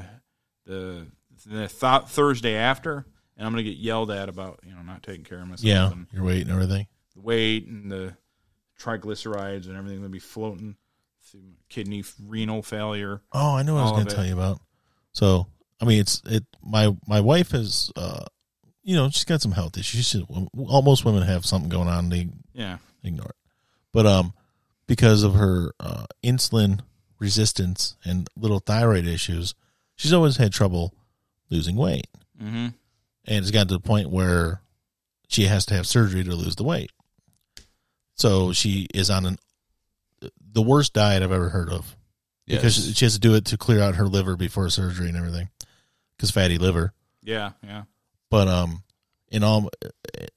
the the th- Thursday after, and I'm going to get yelled at about you know not taking care of myself Yeah. and Your weight and everything. the weight and the triglycerides and everything would be floating through my kidney renal failure. Oh, I know what I was All of going to it. tell you about. So, I mean, it's it. My my wife has, uh, you know, she's got some health issues. She's, almost women have something going on. They Yeah. ignore it, but um, because of her uh, insulin resistance and little thyroid issues, she's always had trouble losing weight, Mm-hmm. and it's gotten to the point where she has to have surgery to lose the weight. So she is on an the worst diet I've ever heard of Yes. because she has to do it to clear out her liver before surgery and everything because fatty liver Yeah. Yeah. but um in all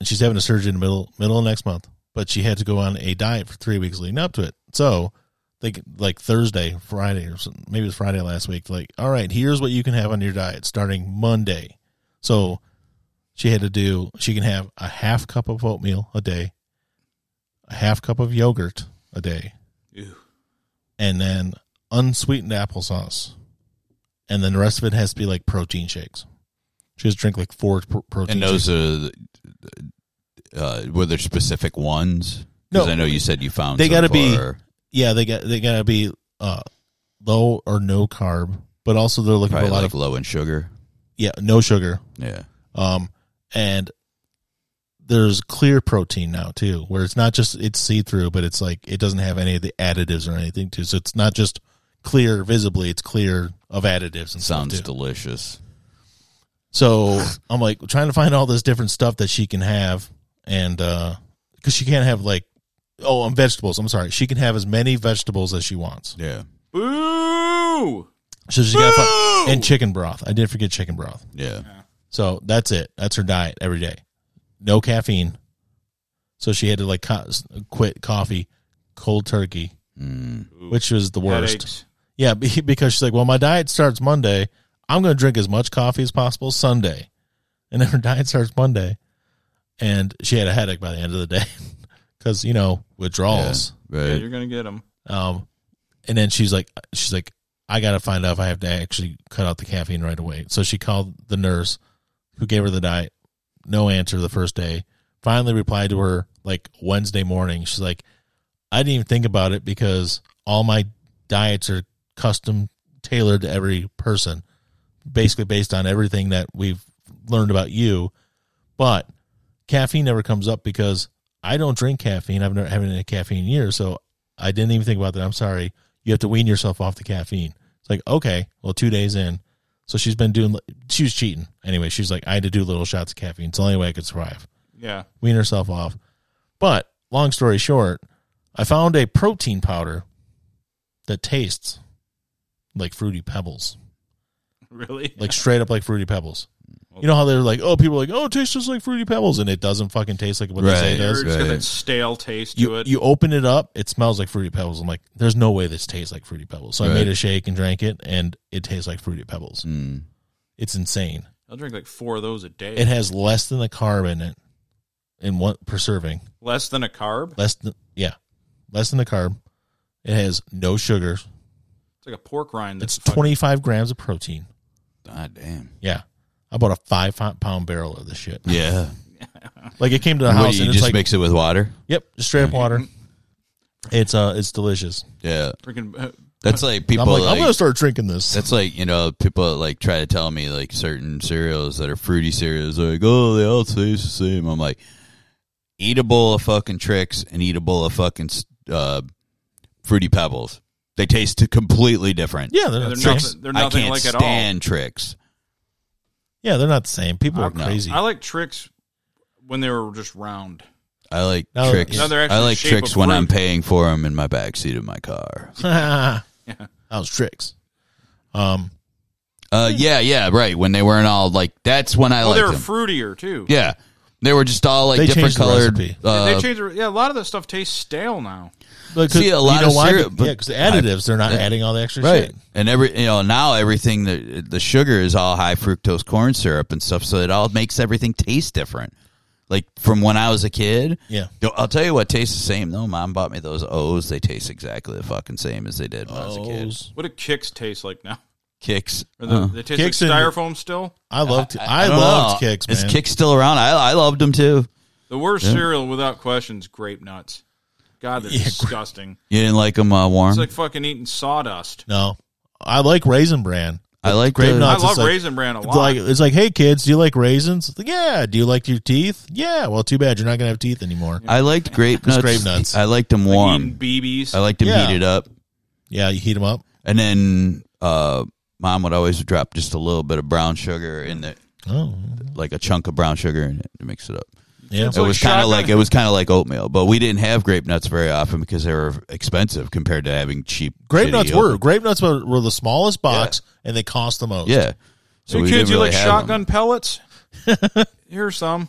she's having a surgery in the middle middle of next month but she had to go on a diet for three weeks leading up to it so like like thursday friday or something, maybe it was friday last week like all right here's what you can have on your diet starting monday so she had to do she can have a half cup of oatmeal a day a half cup of yogurt a day Ew. and then unsweetened applesauce, and then the rest of it has to be like protein shakes. She has to drink like four pr- protein. and those shakes. are the- uh, were there specific ones? No. Because I know you said you found They some gotta be- for- yeah, they got they gotta be uh, low or no carb, but also they're looking probably for a lot like of low in sugar. yeah no sugar. Yeah, Um, and there's clear protein now too, where it's not just it's see through, but it's like it doesn't have any of the additives or anything too. So it's not just clear visibly; it's clear of additives and stuff, sounds too. delicious. So I'm like trying to find all this different stuff that she can have, and because she can't have like, oh, um, vegetables. I'm sorry, she can have as many vegetables as she wants. Yeah, Boo! So she got fi- and chicken broth. I did forget chicken broth. yeah. So that's it. That's her diet every day. No caffeine. So she had to like co- quit coffee, cold turkey, Mm. which was the worst. Headaches. Yeah, be- because she's like, well, my diet starts Monday. I'm going to drink as much coffee as possible Sunday. And then her diet starts Monday. And she had a headache by the end of the day because, you know, withdrawals. Yeah, Right. you're gonna get them. Um, and then she's like, she's like, I got to find out if I have to actually cut out the caffeine right away. So she called the nurse who gave her the diet. No answer the first day. Finally replied to her like Wednesday morning. She's like, I didn't even think about it because all my diets are custom tailored to every person, basically based on everything that we've learned about you. But caffeine never comes up because I don't drink caffeine. I've never had any caffeine in years, so I didn't even think about that. I'm sorry. You have to wean yourself off the caffeine. It's like okay, well, two days in, so she's been doing. She was cheating anyway. She's like, I had to do little shots of caffeine. It's the only way I could survive Yeah. wean herself off. But long story short, I found a protein powder that tastes like fruity pebbles, Really? like straight up like fruity pebbles. You know how they're like, oh, people are like, oh, it tastes just like fruity pebbles, and it doesn't fucking taste like what they say it Right. does. It's got right. that stale taste to You it. you open it up, it smells like fruity pebbles. I'm like, there's no way this tastes like fruity pebbles. So I Right. made a shake and drank it, and it tastes like fruity pebbles. Mm. It's insane. I'll drink like four of those a day. It has less than the carb in it, in one per serving. Less than a carb. It's less than yeah, less than the carb. It has no sugar. like a pork rind. That's It's twenty five grams of protein. God damn. Yeah, I bought a five fi- pound barrel of this shit. Yeah. Like it came to the What, house you and just it's like, mix it with water. yep, just straight up water. It's uh, it's delicious. Yeah, Freaking, uh, that's like And people. I'm like, I'm like- gonna start drinking this. That's like you know people like try to tell me like certain cereals that are fruity cereals like oh they all taste the same. I'm like eat a bowl of fucking tricks and eat a bowl of fucking uh, fruity pebbles. They taste completely different. Yeah, they're, they're not the nothing, same. they're I nothing can't like at all. stand tricks. Yeah, they're not the same. People are I'm not. crazy. I like tricks when they were just round. I like No, tricks. no, they're actually I like the shape tricks of when fruit. I'm paying for them in my backseat of my car. that was tricks. Um, Uh, yeah, yeah, right. When they weren't all like that's when I Well, liked they were them. fruitier too. yeah, they were just all like They different changed the colored. recipe. uh, they changed. it- Yeah, a lot of that stuff tastes stale now. but See, a lot you know of why? cereal- yeah, because the additives they're not adding all the extra right shit. and every you know now everything the the sugar is all high fructose corn syrup and stuff so it all makes everything taste different like from when i was a kid Yeah. Yo, i'll tell you what tastes the same though mom bought me those o's they taste exactly the fucking same as they did when i was a kid O's. What do kicks taste like now? kicks Or the, uh, they taste Kicks like and- styrofoam still. I loved. I, I don't loved know. kicks. Man. is kicks still around i, I loved them too The worst cereal without question is grape nuts. God, they're Yeah, gr- disgusting. You didn't like them uh, warm. It's like fucking eating sawdust. No, I like raisin bran. I like grape the- I nuts. love it's like- raisin bran a It's lot. Like it's like, hey kids, do you like raisins? It's like, yeah. Do you like your teeth? Yeah. Well, too bad you're not gonna have teeth anymore. I liked grape nuts. grape nuts. I liked them Like warm. eating BBs. I liked them Yeah. heated up. Yeah, you heat them up. And then uh, mom would always drop just a little bit of brown sugar in the Oh, like a chunk of brown sugar in it to mix it up. yeah. it was kind shotgun. of like it was kind of like oatmeal, but we didn't have grape nuts very often because they were expensive compared to having cheap Grape shitty nuts oat- were grape nuts were, were the smallest box and they cost the most. Yeah. So Hey, we kids, didn't you really like have 'em. shotgun pellets? Here's some.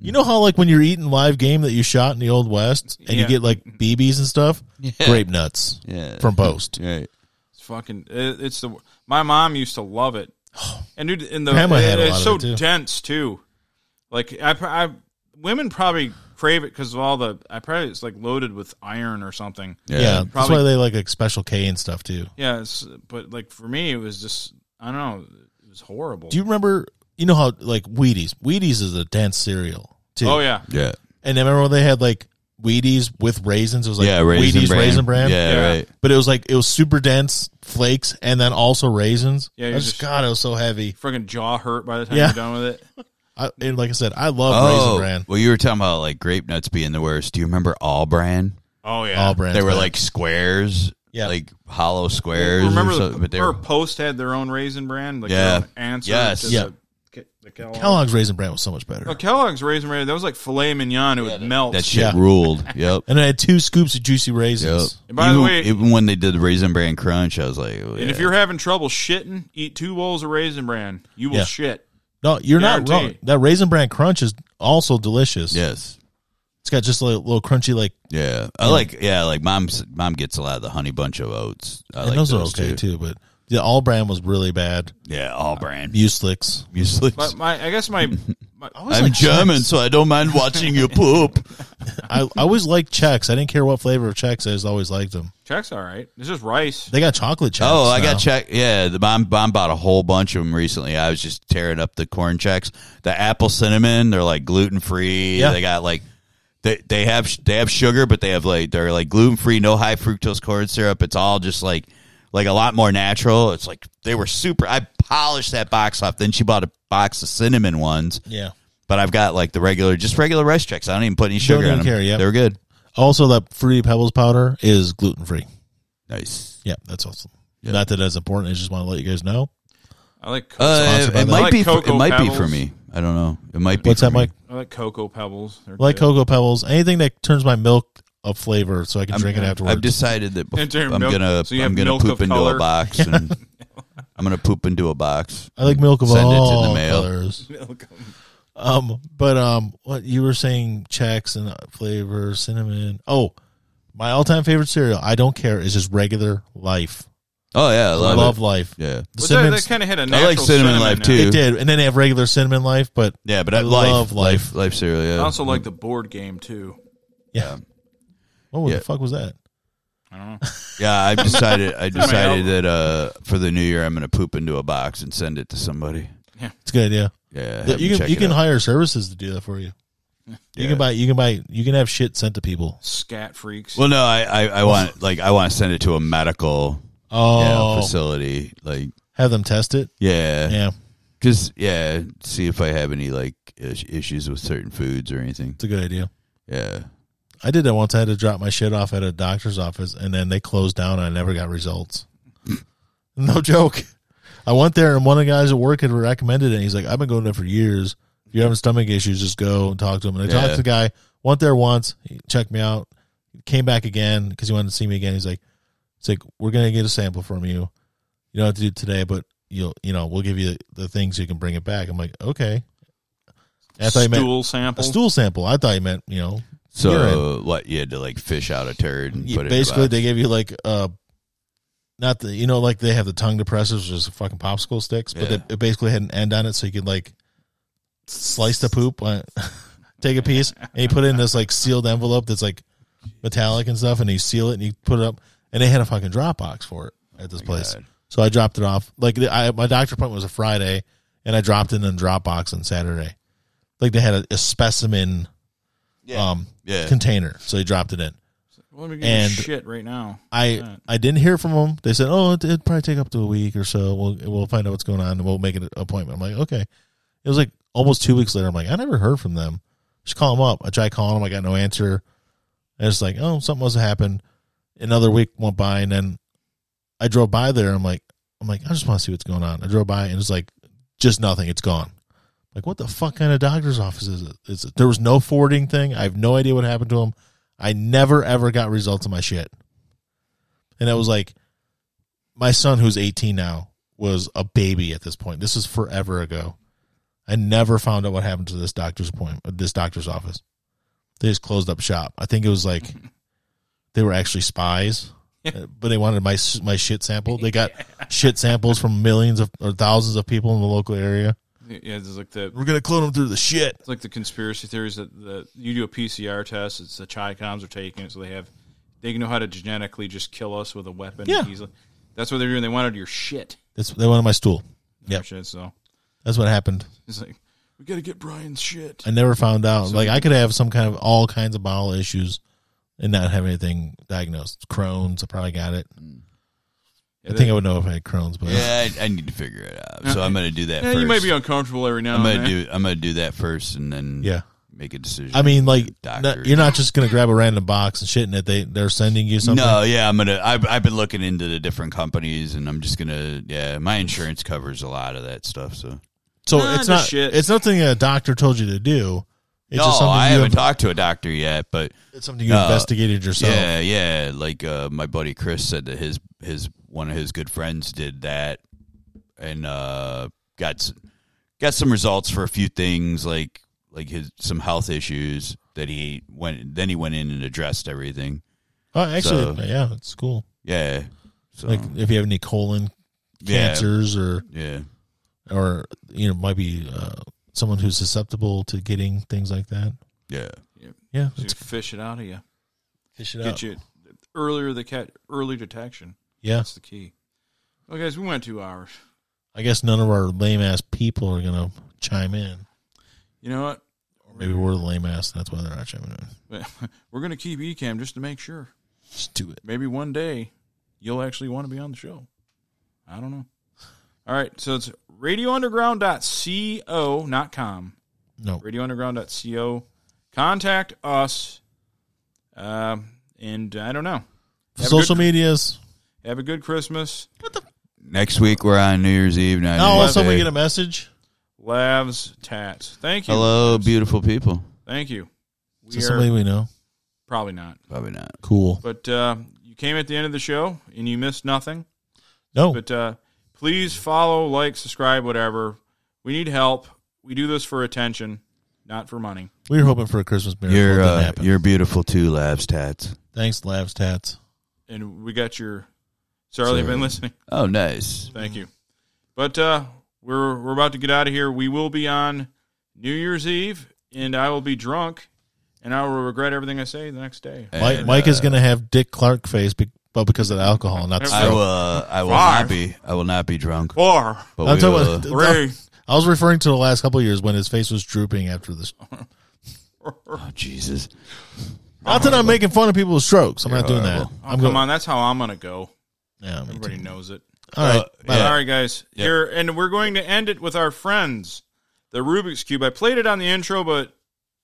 You know how like when you're eating live game that you shot in the old west and Yeah. you get like BBs and stuff, grape nuts Yeah. from post. Right. It's fucking. It, it's the. My mom used to love it, and dude, in the Grandma had a it- it's lot of so it, too. dense too. Like I, pr- I women probably crave it because of all the. I probably it's like loaded with iron or something. Yeah, that's Probably- why they like like special K and stuff too. Yeah, it's, but like for me, it was just I don't know. It was horrible. Do you remember? You know how like Wheaties? Wheaties is a dense cereal too. oh yeah, Yeah. And I remember when they had like Wheaties with raisins. It was like yeah. Raisin Wheaties bran. raisin bran. Yeah, Yeah. Right. But it was like it was super dense flakes and then also raisins. Yeah, I you're just, just- God, it was so heavy. friggin' jaw hurt by the time Yeah. you're done with it. I, and like I said, I love Oh, raisin bran. well, you were talking about like grape nuts being the worst. Do you remember all bran? Oh yeah. All brands. They were man. like squares, Yeah. like hollow squares. or Remember, the, something, but they remember were Post had their own raisin brand. Like Yeah. Their own answer Yes. To Yeah. The, the Kellogg. Kellogg's raisin bran was so much better. Oh, Kellogg's raisin brand. That was like filet mignon. It would melt. that shit Yeah. ruled. Yep. And I had two scoops of juicy Yep. raisins. And by the even, way- even when they did the raisin bran crunch, I was like, oh, And if yeah. you're having trouble shitting, eat two bowls of raisin bran. You will Yeah. shit. No, you're not Guaranteed. wrong. That raisin bran crunch is also delicious. yes, It's got just a little, little crunchy like yeah, I like yeah, like mom's mom gets a lot of the honey bunch of oats. I and like those, those, are okay too. too. Uh, but the all brand was really bad. Yeah, all bran. Muslix. Useless. But my, I guess my, my was I'm like German, Czechs. so I don't mind watching you poop. I, I always liked Chex. I didn't care what flavor of Chex is. I always liked them. check's all right. It's just rice. They got chocolate Chex. Oh, I now. got check. Yeah, the mom, mom bought a whole bunch of them recently. I was just tearing up the corn checks. The apple cinnamon, they're like gluten free. Yeah. They got like they they have they have sugar, but they have like they're like gluten free, no high fructose corn syrup. It's all just like like a lot more natural. It's like they were super. I polished that box off. Then she bought a box of cinnamon ones, Yeah. but I've got like the regular, just regular rice checks. I don't even put any sugar even in them. care, yep. They were good. Also, that fruity pebbles powder is gluten free. Nice. Yeah, that's awesome. Not that that's important. I just want to let you guys know. I like co- Uh, Sponsored it by might that. be I like for, it Cocoa might be for Pebbles. me. I don't know. It might be. What's for that, me. Mike? I like cocoa pebbles. They're I like good. cocoa pebbles. Anything that turns my milk a flavor, so I can drink it afterwards. I've decided that bef- And turn I'm milk- gonna so you I'm have gonna milk poop of into color. a box and I'm gonna poop into a box. I like milk of Send it in all the mail. colors. Um, but um, what you were saying, checks and flavor, cinnamon. Oh, my all-time favorite cereal. I don't care. It's just regular life. Oh yeah, I I love, love it. life. Yeah, The Well, that, cinnamon's- kind of hit a like natural cinnamon life, now. too. it did, and then they have regular cinnamon life, but yeah, but I, I life, love life, life. life cereal. I Yeah, also like the board game too. yeah. Oh, what Yeah. the fuck was that? yeah. I've decided I decided album. that uh for the new year I'm gonna poop into a box and send it to somebody. It's a good idea. Yeah, have Th- them you can check you it can out. hire services to do that for you. You Yeah. can buy you can buy you can have shit sent to people. Scat freaks. Well, no, I, I I want like I want to send it to a medical Oh, yeah, facility. Like have them test it. yeah, Yeah, because yeah. see if I have any like is- issues with certain foods or anything. it's a good idea. Yeah. I did that once. I had to drop my shit off at a doctor's office, and then they closed down, and I never got results. no joke. I went there, and one of the guys at work had recommended it. And he's like, "I've been going there for years. If you're having stomach issues, just go and talk to him." And I talked Yeah. to the guy. Went there once, he checked me out, came back again because he wanted to see me again. He's like, "It's like we're gonna get a sample from you. You don't have to do it today, but you'll, you know, we'll give you the things you can bring it back." I'm like, "Okay." I thought he meant stool a sample. stool sample. I thought he meant you know So urine. what you had to like fish out a turd and Yeah, put it basically in the they give you like uh not the you know like they have the tongue depressors which is fucking popsicle sticks Yeah. but they, it basically had an end on it so you could like slice the poop uh, take a piece and you put it in this like sealed envelope that's like metallic and stuff and you seal it and you put it up and they had a fucking drop box for it at this place God. so i dropped it off like the, I, my doctor appointment was a friday and i dropped it in the drop box on saturday like they had a, a specimen um Yeah. container so he dropped it in Well, let me give And- you shit right now. I I didn't hear from them. They said, "Oh, it, it'd probably take up to a week or so. We'll we'll find out what's going on and we'll make an appointment." I'm like, "Okay." It was like almost two weeks later. I'm like, "I never heard from them." Just call them up. I tried calling them. I got no answer. And it's like, "Oh, something must have happened." Another week went by, and then I drove by there. I'm like, "I'm like, I just want to see what's going on." I drove by, and it's like, just nothing. It's gone. Like, what the fuck kind of doctor's office is it? Is it? There was no forwarding thing. I have no idea what happened to them. I never ever got results of my shit. And I was like, my son, who's 18 now, was a baby at this point. This is forever ago. I never found out what happened to this doctor's appointment, this doctor's office. They just closed up shop. I think it was like they were actually spies, uh, but they wanted my s- my shit sample. They got shit samples from millions of or thousands of people in the local area. Yeah, it's like the We're gonna clone them through the shit. it's like the conspiracy theories that the you do a PCR test. It's the Chicoms are taking it, so they have they know how to genetically just kill us with a weapon Yeah. easily. That's what they're doing. They wanted your shit. That's they wanted my stool. Yep. Our shit. So That's what happened. it's like we got to get Brian's shit. I never found out. like I could have some kind of all kinds of bowel issues and not have anything diagnosed. Crohn's, I probably got it. I think I would know if I had Crohn's, but Mm. Yeah, I, I need to figure it out. So I'm gonna do that. Yeah, first. you might be uncomfortable every now I'm and gonna then. do. I'm gonna do that first, and then Yeah. make a decision. I mean, like Doctor. not- you're not just gonna grab a random box and shit in it. They they're sending you something. No, yeah, I'm gonna. I've, I've been looking into the different companies, and I'm just gonna. Yeah, my insurance covers a lot of that stuff. So so Nah, it's no not. shit. It's nothing a doctor told you to do. It's no, I you haven't have- talked to a doctor yet, but It's something you No. investigated yourself. yeah, yeah. Like uh, my buddy Chris said that his his one of his good friends did that, and uh, got s- got some results for a few things like like his some health issues that he went then he went in and addressed everything. Oh, actually, So- yeah, it's cool. Yeah. So Like if you have any colon Yeah. cancers or yeah. or you know might be uh, someone who's susceptible to getting things like that. Yeah. Yeah, So you it's fish it out of you. fish Get you earlier the cat early detection. Yeah, That's the key. Well, guys, we went two hours. I guess none of our lame ass people are gonna chime in. You know what? Maybe we're the lame ass. That's why they're not chiming in. We're gonna keep Ecamm just to make sure. Just do it. Maybe one day you'll actually want to be on the show. I don't know. All right, so it's radiounderground.co, not com. No, Radiounderground.co. Contact us. Um, and I don't know. Have a social good- medias. Have a good Christmas. Next week we're on New Year's Eve. Now Now all of a sudden Oh, we get a message. Lavs, tats. Thank you. Hello, beautiful people. Thank you. We Is this are somebody we know? probably not, Probably not. Cool. but uh, you came at the end of the show and you missed nothing. No, But uh, please follow, like, subscribe, whatever. We need help. We do this for attention, not for money. we were hoping for a Christmas miracle. You're Didn't uh, happen. you're beautiful too, Labs Tats. Thanks, Labs Tats. And we got your. Sorry, you've been Sorry. listening. Oh, nice. Thank you. But uh, we're we're about to get out of here. We will be on New Year's Eve, and I will be drunk, and I will regret everything I say the next day. Mike, And, Mike uh, is gonna have Dick Clark face, be- but because of the alcohol, not the I will. stroke. Uh, I will Five. not be. I will not be drunk. Four, But I'm we talking will- about- three, I was referring to the last couple of years when his face was drooping after this. oh, Jesus. Not that I'm making fun of people with strokes. I'm not doing that. horrible. Oh, I'm come going. on, that's how I'm gonna go. Yeah, me Everybody too. knows it. All Uh, right. Bye. All right, guys. Here, and we're going to end it with our friends, the Rubik's Cube. I played it on the intro, but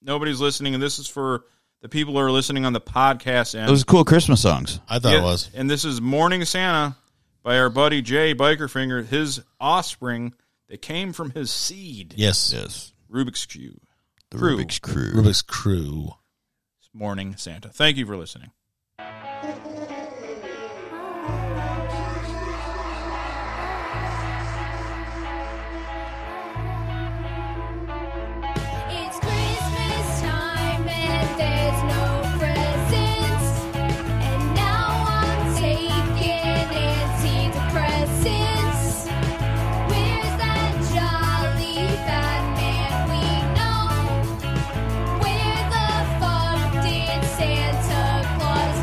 nobody's listening, and this is for the people who are listening on the podcast end. Those was cool Christmas songs. I thought Yeah, it was. And this is Morning Santa by our buddy Jay Bikerfinger, his offspring that came from his seed. Yes. Yes. Rubik's Cube. The Crew. Rubik's Crew. Rubik's Crew. Morning Santa. Thank you for listening. It's Christmas time and there's no presents. And now I'm taking antidepressants. Where's that jolly fat man we know? Where the fuck did Santa Claus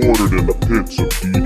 of